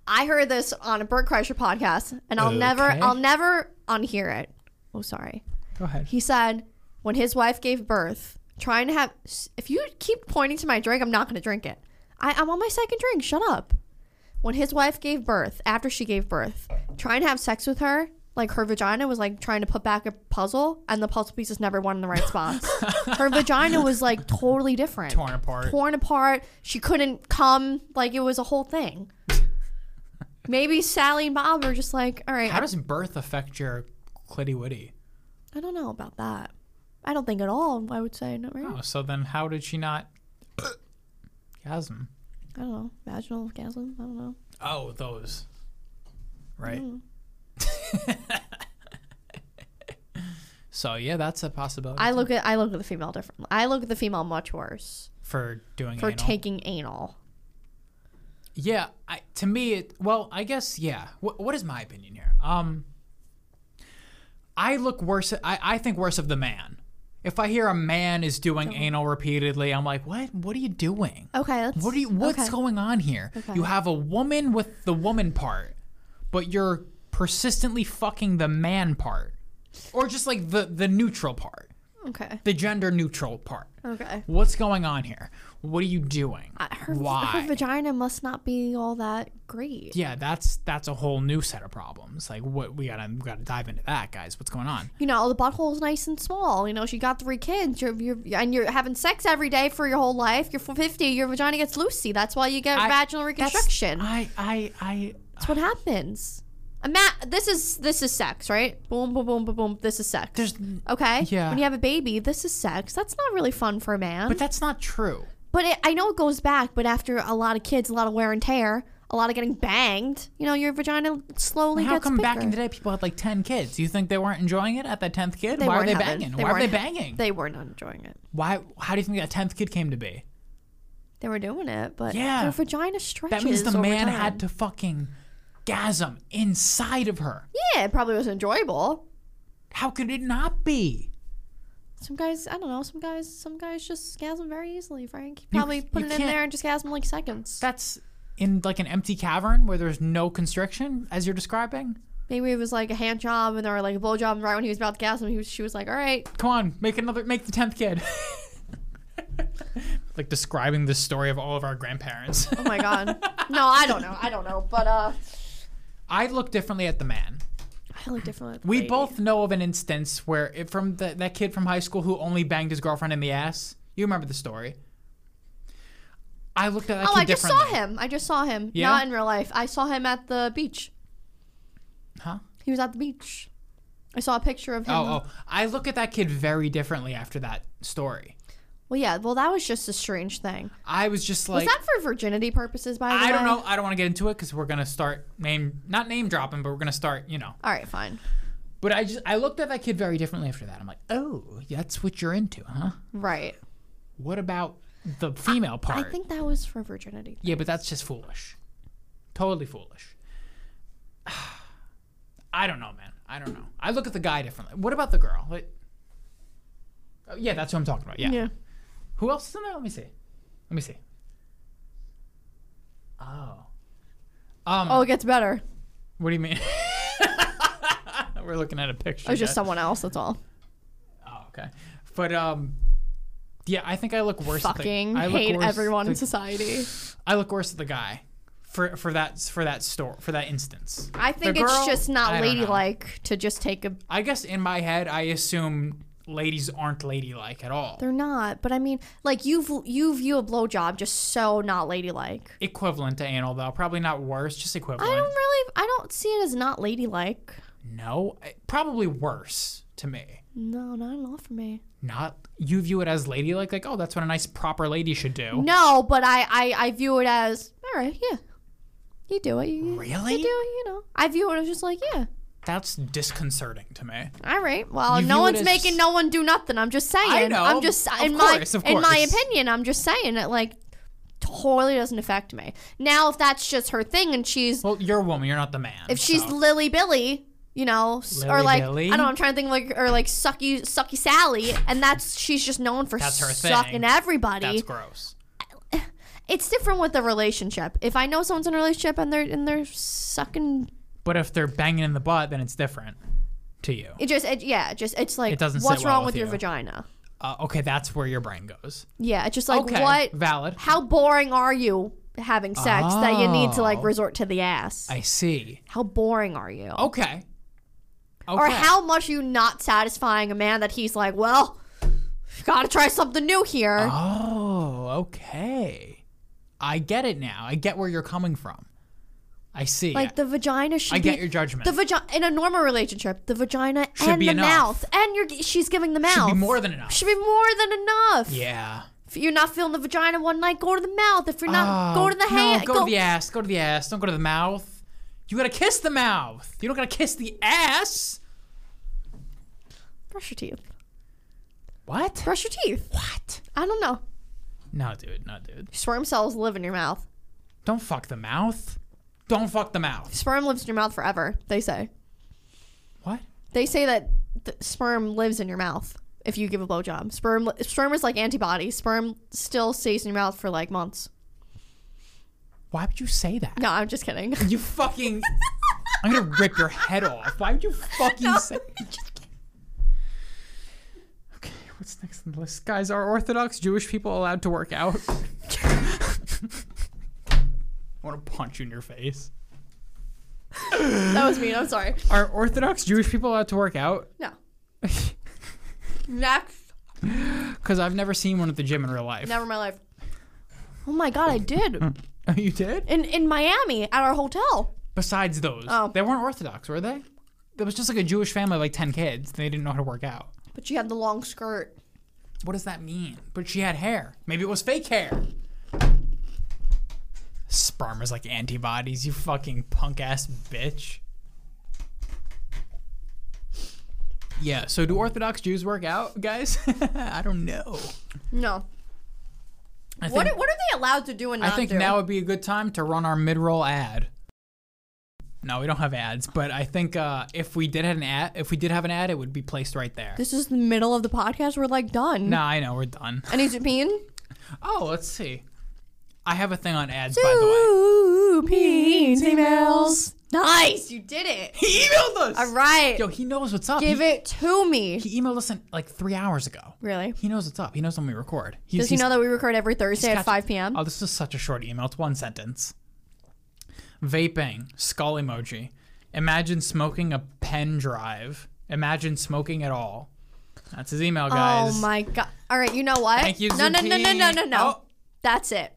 Speaker 2: I heard this on a Bert Kreischer podcast, and I'll never,
Speaker 1: Okay.
Speaker 2: I'll never unhear it. Oh, sorry.
Speaker 1: Go ahead.
Speaker 2: He said when his wife gave birth, trying to have. If you keep pointing to my drink, I'm not going to drink it. I, I'm on my second drink. Shut up. When his wife gave birth, after she gave birth, trying to have sex with her, like her vagina was like trying to put back a puzzle, and the puzzle pieces never went in the right spots. her vagina was like totally different,
Speaker 1: Torn apart.
Speaker 2: torn apart. She couldn't come. Like it was a whole thing. Maybe Sally and Bob were just like, all right,
Speaker 1: How does birth affect your clitty witty?
Speaker 2: I don't know about that. I don't think at all. I would say no. Right?
Speaker 1: Oh, so then how did she not gasm?
Speaker 2: I don't know. Vaginal orgasm. I don't know.
Speaker 1: Oh, those. Right.
Speaker 2: Hmm.
Speaker 1: so yeah, that's a possibility
Speaker 2: I look at I look at the female differently. I look at the female much worse
Speaker 1: for doing
Speaker 2: for
Speaker 1: anal.
Speaker 2: taking anal.
Speaker 1: yeah, I, to me, it, well, I guess yeah. What, what is my opinion here? Um, I look worse. I, I think worse of the man. If I hear a man is
Speaker 2: Oh.
Speaker 1: doing anal repeatedly, I'm like, what? What are you doing?
Speaker 2: Okay. Let's,
Speaker 1: What are you? What's
Speaker 2: okay.
Speaker 1: going on here? You have a woman with the woman part, but you're persistently fucking the man part, or just like the the neutral part,
Speaker 2: Okay.
Speaker 1: the gender neutral part.
Speaker 2: Okay.
Speaker 1: What's going on here? What are you doing?
Speaker 2: Uh, Her, her
Speaker 1: Why?
Speaker 2: vagina must not be all that great.
Speaker 1: yeah, that's that's a whole new set of problems. Like what we gotta we gotta dive into that, guys. What's going on?
Speaker 2: You know, the butthole's nice and small. You know, she got three kids. You're, you're and you're having sex every day for your whole life. You're 50. Your vagina gets loosey. That's why you get
Speaker 1: I-
Speaker 2: vaginal
Speaker 1: That's-
Speaker 2: reconstruction.
Speaker 1: I I I.
Speaker 2: That's what happens. A ma- this is this is sex, right? Boom, boom, boom, boom, boom. This is sex.
Speaker 1: There's-
Speaker 2: okay.
Speaker 1: yeah.
Speaker 2: When you have a baby, this is sex. That's not really fun for a man.
Speaker 1: But
Speaker 2: But,
Speaker 1: that's not true.
Speaker 2: it, I know it goes back. But after a lot of kids, a lot of wear and tear, a lot of getting banged, you know, your vagina slowly
Speaker 1: How
Speaker 2: gets
Speaker 1: come
Speaker 2: bigger.
Speaker 1: back in the day people had like ten kids? You think they weren't enjoying it at that tenth kid?
Speaker 2: They
Speaker 1: Why are
Speaker 2: weren't
Speaker 1: they
Speaker 2: having-
Speaker 1: banging? Why are they
Speaker 2: weren't-
Speaker 1: banging?
Speaker 2: They were not enjoying it.
Speaker 1: Why? How do you think that tenth kid came to be?
Speaker 2: They were doing it, but
Speaker 1: Yeah.
Speaker 2: their vagina stretches.
Speaker 1: That means the
Speaker 2: over
Speaker 1: man
Speaker 2: time.
Speaker 1: had to fucking gasm inside of her.
Speaker 2: Yeah, it probably was enjoyable.
Speaker 1: How could it not be?
Speaker 2: Some guys, I don't know. Some guys, some guys just gasm very easily. Frank
Speaker 1: You-
Speaker 2: probably put
Speaker 1: you
Speaker 2: it in
Speaker 1: can't-
Speaker 2: there and just gasm in like seconds.
Speaker 1: That's in like an empty cavern where there's no constriction, as you're describing.
Speaker 2: Maybe it was like a hand job and they were like a blow job. And right when he was about to gas him, he was, she was like, all right.
Speaker 1: Come on, make another, make the tenth kid. like describing the story of all of our grandparents.
Speaker 2: Oh my God. no, I don't know. I don't know. But uh,
Speaker 1: I look differently at the man.
Speaker 2: I look different. with
Speaker 1: We
Speaker 2: lady.
Speaker 1: both know of an instance where it, from the, that kid from high school who only banged his girlfriend in the ass. You remember the story. I looked at that
Speaker 2: Oh,
Speaker 1: kid
Speaker 2: I just
Speaker 1: differently.
Speaker 2: saw him. I just saw him.
Speaker 1: Yeah?
Speaker 2: Not in real life. I saw him at the beach.
Speaker 1: Huh?
Speaker 2: He was at the beach. I saw a picture of him.
Speaker 1: Oh, oh, I look at that kid very differently after that story.
Speaker 2: Well, yeah. Well, that was just a strange thing.
Speaker 1: I was just
Speaker 2: Was
Speaker 1: like,
Speaker 2: that for virginity purposes, by the way?
Speaker 1: I don't know. I don't want to get into it because we're gonna start name, not name dropping, but we're gonna start, you know.
Speaker 2: All right, fine.
Speaker 1: But I just, I looked at that kid very differently after that. I'm like, oh, that's what you're into, huh?
Speaker 2: Right.
Speaker 1: What about the female part?
Speaker 2: I think that was for virginity.
Speaker 1: yeah, but that's just foolish. Totally foolish. I don't know, man. I don't know. I look at the guy differently. What about the girl? Like, oh, yeah, that's who I'm talking about. yeah. Who else is in there? Let me see. Let me see. Oh. Um,
Speaker 2: Oh, it gets better.
Speaker 1: what do you mean? We're looking at a picture.
Speaker 2: It was just
Speaker 1: guys.
Speaker 2: someone else. That's all.
Speaker 1: Oh, okay. But um, yeah, I think I look worse.
Speaker 2: Fucking
Speaker 1: at the, I look
Speaker 2: hate
Speaker 1: worse
Speaker 2: everyone in
Speaker 1: At the,
Speaker 2: society.
Speaker 1: I look worse at the guy for for that for that store for that instance.
Speaker 2: I think
Speaker 1: The
Speaker 2: it's
Speaker 1: girl-
Speaker 2: just
Speaker 1: I
Speaker 2: not
Speaker 1: don't know.
Speaker 2: ladylike to just take a.
Speaker 1: I guess in my head, I assume ladies aren't ladylike at all.
Speaker 2: They're not, but I mean, like you you view a blowjob just so not ladylike.
Speaker 1: equivalent to anal though, probably not worse, just
Speaker 2: I
Speaker 1: equivalent.
Speaker 2: don't really, I don't see it as not ladylike.
Speaker 1: no, I- probably worse to me.
Speaker 2: No, not at all for me.
Speaker 1: not you view it as ladylike like oh that's what a nice proper lady should do
Speaker 2: No, but I I, I view it as all right. Yeah, you do it. You,
Speaker 1: Really?
Speaker 2: You do it. You know, I view it as just like yeah.
Speaker 1: that's disconcerting to me.
Speaker 2: All right. Well,
Speaker 1: You
Speaker 2: no
Speaker 1: view it
Speaker 2: one's
Speaker 1: as-
Speaker 2: making no one do nothing. I'm just saying.
Speaker 1: I know,
Speaker 2: I'm just
Speaker 1: of
Speaker 2: in my
Speaker 1: course, of
Speaker 2: in my
Speaker 1: course.
Speaker 2: opinion. I'm just saying it like totally doesn't affect me. Now, if that's just her thing and she's
Speaker 1: Well, you're a woman. You're not the man.
Speaker 2: if she's
Speaker 1: so.
Speaker 2: Lily Billy, you know, s- or
Speaker 1: Lily
Speaker 2: like
Speaker 1: Billy?
Speaker 2: I don't know, I'm trying to think like or like sucky sucky Sally, and that's she's just known for
Speaker 1: That's her thing.
Speaker 2: sucking everybody.
Speaker 1: that's gross.
Speaker 2: it's different with the relationship. If I know someone's in a relationship and they're and they're sucking,
Speaker 1: But if they're banging in the butt, then it's different to you.
Speaker 2: it just it, yeah, it just it's like
Speaker 1: It doesn't sit
Speaker 2: what's
Speaker 1: well
Speaker 2: wrong
Speaker 1: with
Speaker 2: with your
Speaker 1: you.
Speaker 2: vagina?
Speaker 1: Uh, okay, that's where your brain goes.
Speaker 2: Yeah, it's just like
Speaker 1: Okay,
Speaker 2: what
Speaker 1: valid.
Speaker 2: how boring are you having sex that you need to like
Speaker 1: Oh.
Speaker 2: resort to the ass?
Speaker 1: I Oh, see.
Speaker 2: how boring are you?
Speaker 1: Okay. okay.
Speaker 2: Or how much are you not satisfying a man that he's like, well, gotta try something new here.
Speaker 1: Oh, okay. I get it now. I get where you're coming from. I see.
Speaker 2: like the vagina should
Speaker 1: I
Speaker 2: be
Speaker 1: get your judgment.
Speaker 2: the vagina in a normal relationship. The vagina
Speaker 1: Should
Speaker 2: and
Speaker 1: be
Speaker 2: the
Speaker 1: enough.
Speaker 2: mouth, and you're she's giving the mouth
Speaker 1: Should be more than enough.
Speaker 2: Should be more than enough.
Speaker 1: yeah.
Speaker 2: If you're not feeling the vagina one night, go to the mouth. If you're not,
Speaker 1: Oh,
Speaker 2: Uh, go to the hand.
Speaker 1: No, go, to the ass. Go to the ass. Don't go to the mouth. You gotta kiss the mouth. You don't gotta kiss the ass.
Speaker 2: brush your teeth.
Speaker 1: What?
Speaker 2: Brush your teeth.
Speaker 1: What?
Speaker 2: I don't know.
Speaker 1: No, dude. No, dude.
Speaker 2: Sperm cells live in your mouth.
Speaker 1: Don't fuck the mouth. Don't fuck the mouth.
Speaker 2: Sperm lives in your mouth forever. They say.
Speaker 1: What?
Speaker 2: They say that th- sperm lives in your mouth if you give a blowjob. Sperm sperm is like antibodies. Sperm still stays in your mouth for like months.
Speaker 1: Why would you say that?
Speaker 2: No, I'm just kidding.
Speaker 1: You fucking. I'm gonna rip your head off. Why would you fucking say? Okay, what's next on the list, guys? Are Orthodox Jewish people allowed to work out? I want to punch you in your face.
Speaker 2: that was mean. I'm sorry.
Speaker 1: Are Orthodox Jewish people allowed to work out?
Speaker 2: No. Next.
Speaker 1: Because I've never seen one at the gym in real life.
Speaker 2: Never in my life. Oh my god, I did.
Speaker 1: Hmm. you did?
Speaker 2: In in Miami at our hotel.
Speaker 1: Besides those,
Speaker 2: Oh.
Speaker 1: they weren't Orthodox, were they? There was just like a Jewish family, of like ten kids. And they didn't know how to work out.
Speaker 2: But she had the long skirt.
Speaker 1: What does that mean? But she had hair. Maybe it was fake hair. Sperm is like antibodies, you fucking punk ass bitch. Yeah, so do Orthodox Jews work out, guys? I don't know.
Speaker 2: No.
Speaker 1: I
Speaker 2: What are,
Speaker 1: think,
Speaker 2: what are they allowed to do and
Speaker 1: I
Speaker 2: not
Speaker 1: think
Speaker 2: do?
Speaker 1: now would be a good time to run our mid roll ad. No, we don't have ads, but I think uh, if we did have an ad, if we did have an ad, it would be placed right there.
Speaker 2: this is the middle of the podcast. We're like done.
Speaker 1: nah, I know we're done.
Speaker 2: And he's mean.
Speaker 1: Oh, let's see. I have a thing on ads, by the way.
Speaker 2: Pete's emails. Nice, you did it.
Speaker 1: He emailed us.
Speaker 2: All right,
Speaker 1: Yo, he knows what's up.
Speaker 2: give
Speaker 1: he,
Speaker 2: it to me.
Speaker 1: he emailed us in, like three hours ago.
Speaker 2: really?
Speaker 1: He knows what's up. He knows when we record. He's,
Speaker 2: Does he know that we record every Thursday at
Speaker 1: catch-
Speaker 2: 5 p.m.?
Speaker 1: Oh, this is such a short email. It's one sentence. Vaping, skull emoji. Imagine smoking a pen drive. Imagine smoking at all. That's his email,
Speaker 2: Oh
Speaker 1: guys.
Speaker 2: my god! All right, you know what?
Speaker 1: Thank you, Oh.
Speaker 2: No, no, no, no, no, no,
Speaker 1: Zuki.
Speaker 2: no.
Speaker 1: Oh.
Speaker 2: That's it.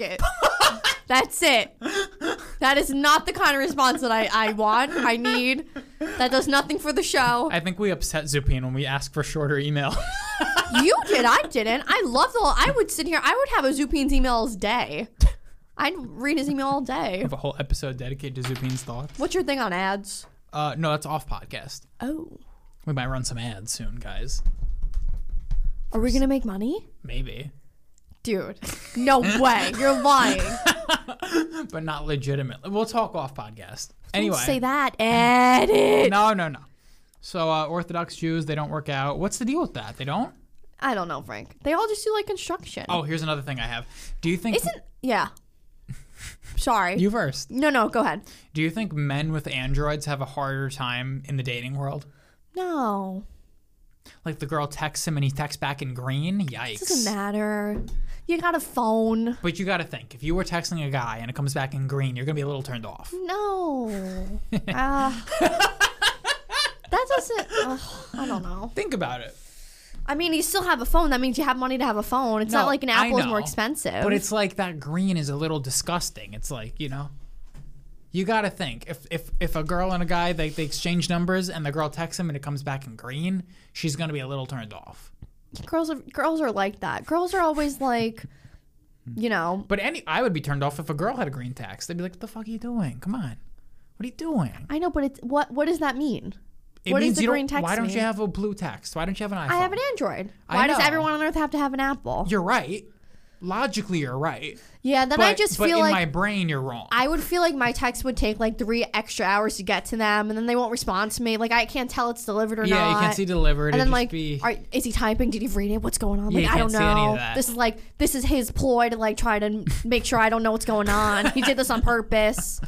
Speaker 2: it. That's it. That is not the kind of response that I, I want. I need. That does nothing for the show.
Speaker 1: I think we upset Zupin when we asked for shorter email.
Speaker 2: You did. I didn't. I love the. I would sit here. I would have a Zupin's emails day. I'd read his email all day.
Speaker 1: we have a whole episode dedicated to Zupin's thoughts.
Speaker 2: What's your thing on ads?
Speaker 1: Uh, no, that's off podcast.
Speaker 2: Oh,
Speaker 1: We might run some ads soon, guys.
Speaker 2: are we gonna make money,
Speaker 1: Maybe.
Speaker 2: dude? No way. You're lying.
Speaker 1: but not legitimately. We'll talk off podcast. Anyway,
Speaker 2: Don't say that. Edit.
Speaker 1: no, no, no. So uh, Orthodox Jews, they don't work out. What's the deal with that? They don't.
Speaker 2: I don't know, Frank. They all just do like construction.
Speaker 1: Oh, here's another thing I have. Do you think
Speaker 2: Isn't yeah. Sorry.
Speaker 1: you first?
Speaker 2: no, no, go ahead.
Speaker 1: Do you think men with androids have a harder time in the dating world?
Speaker 2: No,
Speaker 1: Like the girl texts him and he texts back in green.
Speaker 2: doesn't
Speaker 1: Yikes.
Speaker 2: matter. You got a phone.
Speaker 1: But you got to think if you were texting a guy and it comes back in green, you're gonna be a little turned off.
Speaker 2: No. Ah. that doesn't. ugh, I don't know.
Speaker 1: Think about it.
Speaker 2: I mean, you still have a phone. That means you have money to have a phone. It's not
Speaker 1: No,
Speaker 2: like an
Speaker 1: I
Speaker 2: Apple is more
Speaker 1: know,
Speaker 2: expensive.
Speaker 1: But it's like that green is a little disgusting. It's like, you know, you got to think if, if if a girl and a guy they, they exchange numbers and the girl texts him and it comes back in green, she's going to be a little turned off.
Speaker 2: girls. Are, girls are like that. Girls are always like, you know.
Speaker 1: But any I would be turned off if a girl had a green text. They'd be like, "What the fuck are you doing? Come on." What are you doing?
Speaker 2: I know, but it's what what does that mean?
Speaker 1: It
Speaker 2: What does the
Speaker 1: you don't-
Speaker 2: green text
Speaker 1: Why don't
Speaker 2: mean?
Speaker 1: you have a blue text? Why don't you have an iPhone?
Speaker 2: I have an Android.
Speaker 1: I
Speaker 2: Why does
Speaker 1: know.
Speaker 2: everyone on earth have to have an Apple?
Speaker 1: You're right. Logically, you're right.
Speaker 2: Yeah, then
Speaker 1: But,
Speaker 2: I just
Speaker 1: but
Speaker 2: feel
Speaker 1: in
Speaker 2: like
Speaker 1: my brain, you're wrong.
Speaker 2: I would feel like my text would take like three extra hours to get to them, and then they won't respond to me. Like I can't tell it's delivered or
Speaker 1: yeah,
Speaker 2: not.
Speaker 1: you can see delivered.
Speaker 2: And
Speaker 1: It'd
Speaker 2: then
Speaker 1: just
Speaker 2: like,
Speaker 1: be,
Speaker 2: are, is he typing? Did he read it? What's going on?
Speaker 1: Yeah,
Speaker 2: Like
Speaker 1: you
Speaker 2: I don't
Speaker 1: can't see
Speaker 2: know.
Speaker 1: any of that.
Speaker 2: This is like this is his ploy to like try to make sure I don't know what's going on. he did this on purpose.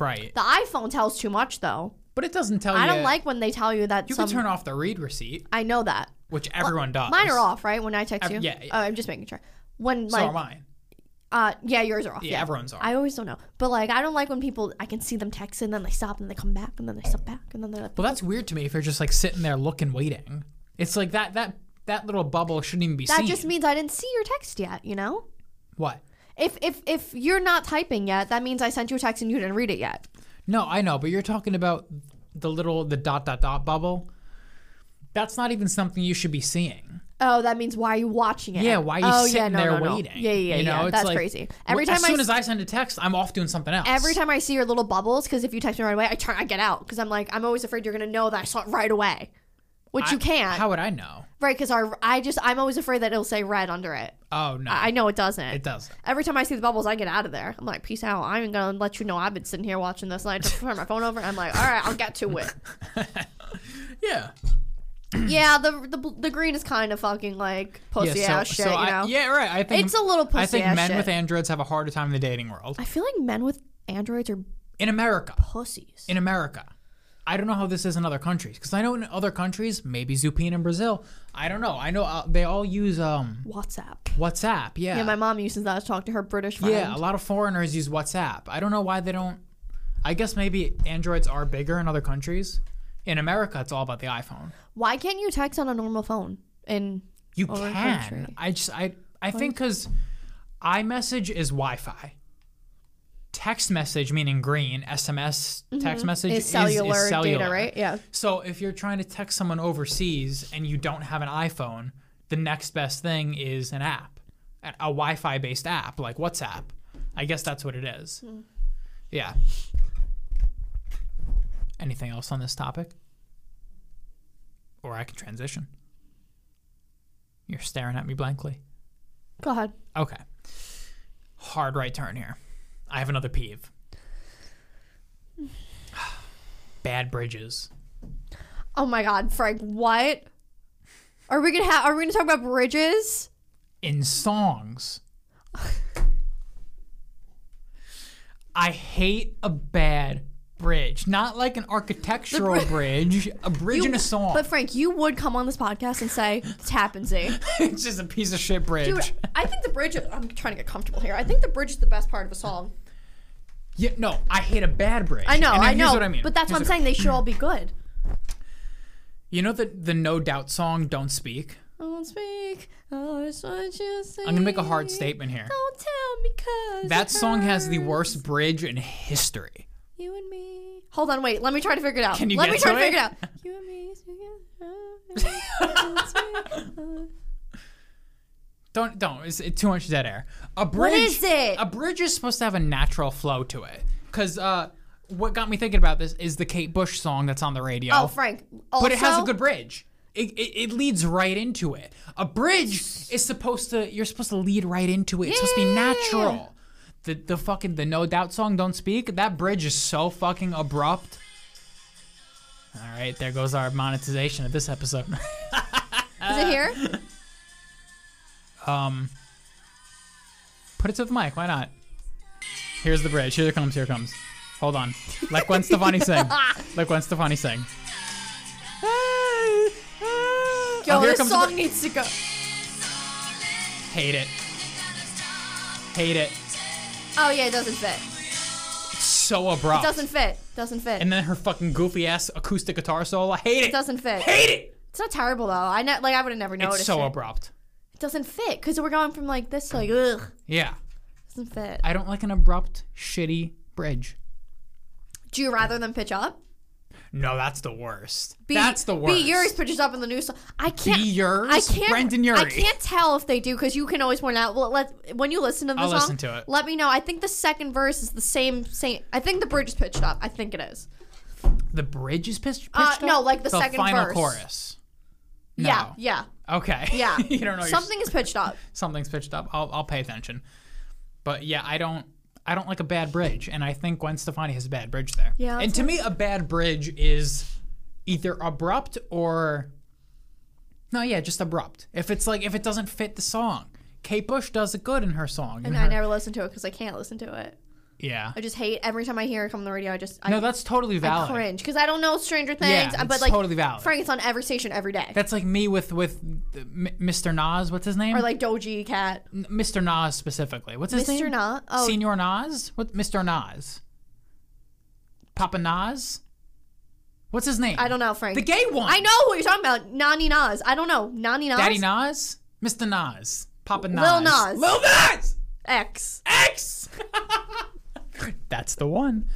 Speaker 1: right.
Speaker 2: The iPhone tells too much though.
Speaker 1: But it doesn't tell
Speaker 2: I
Speaker 1: you.
Speaker 2: don't like when they tell you that.
Speaker 1: You
Speaker 2: some,
Speaker 1: can turn off the read receipt,
Speaker 2: I know that.
Speaker 1: which everyone does.
Speaker 2: Mine are off, right? When I text
Speaker 1: Ev-
Speaker 2: you.
Speaker 1: yeah, yeah.
Speaker 2: Oh, I'm just making sure. When
Speaker 1: So
Speaker 2: like
Speaker 1: are mine.
Speaker 2: uh yeah, yours are off.
Speaker 1: Yeah, everyone's are.
Speaker 2: I always don't know. But like I don't like when people I can see them text and then they stop and they come back and then they stop back and then they're like
Speaker 1: well, that's weird to me if you're just like sitting there looking, waiting. It's like that that that little bubble shouldn't even be
Speaker 2: that
Speaker 1: seen.
Speaker 2: just means I didn't see your text yet, you know?
Speaker 1: what?
Speaker 2: If if if you're not typing yet, that means I sent you a text and you didn't read it yet.
Speaker 1: No, I know, but you're talking about the little the dot dot dot bubble. That's not even something you should be seeing.
Speaker 2: Oh, that means why are you watching it?
Speaker 1: Yeah, why are you
Speaker 2: oh,
Speaker 1: sitting
Speaker 2: yeah, no,
Speaker 1: there
Speaker 2: no, no.
Speaker 1: waiting?
Speaker 2: Yeah, yeah, yeah.
Speaker 1: You know,
Speaker 2: yeah.
Speaker 1: it's
Speaker 2: That's
Speaker 1: like,
Speaker 2: crazy. Every
Speaker 1: wh-
Speaker 2: time
Speaker 1: as
Speaker 2: I
Speaker 1: soon
Speaker 2: s-
Speaker 1: as I send a text, I'm off doing something else.
Speaker 2: Every time I see your little bubbles, because if you text me right away, I turn, I get out because I'm like, I'm always afraid you're gonna know that I saw it right away, which
Speaker 1: I-
Speaker 2: you can't,
Speaker 1: How would I know?
Speaker 2: right? Because our, I just, I'm always afraid that it'll say red under it.
Speaker 1: Oh no,
Speaker 2: I I know it doesn't.
Speaker 1: it doesn't.
Speaker 2: Every time I see the bubbles, I get out of there. I'm like, peace out. I'm even gonna let you know I've been sitting here watching this, and I just turn my phone over. And I'm like, all right, I'll get to it.
Speaker 1: Yeah.
Speaker 2: yeah, the, the bl- the green is kind of fucking like pussy ass shit, you
Speaker 1: I,
Speaker 2: know.
Speaker 1: yeah, right. I think
Speaker 2: It's a little pussy
Speaker 1: I think
Speaker 2: ass
Speaker 1: men
Speaker 2: shit.
Speaker 1: with androids have a harder time in the dating world
Speaker 2: I feel like men with androids are
Speaker 1: in America.
Speaker 2: pussies.
Speaker 1: In America, I don't know how this is in other countries because I know in other countries, maybe Zupin in Brazil. I don't know. I know uh, they all use um
Speaker 2: WhatsApp.
Speaker 1: WhatsApp. Yeah.
Speaker 2: Yeah, my mom uses that to talk to her British friend.
Speaker 1: Yeah, a lot of foreigners use WhatsApp. I don't know why they don't. I guess maybe androids are bigger in other countries. In America, it's all about the iPhone.
Speaker 2: Why can't you text on a normal phone? And
Speaker 1: You
Speaker 2: Other
Speaker 1: can.
Speaker 2: country.
Speaker 1: I just I I think because iMessage is Wi-Fi. Text message meaning green. SMS text message
Speaker 2: Mm-hmm. is
Speaker 1: is-
Speaker 2: cellular,
Speaker 1: is cellular.
Speaker 2: data, right? Yeah.
Speaker 1: So if you're trying to text someone overseas and you don't have an iPhone, the next best thing is an app, a a Wi-Fi based app like WhatsApp. I guess that's what it is. Yeah. Anything else on this topic? Or I can transition. You're staring at me blankly.
Speaker 2: Go ahead.
Speaker 1: Okay. Hard right turn here. I have another peeve. Bad bridges.
Speaker 2: Oh my God, Frank, what? Are we gonna have? Are we gonna talk about bridges?
Speaker 1: in songs. I hate a bad bridge. Not like an architectural bridge, a bridge in a song.
Speaker 2: But Frank, you would come on this podcast and say it's happening.
Speaker 1: it's just a piece of shit bridge.
Speaker 2: Dude, I think the bridge. I'm trying to get comfortable here. I think the bridge is the best part of a song.
Speaker 1: yeah, no, I hate a bad bridge.
Speaker 2: I know,
Speaker 1: And then
Speaker 2: I know.
Speaker 1: Here's what I mean. Mm-hmm.
Speaker 2: But that's what I'm
Speaker 1: Here's
Speaker 2: saying. They should all be good.
Speaker 1: You know the the No Doubt song "Don't Speak."
Speaker 2: Don't speak. I just want you to
Speaker 1: I'm gonna make a hard
Speaker 2: say,
Speaker 1: statement here.
Speaker 2: Don't tell me 'cause
Speaker 1: That
Speaker 2: it
Speaker 1: song has the
Speaker 2: hurts.
Speaker 1: worst bridge in history.
Speaker 2: You and me. Hold on, wait. Let me try to figure it out.
Speaker 1: Can you
Speaker 2: let
Speaker 1: get
Speaker 2: me try
Speaker 1: to
Speaker 2: to figure
Speaker 1: it?
Speaker 2: it out. You and me. speaking-
Speaker 1: Don't don't. It's it, too much dead air. A bridge.
Speaker 2: is it?
Speaker 1: A bridge is supposed to have a natural flow to it. Cause uh, what got me thinking about this is the Kate Bush song that's on the radio.
Speaker 2: oh, Frank. Also,
Speaker 1: but it has a good bridge. It, it, it leads right into it. A bridge is supposed to. You're supposed to lead right into it. It's supposed to be natural. The the fucking the No Doubt song "Don't Speak." That bridge is so fucking abrupt. All right, there goes our monetization of this episode.
Speaker 2: Is it here?
Speaker 1: Oh, Um, put it to the mic. Why not? Here's the bridge. Here it comes. Here it comes. Hold on. Like Gwen Stefani sing. Like Gwen Stefani sing.
Speaker 2: Yo,
Speaker 1: Oh, here
Speaker 2: this
Speaker 1: comes the
Speaker 2: song
Speaker 1: bri-
Speaker 2: needs to go.
Speaker 1: Hate it. Hate it.
Speaker 2: Oh yeah, it doesn't fit.
Speaker 1: So abrupt.
Speaker 2: Doesn't fit. Doesn't fit.
Speaker 1: And then her fucking goofy ass acoustic guitar solo. I hate it.
Speaker 2: it doesn't fit.
Speaker 1: Hate it.
Speaker 2: It's not terrible though. I ne- like I would have never noticed.
Speaker 1: It's so
Speaker 2: it.
Speaker 1: abrupt.
Speaker 2: It doesn't fit because we're going from like this to like ugh.
Speaker 1: Yeah.
Speaker 2: Doesn't fit.
Speaker 1: I don't like an abrupt, shitty bridge.
Speaker 2: Do you rather them pitch up?
Speaker 1: No, that's the worst.
Speaker 2: Be,
Speaker 1: that's the worst.
Speaker 2: Be Yuri's pictures up in the news. I can't.
Speaker 1: Yuri's?
Speaker 2: I can't.
Speaker 1: Brendan Yuri.
Speaker 2: I can't tell if they do because you can always point out. Well, let when you listen to the
Speaker 1: I'll
Speaker 2: song,
Speaker 1: listen to it.
Speaker 2: let me know. I think the second verse is the same. Same. I think the bridge is pitched up. I think it is.
Speaker 1: The bridge is pitched.
Speaker 2: Uh,
Speaker 1: pitched up?
Speaker 2: no, like the second
Speaker 1: final
Speaker 2: verse.
Speaker 1: chorus.
Speaker 2: Yeah.
Speaker 1: No.
Speaker 2: Yeah.
Speaker 1: Okay.
Speaker 2: Yeah.
Speaker 1: you don't know your-
Speaker 2: Something is pitched up.
Speaker 1: something's pitched up. I'll I'll pay attention. But yeah, I don't I don't like a bad bridge, and I think Gwen Stefani has a bad bridge there.
Speaker 2: Yeah,
Speaker 1: And
Speaker 2: that's
Speaker 1: to me, a bad bridge is either abrupt or no, yeah, just abrupt. If it's like if it doesn't fit the song, Kate Bush does it good in her song.
Speaker 2: And
Speaker 1: in her-
Speaker 2: I never listen to it because I can't listen to it.
Speaker 1: yeah.
Speaker 2: I just hate every time I hear it come on the radio. I just I
Speaker 1: No, that's totally valid.
Speaker 2: cringe because I don't know Stranger
Speaker 1: Yeah,
Speaker 2: Things, uh, but
Speaker 1: it's
Speaker 2: like
Speaker 1: totally valid.
Speaker 2: Frank, it's on every station every day.
Speaker 1: That's like me with with the- M- Mr. Nas. What's his name?
Speaker 2: or like Doji Cat,
Speaker 1: N- Mr. Nas specifically. What's his name?
Speaker 2: Mr. Not. Oh,
Speaker 1: Senior Nas? What Mr. Nas? Papa Nas? What's his name?
Speaker 2: I don't know Frank.
Speaker 1: The gay one.
Speaker 2: I know who you're talking about. Nani Nas. I don't know. Nani Nas.
Speaker 1: Daddy Nas? Mr. Nas. Papa Nas.
Speaker 2: Lil Nas.
Speaker 1: Lil Nas!
Speaker 2: X.
Speaker 1: X! that's the one.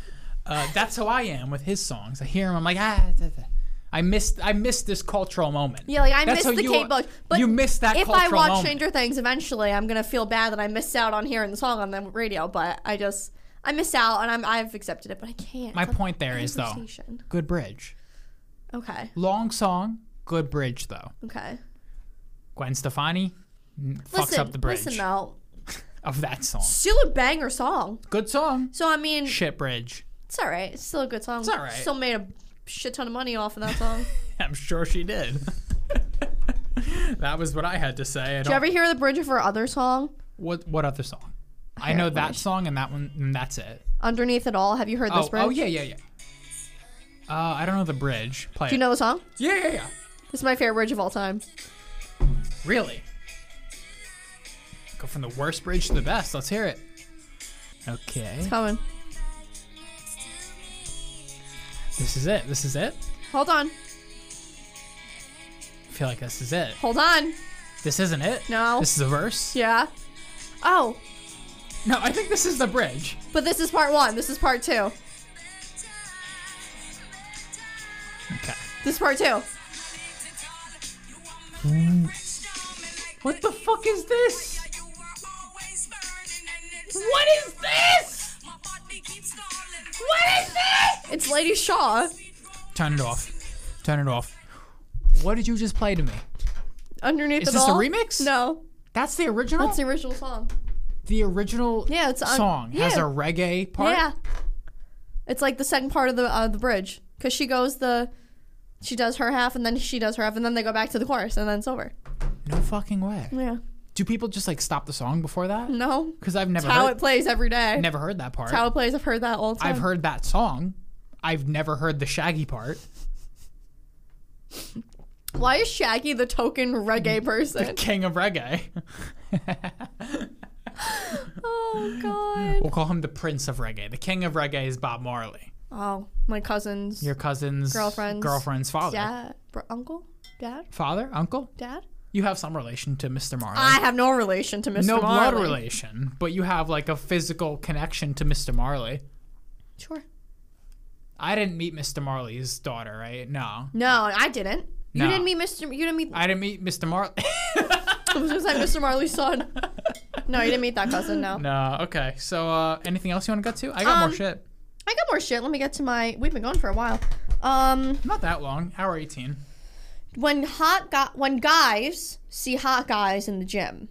Speaker 1: Uh, that's how I am with his songs. I hear him, I'm like, ah. da, da. I missed, I missed this cultural moment.
Speaker 2: Yeah, like I
Speaker 1: That's
Speaker 2: missed
Speaker 1: how
Speaker 2: the
Speaker 1: you
Speaker 2: Kate
Speaker 1: are-
Speaker 2: Bush. But
Speaker 1: you missed that
Speaker 2: if
Speaker 1: cultural
Speaker 2: I watch
Speaker 1: moment.
Speaker 2: Stranger Things eventually, I'm gonna feel bad that I missed out on hearing the song on the radio. But I just I miss out and I'm I've accepted it, but I can't.
Speaker 1: My
Speaker 2: It's on
Speaker 1: point there
Speaker 2: every
Speaker 1: is, though,
Speaker 2: station.
Speaker 1: good bridge.
Speaker 2: Okay.
Speaker 1: Long song, good bridge, though.
Speaker 2: Okay.
Speaker 1: Gwen Stefani n- fucks
Speaker 2: Listen,
Speaker 1: up the bridge
Speaker 2: listen though.
Speaker 1: of that song.
Speaker 2: Still a banger song.
Speaker 1: Good song.
Speaker 2: So I mean,
Speaker 1: Shit bridge.
Speaker 2: it's all right. It's still a good song. It's
Speaker 1: all right.
Speaker 2: Still made a shit ton of money off of that song.
Speaker 1: I'm sure she did. that was what I had to say. I
Speaker 2: Did you
Speaker 1: don't,
Speaker 2: ever hear the bridge of her other song,
Speaker 1: what what other song? I know that song and that one and that's it.
Speaker 2: Underneath It All? Have you heard this
Speaker 1: Oh,
Speaker 2: bridge?
Speaker 1: oh yeah, yeah, yeah. Uh, I don't know the bridge. Play
Speaker 2: Do you
Speaker 1: it.
Speaker 2: know the song?
Speaker 1: Yeah, yeah, yeah.
Speaker 2: This is my favorite bridge of all time.
Speaker 1: Really? Go from the worst bridge to the best. Let's hear it. Okay.
Speaker 2: Coming.
Speaker 1: This is it. This is it.
Speaker 2: Hold on.
Speaker 1: I feel like this is it.
Speaker 2: Hold on.
Speaker 1: This isn't it.
Speaker 2: No.
Speaker 1: This is a verse.
Speaker 2: Yeah. Oh,
Speaker 1: No, I think this is the bridge.
Speaker 2: but this is part one. This is part two.
Speaker 1: Okay.
Speaker 2: This is part two.
Speaker 1: What the fuck is this? What is this? What is this?
Speaker 2: It's Lady Shaw.
Speaker 1: Turn it off. Turn it off. What did you just play to me?
Speaker 2: Underneath
Speaker 1: Is
Speaker 2: It
Speaker 1: this a
Speaker 2: All.
Speaker 1: remix?
Speaker 2: No,
Speaker 1: That's the original.
Speaker 2: that's the original song.
Speaker 1: the original
Speaker 2: Yeah, it's on-
Speaker 1: song has a
Speaker 2: yeah.
Speaker 1: reggae part.
Speaker 2: Yeah. It's like the second part of the uh, the bridge because she goes the, she does her half and then she does her half and then they go back to the chorus and then it's over.
Speaker 1: No fucking way.
Speaker 2: Yeah.
Speaker 1: Do people just like stop the song before that?
Speaker 2: No.
Speaker 1: Because I've never
Speaker 2: How
Speaker 1: heard,
Speaker 2: it plays every day.
Speaker 1: never heard that part.
Speaker 2: How it plays. I've heard that all the time.
Speaker 1: I've heard that song. I've never heard the Shaggy part.
Speaker 2: Why is Shaggy the token reggae person?
Speaker 1: King of reggae.
Speaker 2: oh God.
Speaker 1: We'll call him the Prince of Reggae. The King of Reggae is Bob Marley.
Speaker 2: Oh, my cousin's.
Speaker 1: Your cousin's
Speaker 2: Girlfriend's-
Speaker 1: girlfriend's father.
Speaker 2: dad, bro, uncle, dad,
Speaker 1: Father? Uncle?
Speaker 2: dad.
Speaker 1: You have some relation to Mr. Marley.
Speaker 2: I have no relation to Mr.
Speaker 1: no blood
Speaker 2: Marley.
Speaker 1: relation, but you have like a physical connection to Mr. Marley.
Speaker 2: Sure.
Speaker 1: I didn't meet Mr. Marley's daughter, right? No.
Speaker 2: No, I didn't. You
Speaker 1: No.
Speaker 2: didn't meet Mr. You didn't meet. I
Speaker 1: I didn't meet Mr. Marley.
Speaker 2: was gonna say Mr. Marley's son. No, you didn't meet that cousin. No.
Speaker 1: no, okay. So uh anything else you want to get to? I got
Speaker 2: Um,
Speaker 1: more shit.
Speaker 2: I got more shit. Let me get to my. We've been going for a while. Um,
Speaker 1: Not that long. Hour 18.
Speaker 2: when hot guy, when guys see hot guys in the gym,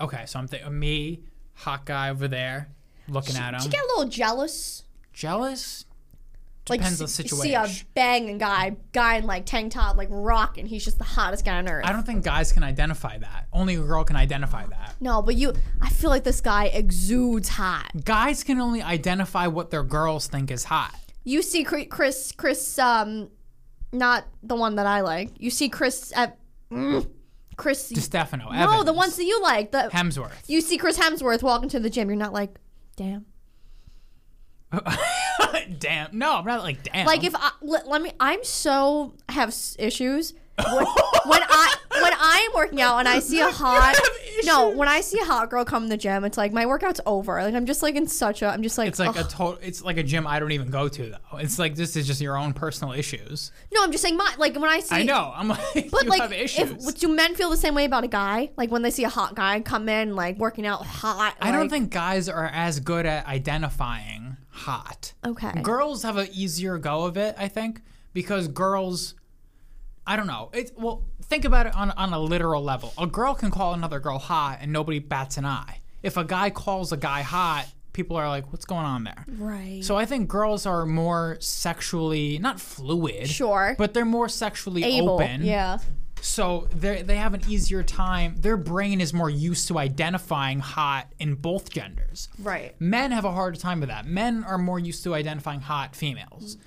Speaker 1: Okay, so I'm thinking me, hot guy over there, looking at
Speaker 2: do
Speaker 1: him.
Speaker 2: you get a little jealous?
Speaker 1: Jealous?
Speaker 2: Like
Speaker 1: Depends on
Speaker 2: s-
Speaker 1: the
Speaker 2: See a
Speaker 1: situation.
Speaker 2: banging guy, guy in like tank top, like rocking. He's just the hottest guy on earth.
Speaker 1: I don't think guys can identify that. Only a girl can identify that.
Speaker 2: no, but you. I feel like this guy exudes hot.
Speaker 1: Guys can only identify what their girls think is hot.
Speaker 2: you see Cri- Chris Chris um not the one that I like. You see Chris at mm, Chris
Speaker 1: Stefano.
Speaker 2: No,
Speaker 1: Evans,
Speaker 2: the ones that you like. The
Speaker 1: Hemsworth.
Speaker 2: you see Chris Hemsworth walking to the gym. You're not like, damn.
Speaker 1: damn. No, I'm not like damn.
Speaker 2: Like if I let, let me I'm so have s- issues when, when I when I am working out and I see a hot
Speaker 1: I have
Speaker 2: No, when I see a hot girl come in the gym, it's like my workout's over. Like I'm just like in such a. I'm just like.
Speaker 1: It's like
Speaker 2: ugh.
Speaker 1: a total. It's like a gym I don't even go to though. It's like this is just your own personal issues.
Speaker 2: no, I'm just saying my like when I see.
Speaker 1: I know. I'm like,
Speaker 2: But
Speaker 1: you
Speaker 2: like,
Speaker 1: have
Speaker 2: if,
Speaker 1: issues.
Speaker 2: do men feel the same way about a guy? Like when they see a hot guy come in, like working out hot.
Speaker 1: I
Speaker 2: like-
Speaker 1: don't think guys are as good at identifying hot.
Speaker 2: Okay.
Speaker 1: Girls have an easier go of it, I think, because girls. I don't know. It's well, think about it on on a literal level. A girl can call another girl hot, and nobody bats an eye. If a guy calls a guy hot, people are like, "What's going on there?"
Speaker 2: Right.
Speaker 1: So I think girls are more sexually not fluid,
Speaker 2: Sure.
Speaker 1: but they're more sexually
Speaker 2: Able.
Speaker 1: open.
Speaker 2: Yeah.
Speaker 1: So they they have an easier time. Their brain is more used to identifying hot in both genders.
Speaker 2: Right.
Speaker 1: Men have a harder time with that. Men are more used to identifying hot females.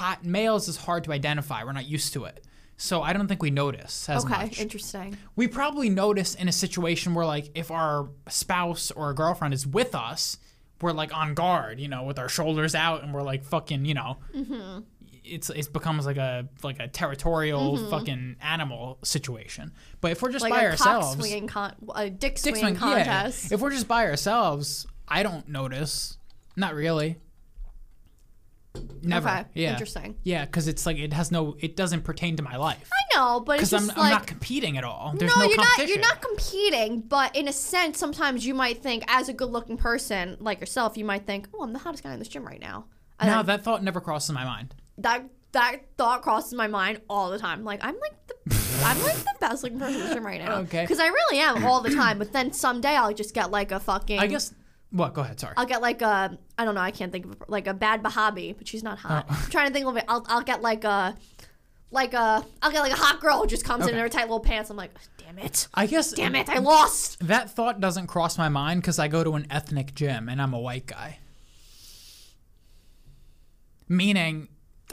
Speaker 1: Hot males is hard to identify. We're not used to it. So I don't think we notice as
Speaker 2: Okay.
Speaker 1: much.
Speaker 2: Interesting.
Speaker 1: We probably notice in a situation where like if our spouse or girlfriend is with us, we're like on guard, you know, with our shoulders out and we're like fucking, you know,
Speaker 2: Mm-hmm.
Speaker 1: it's it becomes like a like a territorial fucking animal situation. But if we're just
Speaker 2: Mm-hmm. Like
Speaker 1: by
Speaker 2: a
Speaker 1: ourselves,
Speaker 2: cock swinging con- a dick
Speaker 1: dick
Speaker 2: swinging
Speaker 1: swing, yeah.
Speaker 2: contest.
Speaker 1: If we're just by ourselves, I don't notice. Not really. Never.
Speaker 2: Okay.
Speaker 1: Yeah.
Speaker 2: Interesting.
Speaker 1: Yeah, because it's like it has no, it doesn't pertain to my life.
Speaker 2: I know, but it's
Speaker 1: Because I'm,
Speaker 2: just
Speaker 1: I'm
Speaker 2: like
Speaker 1: not competing at all. There's
Speaker 2: no,
Speaker 1: no,
Speaker 2: you're
Speaker 1: competition.
Speaker 2: not. You're not competing, but in a sense, sometimes you might think, as a good-looking person like yourself, you might think, "Oh, I'm the hottest guy in this gym right now." And
Speaker 1: No,
Speaker 2: then
Speaker 1: that thought never crosses my mind.
Speaker 2: that that thought crosses my mind all the time. Like I'm like the I'm like the best-looking person in this gym right now.
Speaker 1: Okay.
Speaker 2: Because I really am all the time. But then someday I'll just get like a fucking.
Speaker 1: I guess. What? Go ahead. Sorry.
Speaker 2: I'll get like a I don't know I can't think of like a bad Bahabi, but she's not hot.
Speaker 1: Oh.
Speaker 2: I'm trying to think of it. I'll I'll get like a like a I'll get like a hot girl who just comes in in
Speaker 1: Okay.
Speaker 2: her tight little pants. I'm like, damn it,
Speaker 1: I guess.
Speaker 2: damn it, I lost.
Speaker 1: That thought doesn't cross my mind because I go to an ethnic gym and I'm a white guy. Meaning,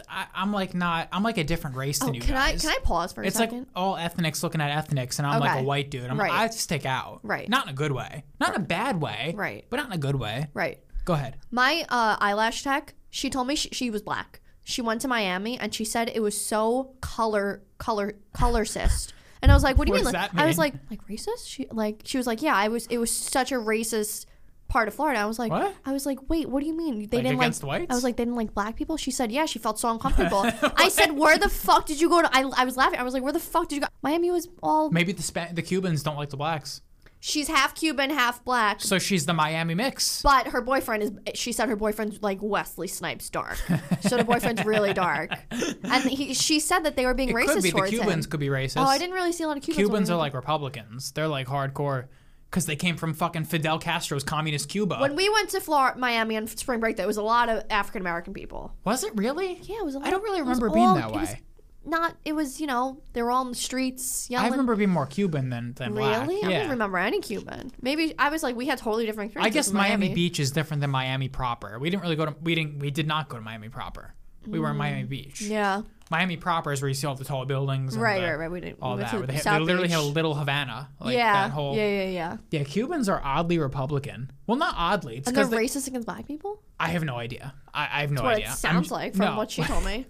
Speaker 1: I, I'm like not. I'm like a different race than
Speaker 2: Oh,
Speaker 1: you
Speaker 2: can I
Speaker 1: guys.
Speaker 2: can I pause for a
Speaker 1: It's like
Speaker 2: second?
Speaker 1: all ethnics looking at ethnics, and I'm like
Speaker 2: Okay.
Speaker 1: a white dude. I'm
Speaker 2: Right.
Speaker 1: like, I stick out.
Speaker 2: Right.
Speaker 1: Not in a good way. Not in a bad way.
Speaker 2: Right.
Speaker 1: But not in a good way.
Speaker 2: right.
Speaker 1: Go ahead.
Speaker 2: My uh, eyelash tech, she told me she, she was black. She went to Miami and she said it was so color color colorist. And I was like, "What do you
Speaker 1: What does
Speaker 2: mean?" like,
Speaker 1: that
Speaker 2: I was
Speaker 1: mean?
Speaker 2: like, "Like racist?" She like she was like, "Yeah, I was. It was such a racist part of Florida." I was like,
Speaker 1: What?
Speaker 2: I was like, "Wait, what do you mean? They
Speaker 1: Like,
Speaker 2: didn't
Speaker 1: against
Speaker 2: like
Speaker 1: whites?
Speaker 2: I was like, "They didn't like black people." She said, "Yeah." She felt so uncomfortable. I said, "Where the fuck did you go to?" I, I was laughing. I was like, "Where the fuck did you go?" Miami was all.
Speaker 1: Maybe the Spa- the Cubans don't like the blacks,
Speaker 2: She's half Cuban, half black.
Speaker 1: so she's the Miami mix.
Speaker 2: But her boyfriend is. She said her boyfriend's like Wesley Snipes dark. so the boyfriend's really dark, and he, she said that they were being
Speaker 1: could
Speaker 2: racist
Speaker 1: be the
Speaker 2: towards
Speaker 1: Cubans
Speaker 2: him.
Speaker 1: could be racist.
Speaker 2: Oh, I didn't really see a lot of Cubans. when
Speaker 1: Cubans
Speaker 2: we
Speaker 1: are like
Speaker 2: went-
Speaker 1: Republicans. They're like hardcore because they came from fucking Fidel Castro's communist Cuba.
Speaker 2: When we went to Florida, Miami on spring break, there was a lot of African American people.
Speaker 1: was it really?
Speaker 2: Yeah, it was. A lot
Speaker 1: I don't really
Speaker 2: it was
Speaker 1: remember being
Speaker 2: all-
Speaker 1: that
Speaker 2: it was
Speaker 1: way.
Speaker 2: not. It was you know they were all in the streets
Speaker 1: I
Speaker 2: yelling.
Speaker 1: remember being more Cuban than, than black.
Speaker 2: Really? I
Speaker 1: Yeah.
Speaker 2: don't remember any Cuban. Maybe I was like, we had totally different
Speaker 1: I
Speaker 2: experiences.
Speaker 1: guess
Speaker 2: in
Speaker 1: Miami. Beach is different than Miami proper. We didn't really go to we didn't we did not go to Miami proper. We were in Miami Beach.
Speaker 2: Mm. Yeah.
Speaker 1: Miami proper is where you see all the tall buildings. And
Speaker 2: Right,
Speaker 1: the-
Speaker 2: right, right. We didn't.
Speaker 1: All
Speaker 2: we went
Speaker 1: that.
Speaker 2: to
Speaker 1: where they, ha-
Speaker 2: South
Speaker 1: they literally have a
Speaker 2: Beach.
Speaker 1: little Havana. Like
Speaker 2: yeah.
Speaker 1: that whole.
Speaker 2: yeah, yeah, yeah.
Speaker 1: Yeah, Cubans are oddly Republican. Well, not oddly. It's
Speaker 2: And they're
Speaker 1: because they,
Speaker 2: racist against black people?
Speaker 1: I have no idea. I, I have no
Speaker 2: what
Speaker 1: idea.
Speaker 2: it
Speaker 1: I'm-
Speaker 2: sounds like from
Speaker 1: no.
Speaker 2: what she told me.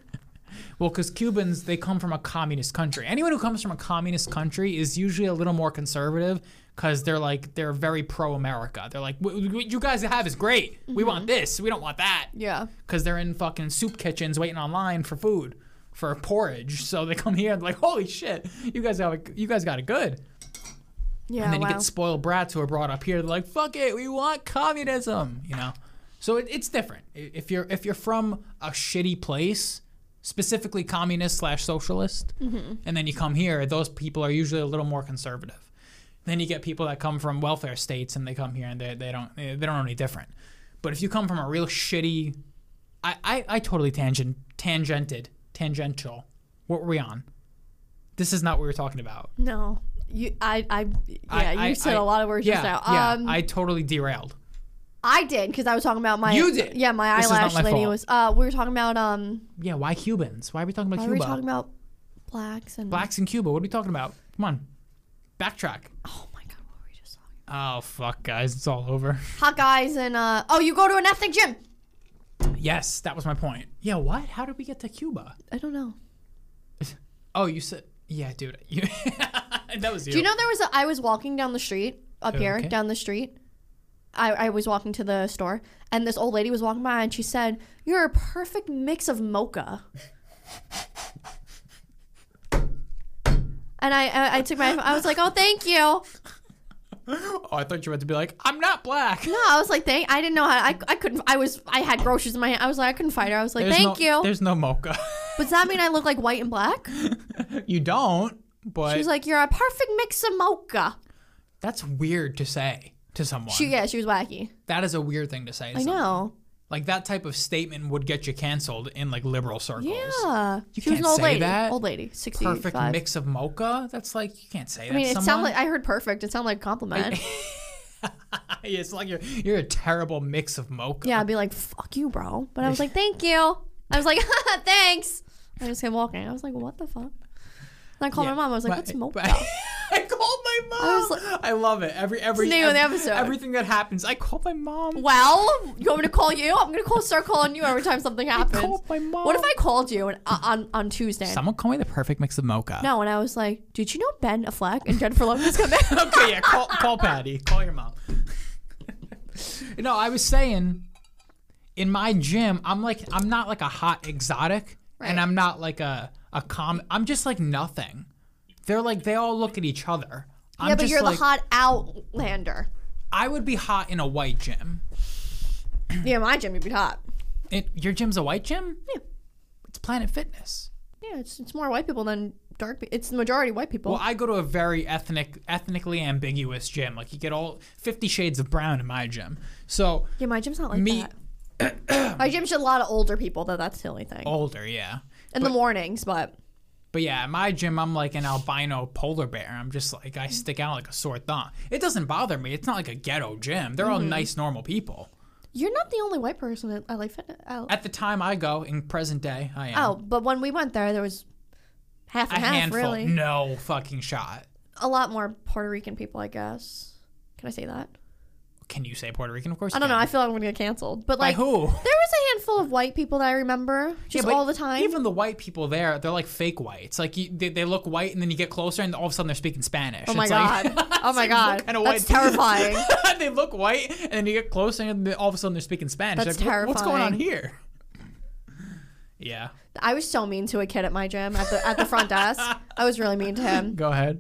Speaker 1: Well, because Cubans, they come from a communist country. Anyone who comes from a communist country is usually a little more conservative because they're like, they're very pro America. They're like, "What- what you guys have is great. We want this. We don't want that.
Speaker 2: Yeah.
Speaker 1: Because they're in fucking soup kitchens waiting online for food, for porridge. So they come here and like, holy shit, you guys, have it, you guys got it good.
Speaker 2: Yeah.
Speaker 1: And then
Speaker 2: wow.
Speaker 1: you get spoiled brats who are brought up here. They're like, "Fuck it, we want communism," you know. So it, it's different. I- If you're if you're from a shitty place, specifically communist slash socialist,
Speaker 2: Mm-hmm.
Speaker 1: and then you come here, those people are usually a little more conservative. Then you get people that come from welfare states and they come here and they they don't they they don't know any different. But if you come from a real shitty, I I, I totally tangent tangented tangential. What were we on? This is not what we were talking about.
Speaker 2: no. You I I yeah,
Speaker 1: I- I-
Speaker 2: you said
Speaker 1: I-
Speaker 2: a lot of words
Speaker 1: yeah,
Speaker 2: just now.
Speaker 1: Yeah,
Speaker 2: um I,
Speaker 1: I totally derailed.
Speaker 2: did because I was talking about my
Speaker 1: You did.
Speaker 2: Yeah, my
Speaker 1: This is not
Speaker 2: eyelash
Speaker 1: my
Speaker 2: lady
Speaker 1: fault.
Speaker 2: was uh we were talking about um
Speaker 1: Yeah, why Cubans? Why are we talking about
Speaker 2: why were
Speaker 1: Cuba?
Speaker 2: we talking about blacks and
Speaker 1: Blacks in Cuba. What are we talking about? Come on, backtrack.
Speaker 2: Oh my god, what were we just talking about?
Speaker 1: Oh fuck, guys, it's all over.
Speaker 2: Hot guys and uh oh you go to an ethnic gym.
Speaker 1: yes, that was my point. Yeah, what? How did we get to Cuba?
Speaker 2: I don't know.
Speaker 1: Oh, you said. Yeah, dude, you. that was you.
Speaker 2: Do you know there was a I was walking down the street up here
Speaker 1: Okay.
Speaker 2: down the street. I, I was walking to the store and this old lady was walking by and she said, You're a perfect mix of mocha. and I, I I took my I was like, Oh thank you. No,
Speaker 1: Oh, I thought you were about to be like, I'm not black.
Speaker 2: I was like, thank I didn't know how I, I couldn't I was I had groceries in my hand. I was like, I couldn't fight her. I was like,
Speaker 1: There's
Speaker 2: Thank
Speaker 1: no-
Speaker 2: you.
Speaker 1: There's no mocha.
Speaker 2: But does that mean I look like white and black?
Speaker 1: you don't, but
Speaker 2: She was like, You're a perfect mix of mocha.
Speaker 1: that's weird to say to someone.
Speaker 2: She yeah, she was wacky.
Speaker 1: that is a weird thing to say. To
Speaker 2: I
Speaker 1: someone.
Speaker 2: know.
Speaker 1: Like that type of statement would get you canceled in like liberal circles.
Speaker 2: Yeah.
Speaker 1: You
Speaker 2: she was an
Speaker 1: can't
Speaker 2: old
Speaker 1: say
Speaker 2: lady.
Speaker 1: that.
Speaker 2: Old lady. Sixty
Speaker 1: Perfect mix of mocha. That's like you can't say that
Speaker 2: I mean,
Speaker 1: to
Speaker 2: it
Speaker 1: someone.
Speaker 2: sounded like I heard perfect. It sounded like a compliment.
Speaker 1: Yeah, it's like you're you're a terrible mix of mocha.
Speaker 2: yeah, I'd be like, "Fuck you, bro," but I was like, "Thank you." I was like, "Thanks." I just kept walking. I was like, "What the fuck?" And I called
Speaker 1: Yeah,
Speaker 2: my mom. I was like,
Speaker 1: but-
Speaker 2: "What's mocha?"
Speaker 1: but- I called my mom. I,
Speaker 2: I was
Speaker 1: love it. Every every
Speaker 2: It's the name of the
Speaker 1: ev-
Speaker 2: episode.
Speaker 1: Everything that happens, I called my mom.
Speaker 2: well, you want me to call you? I'm gonna call start calling you every time something happens.
Speaker 1: called my mom.
Speaker 2: What if I called you and, uh, on on Tuesday?
Speaker 1: Someone call me the perfect mix of mocha.
Speaker 2: no, and I was like, "Did you know Ben Affleck and Jennifer Lopez come back?"
Speaker 1: okay, yeah. Call call Patty. Call your mom. no, I was saying, in my gym, I'm like I'm not like a hot exotic,
Speaker 2: Right.
Speaker 1: and I'm not like a a com. I'm just like nothing. They're like they all look at each other. I'm
Speaker 2: yeah, but
Speaker 1: just
Speaker 2: you're
Speaker 1: like,
Speaker 2: the hot outlander.
Speaker 1: I would be hot in a white gym.
Speaker 2: Yeah, my gym, you'd be hot.
Speaker 1: It, your gym's a white gym?
Speaker 2: Yeah.
Speaker 1: It's Planet Fitness.
Speaker 2: Yeah, it's, it's more white people than dark. pe- It's the majority white people.
Speaker 1: Well, I go to a very ethnic, ethnically ambiguous gym. Like you get all Fifty Shades of Brown in my gym. So
Speaker 2: yeah, my gym's not like
Speaker 1: me-
Speaker 2: that. my gym's a lot of older people, though. That's the only thing.
Speaker 1: older, yeah.
Speaker 2: In the mornings, but
Speaker 1: But yeah, at my gym, I'm like an albino polar bear. I'm just like I stick out like a sore thumb. It doesn't bother me. It's not like a ghetto gym. They're all
Speaker 2: Mm-hmm.
Speaker 1: nice, normal people.
Speaker 2: you're not the only white person at LA Fitness. Oh,
Speaker 1: At the time I go in present day, I am
Speaker 2: oh but when we went there, there was half
Speaker 1: a
Speaker 2: and half,
Speaker 1: handful.
Speaker 2: really.
Speaker 1: No fucking shot.
Speaker 2: A lot more Puerto Rican people, I guess. Can I say that?
Speaker 1: Can you say Puerto Rican? Of course.
Speaker 2: I
Speaker 1: you
Speaker 2: don't know.
Speaker 1: can.
Speaker 2: I feel like I'm gonna get canceled. But
Speaker 1: By
Speaker 2: like, there
Speaker 1: who?
Speaker 2: was a handful of white people that I remember
Speaker 1: Yeah,
Speaker 2: just
Speaker 1: but
Speaker 2: all the time.
Speaker 1: Even the white people there, they're like fake whites. Like you, they, they look white, and then you get closer, and all of a sudden they're speaking Spanish.
Speaker 2: oh my
Speaker 1: It's
Speaker 2: god!
Speaker 1: like,
Speaker 2: oh my god!
Speaker 1: kind of
Speaker 2: That's
Speaker 1: white-
Speaker 2: terrifying.
Speaker 1: they look white, and then you get closer, and then all of a sudden they're speaking Spanish.
Speaker 2: That's
Speaker 1: like, "What- What's going on
Speaker 2: terrifying.
Speaker 1: here? Yeah,
Speaker 2: I was so mean to a kid at my gym at the at the front desk. I was really mean to him
Speaker 1: go ahead.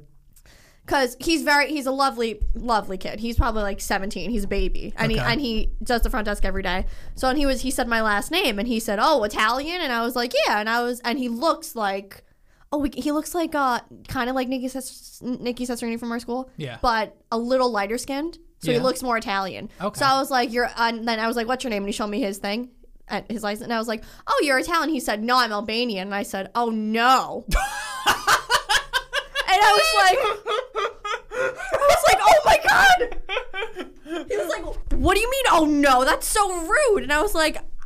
Speaker 2: because he's very he's a lovely lovely kid. He's probably like seventeen. He's a baby, and he
Speaker 1: Okay.
Speaker 2: and he does the front desk every day. So and he was he said my last name, and he said oh Italian, and I was like yeah, and I was and he looks like oh we, he looks like uh kind of like Nikki Ses- Nikki Sesserini from our school,
Speaker 1: Yeah.
Speaker 2: but a little lighter skinned. So he
Speaker 1: Yeah.
Speaker 2: looks more Italian.
Speaker 1: Okay.
Speaker 2: So I was like, "You're," uh," and then I was like, "What's your name?" And he showed me his thing, at his license, and I was like, "Oh, you're Italian." He said, "No, I'm Albanian," and I said, "Oh no." and I was like, I was like, "Oh my god!" He was like, "What do you mean? Oh no, that's so rude." And I was like, ah,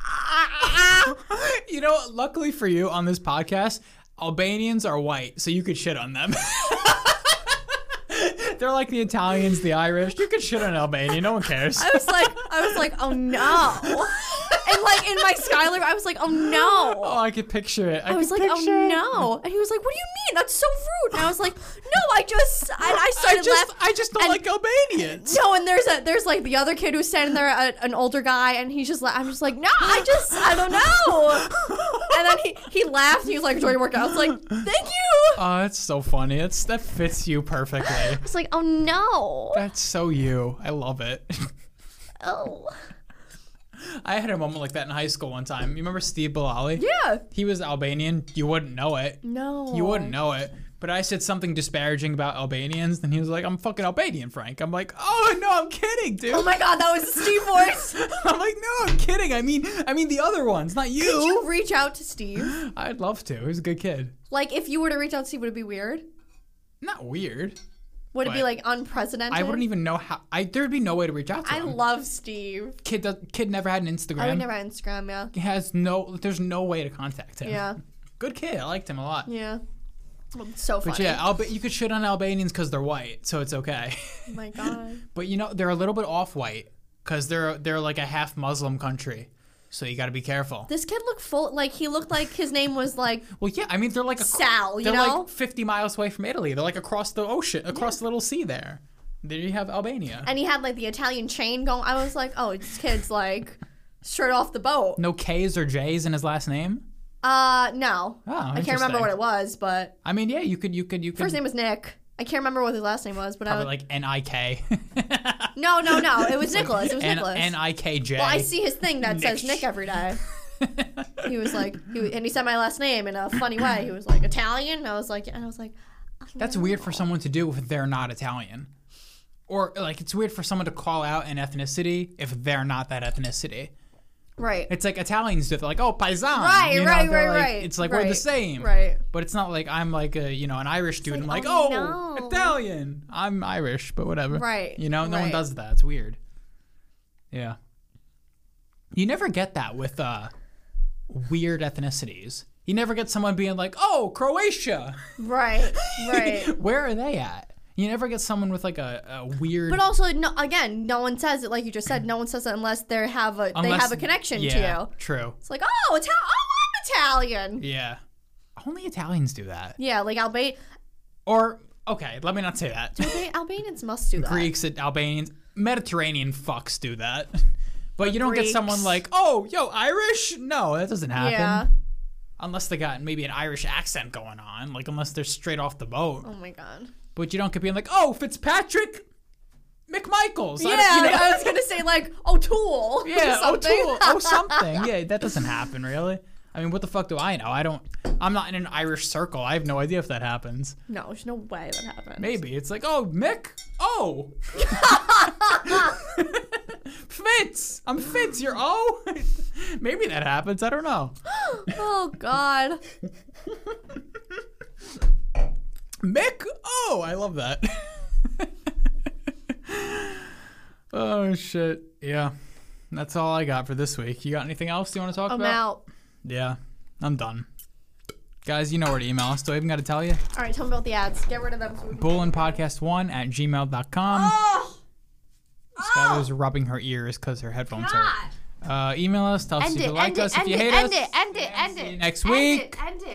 Speaker 2: ah, ah."
Speaker 1: You know, what? luckily for you on this podcast, Albanians are white, so you could shit on them. they're like the Italians, the Irish. You could shit on Albania. No one cares.
Speaker 2: I was like, I was like, "Oh no," and like in my Skylar, I was like, "Oh no."
Speaker 1: Oh, I could picture it. I,
Speaker 2: I was like,
Speaker 1: could
Speaker 2: oh
Speaker 1: picture it.
Speaker 2: no. And he was like, what do you mean? That's so rude. And I was like, no, I just, I, I started
Speaker 1: I just,
Speaker 2: laughing.
Speaker 1: I just don't
Speaker 2: and-
Speaker 1: like Albanians.
Speaker 2: No, and there's a there's like the other kid who's standing there, a, an older guy, and he's just like, I'm just like, no, I just, I don't know. And then he he laughed. He was like, enjoy your workout. I was like, thank you. I
Speaker 1: Oh, that's so funny. It's that fits you perfectly.
Speaker 2: was like, oh no,
Speaker 1: That's so you. I love it.
Speaker 2: oh
Speaker 1: I had a moment like that in high school one time. You remember Steve Bilali?
Speaker 2: yeah,
Speaker 1: He was Albanian. You wouldn't know it.
Speaker 2: no,
Speaker 1: You wouldn't know it. But I said something disparaging about Albanians, and he was like, I'm fucking Albanian, Frank. I'm like, oh, no, I'm kidding, dude.
Speaker 2: Oh my god, that was Steve voice.
Speaker 1: I'm like, no, I'm kidding. I mean, I mean the other ones, not you.
Speaker 2: Did you reach out to Steve?
Speaker 1: I'd love to. He was a good kid.
Speaker 2: Like, if you were to reach out to Steve, would it be weird?
Speaker 1: Not weird.
Speaker 2: Would it be
Speaker 1: What?
Speaker 2: like unprecedented?
Speaker 1: I wouldn't even know how. I there'd be no way to reach out to
Speaker 2: I
Speaker 1: him.
Speaker 2: love Steve.
Speaker 1: kid does, kid never had an Instagram.
Speaker 2: I would never on Instagram, yeah.
Speaker 1: He has no. There's no way to contact him.
Speaker 2: Yeah.
Speaker 1: Good kid. I liked him a lot.
Speaker 2: Yeah. Well, it's so funny.
Speaker 1: But yeah, Alba- you could shit on Albanians because they're white, so it's okay.
Speaker 2: Oh my god.
Speaker 1: but you know they're a little bit off white because they're they're like a half Muslim country, so you got to be careful.
Speaker 2: This kid looked full like he looked like his name was like
Speaker 1: Well, yeah, I mean they're like a,
Speaker 2: Sal, you
Speaker 1: they're
Speaker 2: know?
Speaker 1: like 50 miles away from Italy. They're like across the ocean, across the little sea there. There you have Albania.
Speaker 2: and he had like the Italian chain going. I was like, oh, this kid's like straight off the boat.
Speaker 1: No K's or J's in his last name.
Speaker 2: Uh, no,
Speaker 1: Oh,
Speaker 2: I can't remember
Speaker 1: interesting.
Speaker 2: what it was, but
Speaker 1: I mean, yeah, you could, you could, you could.
Speaker 2: first name was Nick. I can't remember what his last name was, but I
Speaker 1: probably
Speaker 2: was,
Speaker 1: like N I K.
Speaker 2: no, no, no, it was Nicholas. It was
Speaker 1: N
Speaker 2: Nicholas.
Speaker 1: I K J.
Speaker 2: well, I see his thing that says
Speaker 1: Nick.
Speaker 2: Nick every day. He was like, he, and he said my last name in a funny way. He was like Italian. I was like, and I was like,
Speaker 1: That's weird for someone to do if they're not Italian. Or like it's weird for someone to call out an ethnicity if they're not that ethnicity.
Speaker 2: right,
Speaker 1: It's like Italians do it, they're like, oh paisan.
Speaker 2: Right,
Speaker 1: you know,
Speaker 2: right,
Speaker 1: they're
Speaker 2: right,
Speaker 1: like-
Speaker 2: right,
Speaker 1: It's like we're the
Speaker 2: right,
Speaker 1: same.
Speaker 2: right.
Speaker 1: But it's not like I'm like a you know, an Irish dude. and I'm
Speaker 2: like,
Speaker 1: like,
Speaker 2: oh,
Speaker 1: oh,
Speaker 2: no."
Speaker 1: Italian. I'm Irish, but whatever.
Speaker 2: Right,
Speaker 1: You know, no one
Speaker 2: right.
Speaker 1: does that. It's weird. Yeah. You never get that with uh weird ethnicities. You never get someone being like, Oh, Croatia.
Speaker 2: right, right.
Speaker 1: Where are they at? You never get someone with like a, a weird.
Speaker 2: But also, no, again, no one says it like you just said. No one says it unless they have a they
Speaker 1: unless-
Speaker 2: have a connection
Speaker 1: yeah,
Speaker 2: to you.
Speaker 1: True.
Speaker 2: It's like, oh, Ital- oh, I'm Italian.
Speaker 1: Yeah. Only Italians do that.
Speaker 2: Yeah, like Alba-
Speaker 1: Or okay, let me not say that.
Speaker 2: Alba- Albanians must do that.
Speaker 1: Greeks and Albanians, Mediterranean fucks do that. But you don't get someone
Speaker 2: Greeks.
Speaker 1: like, oh, yo, Irish? No, that doesn't happen.
Speaker 2: Yeah.
Speaker 1: Unless they got maybe an Irish accent going on, like unless they're straight off the boat.
Speaker 2: Oh my god.
Speaker 1: But you don't get being like, oh, Fitzpatrick, McMichaels. I-
Speaker 2: Yeah,
Speaker 1: you know?
Speaker 2: I was gonna say like O'Toole.
Speaker 1: Yeah,
Speaker 2: or something.
Speaker 1: O'Toole. Oh, something. Yeah, that doesn't happen, really. I mean, what the fuck do I know? I don't. I'm not in an Irish circle. I have no idea if that happens.
Speaker 2: No, there's no way that happened.
Speaker 1: Maybe it's like, oh, Mick. Oh, Fitz. I'm Fitz. You're O. Maybe that happens. I don't know.
Speaker 2: Oh god.
Speaker 1: Mick. Oh, I love that. oh shit. Yeah. That's all I got for this week. You got anything else you want to talk
Speaker 2: I'm
Speaker 1: about?
Speaker 2: out.
Speaker 1: Yeah, I'm done. Guys, you know where to email us. Do I even got to tell you?
Speaker 2: All right, tell me about the ads. Get rid of them. So we can-
Speaker 1: Bullinpodcast1 at gmail.com.
Speaker 2: oh,
Speaker 1: Skylar's rubbing her ears because her headphones hurt.
Speaker 2: God.
Speaker 1: Uh, email us. Tell us
Speaker 2: End
Speaker 1: if
Speaker 2: it.
Speaker 1: you like
Speaker 2: end
Speaker 1: us,
Speaker 2: it.
Speaker 1: if
Speaker 2: End
Speaker 1: you
Speaker 2: it.
Speaker 1: hate
Speaker 2: End
Speaker 1: us.
Speaker 2: it. End it. End it.
Speaker 1: next
Speaker 2: End
Speaker 1: week.
Speaker 2: it. End it.